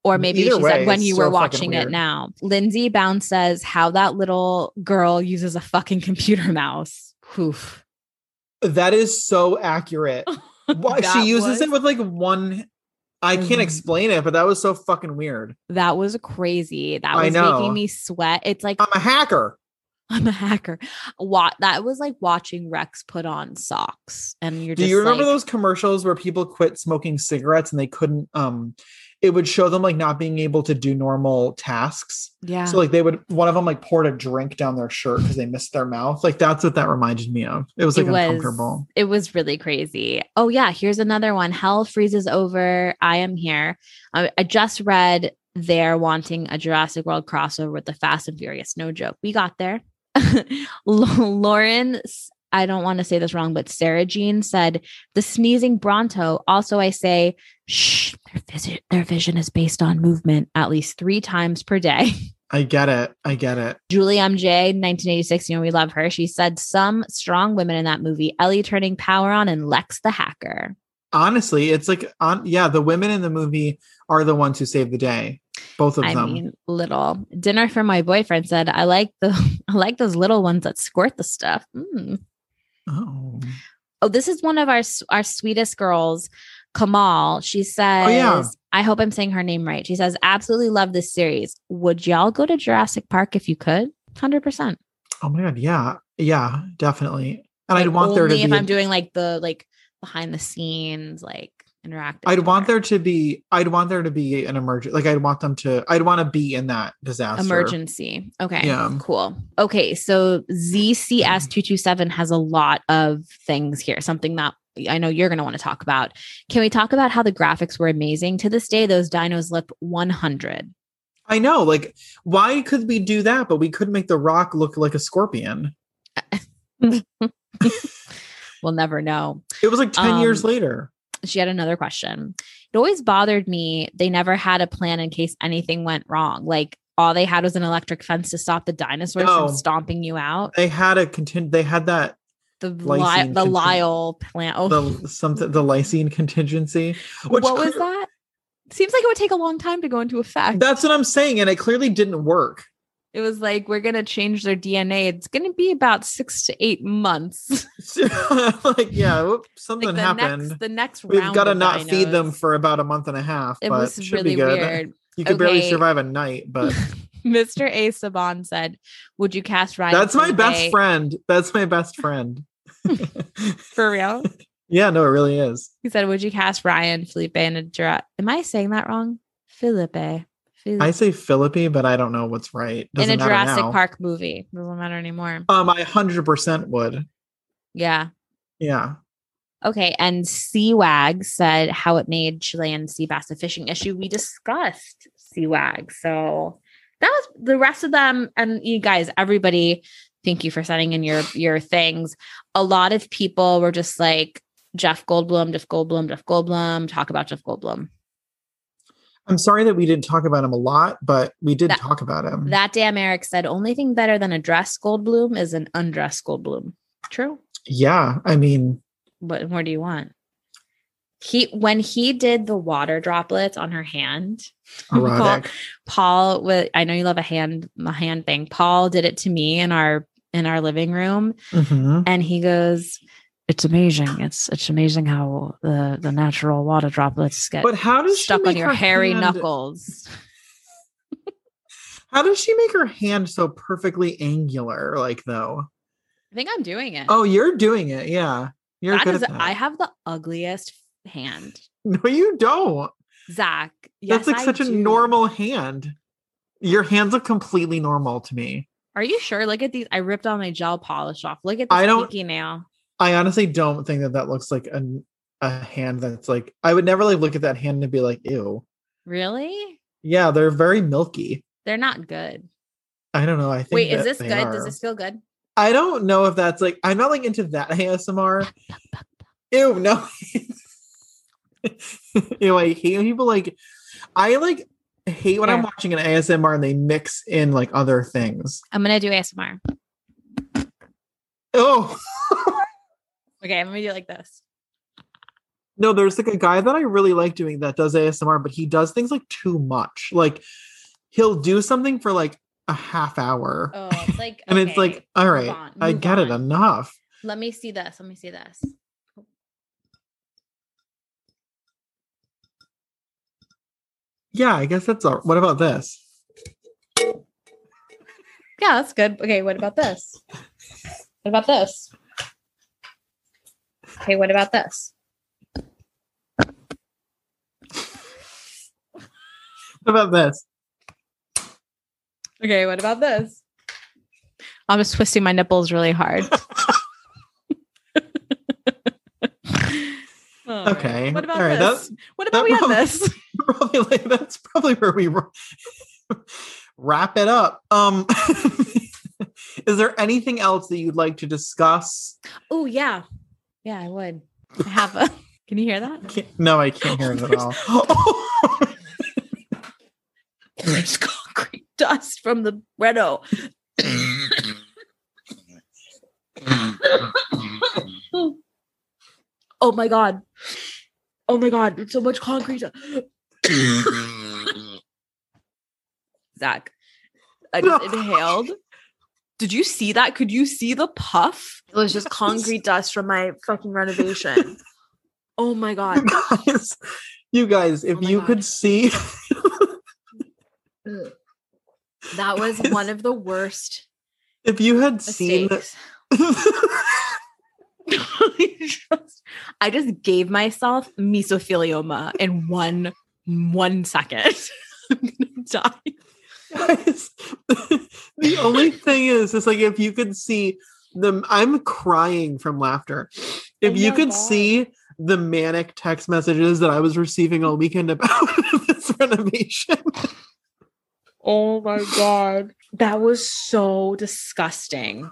Speaker 3: Or maybe
Speaker 2: Either
Speaker 3: she
Speaker 2: way,
Speaker 3: said when
Speaker 2: it's
Speaker 3: you
Speaker 2: still
Speaker 3: were
Speaker 2: fucking
Speaker 3: watching it
Speaker 2: weird.
Speaker 3: now. Lindsay Bounce says how that little girl uses a fucking computer mouse. Poof.
Speaker 2: That is so accurate. Why
Speaker 3: That
Speaker 2: she uses
Speaker 3: was-
Speaker 2: it with like one. I can't
Speaker 3: Mhm.
Speaker 2: explain it, but that was so fucking weird.
Speaker 3: That was crazy. That
Speaker 2: I
Speaker 3: was
Speaker 2: know.
Speaker 3: making me sweat. It's like
Speaker 2: I'm a hacker.
Speaker 3: I'm a hacker. What that was like watching Rex put on socks, and you're
Speaker 2: Do
Speaker 3: just
Speaker 2: you remember
Speaker 3: like,
Speaker 2: those commercials where people quit smoking cigarettes and they couldn't? Um, it would show them like not being able to do normal tasks.
Speaker 3: yeah.
Speaker 2: So like they would one of them like poured a drink down their shirt because they missed their mouth. Like that's what that reminded me of. It was like uncomfortable.
Speaker 3: It was really crazy. Oh yeah, here's another one. Hell freezes over. I am here. I, I just read they're wanting a Jurassic World crossover with the Fast and Furious. No joke. We got there. Lauren, S- I don't want to say this wrong, but Sarah Jean said the sneezing Bronto. Also, I say shh. Their vision, their vision is based on movement at least three times per day.
Speaker 2: I get it. I get it.
Speaker 3: Julie MJ, 1986, you know, we love her. She said some strong women in that movie Ellie turning power on and Lex the hacker.
Speaker 2: Honestly, it's like on yeah, the women in the movie are the ones who save the day. Both of
Speaker 3: I
Speaker 2: them.
Speaker 3: mean, little. Dinner for my boyfriend said, I like the I like those little ones that squirt the stuff. Mm.
Speaker 2: oh.
Speaker 3: Oh, this is one of our s- our sweetest girls, Kamal. She says,
Speaker 2: Oh, yeah.
Speaker 3: I hope I'm saying her name right. She says, absolutely love this series. Would y'all go to Jurassic Park if you could? 100%.
Speaker 2: oh my god, yeah. Yeah, definitely. And I'd
Speaker 3: Like,
Speaker 2: want there to
Speaker 3: only
Speaker 2: be
Speaker 3: if
Speaker 2: a-
Speaker 3: I'm doing like the like behind the scenes, like interactive.
Speaker 2: I'd want
Speaker 3: tour.
Speaker 2: there to be I'd want there to be an emergent like I'd want them to I'd want to be in that disaster.
Speaker 3: emergency. Okay.
Speaker 2: Yeah. Mm.
Speaker 3: Cool. Okay. So ZCS227 has a lot of things here, something that I know you're going to want to talk about. Can we talk about how the graphics were amazing? To this day, those dinos look 100.
Speaker 2: I know. Like, why could we do that? But we could make the rock look like a scorpion.
Speaker 3: We'll never know.
Speaker 2: It was like 10 years
Speaker 3: Um,
Speaker 2: later.
Speaker 3: She had another question. It always bothered me. They never had a plan in case anything went wrong. Like, all they had was an electric fence to stop the dinosaurs
Speaker 2: No.
Speaker 3: from stomping you out.
Speaker 2: They had a contin they had that
Speaker 3: The
Speaker 2: Lysine
Speaker 3: li- the
Speaker 2: contin-
Speaker 3: Lyle plant. Oh,
Speaker 2: the something the lysine contingency. Which
Speaker 3: what was
Speaker 2: clear-
Speaker 3: that? Seems like it would take a long time to go into effect.
Speaker 2: That's what I'm saying. And it clearly didn't work.
Speaker 3: it was like we're gonna change their DNA. It's gonna be about six to eight months.
Speaker 2: So, like, yeah, whoop,
Speaker 3: like
Speaker 2: something
Speaker 3: the
Speaker 2: happened.
Speaker 3: next, the next
Speaker 2: We've
Speaker 3: round.
Speaker 2: got to
Speaker 3: of
Speaker 2: not feed them
Speaker 3: dinos.
Speaker 2: for about a month and a half,
Speaker 3: It
Speaker 2: but
Speaker 3: was
Speaker 2: should
Speaker 3: really
Speaker 2: be good.
Speaker 3: weird.
Speaker 2: You could barely
Speaker 3: Okay.
Speaker 2: survive a night, but
Speaker 3: Mr. A. Saban said, "Would you cast Ryan?"
Speaker 2: that's my best
Speaker 3: Phillippe-
Speaker 2: friend. That's my best friend.
Speaker 3: for real.
Speaker 2: yeah, no, it really is.
Speaker 3: He said, "Would you cast Ryan Felipe in a Jura?" Am I saying that wrong? Felipe. Felipe.
Speaker 2: I say Philippi, but I don't know what's right.
Speaker 3: Mm. in
Speaker 2: Doesn't
Speaker 3: a
Speaker 2: matter
Speaker 3: Jurassic
Speaker 2: now.
Speaker 3: Park movie. Doesn't matter anymore.
Speaker 2: Um, I hundred percent would.
Speaker 3: Yeah.
Speaker 2: Yeah.
Speaker 3: Okay, and Sea Wag said how it made Chilean sea bass a fishing issue. We discussed Sea Wag, so that was the rest of them. And you guys, everybody, thank you for sending in your your things. A lot of people were just like Jeff Goldblum, Jeff Goldblum, Jeff Goldblum. Talk about Jeff Goldblum.
Speaker 2: I'm sorry that we didn't talk about him a lot, but we did
Speaker 3: That-
Speaker 2: talk about him.
Speaker 3: That damn Eric said, only thing better than a dress Goldblum is an undressed Goldblum. True.
Speaker 2: yeah, I mean,
Speaker 3: What more do you want? He when he did the water droplets on her hand. Paul-
Speaker 2: erotic.
Speaker 3: Paul with I know you love a hand a hand thing. Paul did it to me in our in our living room
Speaker 2: Mhm.
Speaker 3: and he goes,
Speaker 1: It's amazing. It's it's amazing how the the natural water droplets get.
Speaker 2: But how does she
Speaker 3: stuck on
Speaker 2: make
Speaker 3: your
Speaker 2: her
Speaker 3: hairy
Speaker 2: hand-
Speaker 3: knuckles.
Speaker 2: How does she make her hand so perfectly angular? Like though.
Speaker 3: I think I'm doing it.
Speaker 2: Oh, you're doing it. Yeah, you're
Speaker 3: that
Speaker 2: good
Speaker 3: is
Speaker 2: at that.
Speaker 3: I have the ugliest hand.
Speaker 2: no, you don't.
Speaker 3: Zach. yes,
Speaker 2: That's like
Speaker 3: I
Speaker 2: such a
Speaker 3: do.
Speaker 2: normal hand. Your hands look completely normal to me.
Speaker 3: Are you sure? Look at these. I ripped all my gel polish off. Look at this
Speaker 2: I don't-
Speaker 3: pinky nail.
Speaker 2: I honestly don't think that that looks like a a hand that's like. I would never like look at that hand and be like, ew.
Speaker 3: Really?
Speaker 2: Yeah, they're very milky.
Speaker 3: They're not good.
Speaker 2: I don't know. I think.
Speaker 3: Wait, is
Speaker 2: that
Speaker 3: this
Speaker 2: they
Speaker 3: good?
Speaker 2: are.
Speaker 3: Does this feel good?
Speaker 2: I don't know if that's like. I'm not like into that ASMR. Ew, no. Ew, I hate when people like. I like hate when I'm
Speaker 3: Yeah.
Speaker 2: watching an ASMR and they mix in like other things.
Speaker 3: I'm gonna do ASMR.
Speaker 2: Oh,
Speaker 3: Okay, I'm gonna do it like this.
Speaker 2: No, there's like a guy that I really like doing that does ASMR, but he does things like too much. Like he'll do something for like a half hour.
Speaker 3: Oh, it's like
Speaker 2: and it's like, all right,
Speaker 3: on,
Speaker 2: I
Speaker 3: move
Speaker 2: get it
Speaker 3: on.
Speaker 2: enough.
Speaker 3: Let me see this. Let me see this.
Speaker 2: Yeah, I guess that's all. What about this?
Speaker 3: Yeah, that's good. Okay, what about this? What about this? Okay, what about this?
Speaker 2: What about this?
Speaker 3: Okay, what about this? I'm just twisting my nipples really hard. All right.
Speaker 2: Okay.
Speaker 3: What about
Speaker 2: All right,
Speaker 3: this? what about
Speaker 2: that
Speaker 3: we had
Speaker 2: probably-
Speaker 3: this?
Speaker 2: Probably like, that's probably where we wr- wrap it up. Um Is there anything else that you'd like to discuss?
Speaker 3: Oh yeah, yeah, I would. I have a. Can you hear that?
Speaker 2: Can't- no, I can't hear it at all.
Speaker 3: Oh There's concrete dust from the Renault. oh my god. Oh my god, it's so much concrete. Zach, I just inhaled. Did you see that? Could you see the puff? It was just concrete dust from my fucking renovation. Oh my god.
Speaker 2: you guys, you guys, if
Speaker 3: Oh my
Speaker 2: you
Speaker 3: God.
Speaker 2: could see,
Speaker 3: That was one of the worst
Speaker 2: if you had seen,
Speaker 3: mistakes. Just- I just gave myself mesothelioma in one one second. I'm gonna die.
Speaker 2: guys, the only thing is, it's like if you could see the, I'm crying from laughter. If
Speaker 3: I
Speaker 2: you
Speaker 3: know
Speaker 2: could
Speaker 3: that.
Speaker 2: see the manic text messages that I was receiving all weekend about this renovation,
Speaker 3: Oh my god, that was so disgusting.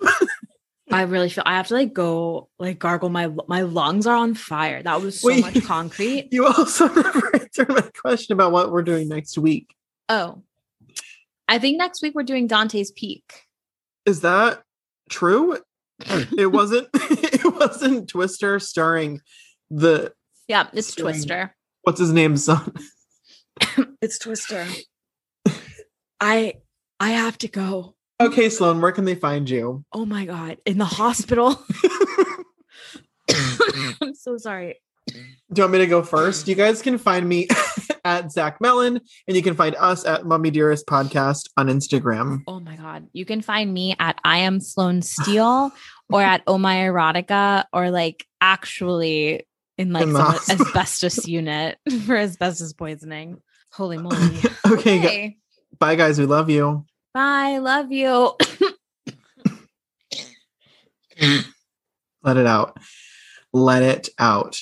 Speaker 3: I really feel I have to like go like gargle my my lungs are on fire. That was so
Speaker 2: Wait.
Speaker 3: much concrete.
Speaker 2: you also never answered my question about what we're doing next week.
Speaker 3: Oh, I think next week we're doing Dante's Peak.
Speaker 2: Is that true? it wasn't. It wasn't Twister starring the
Speaker 3: Yeah, it's
Speaker 2: Same.
Speaker 3: Twister.
Speaker 2: what's his name's son.
Speaker 3: It's Twister. I I have to go.
Speaker 2: Okay, Sloan, where can they find you?
Speaker 3: oh my god in the hospital i'm so sorry
Speaker 2: Do you want me to go first? You guys can find me at Zach Mellon, and you can find us at Mummy Dearest Podcast on Instagram.
Speaker 3: oh my god you can find me at i am sloan steele or at oh my erotica or like actually in like
Speaker 2: In the
Speaker 3: some
Speaker 2: hospital.
Speaker 3: asbestos unit for asbestos poisoning holy moly
Speaker 2: Okay, gu-
Speaker 3: okay.
Speaker 2: bye, guys. We love you.
Speaker 3: bye love you
Speaker 2: Let it out. Let it out.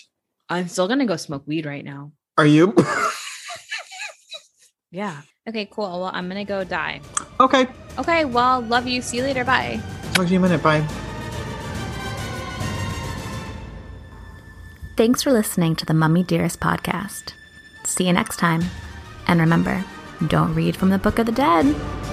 Speaker 3: i'm still gonna go smoke weed right now
Speaker 2: Are you
Speaker 3: yeah okay cool well i'm gonna go die
Speaker 2: okay?
Speaker 3: okay well love you see you later bye
Speaker 2: Talk to you in a minute. Bye.
Speaker 6: Thanks for listening to the Mummy Dearest podcast. See you next time. And remember, don't read from the Book of the Dead.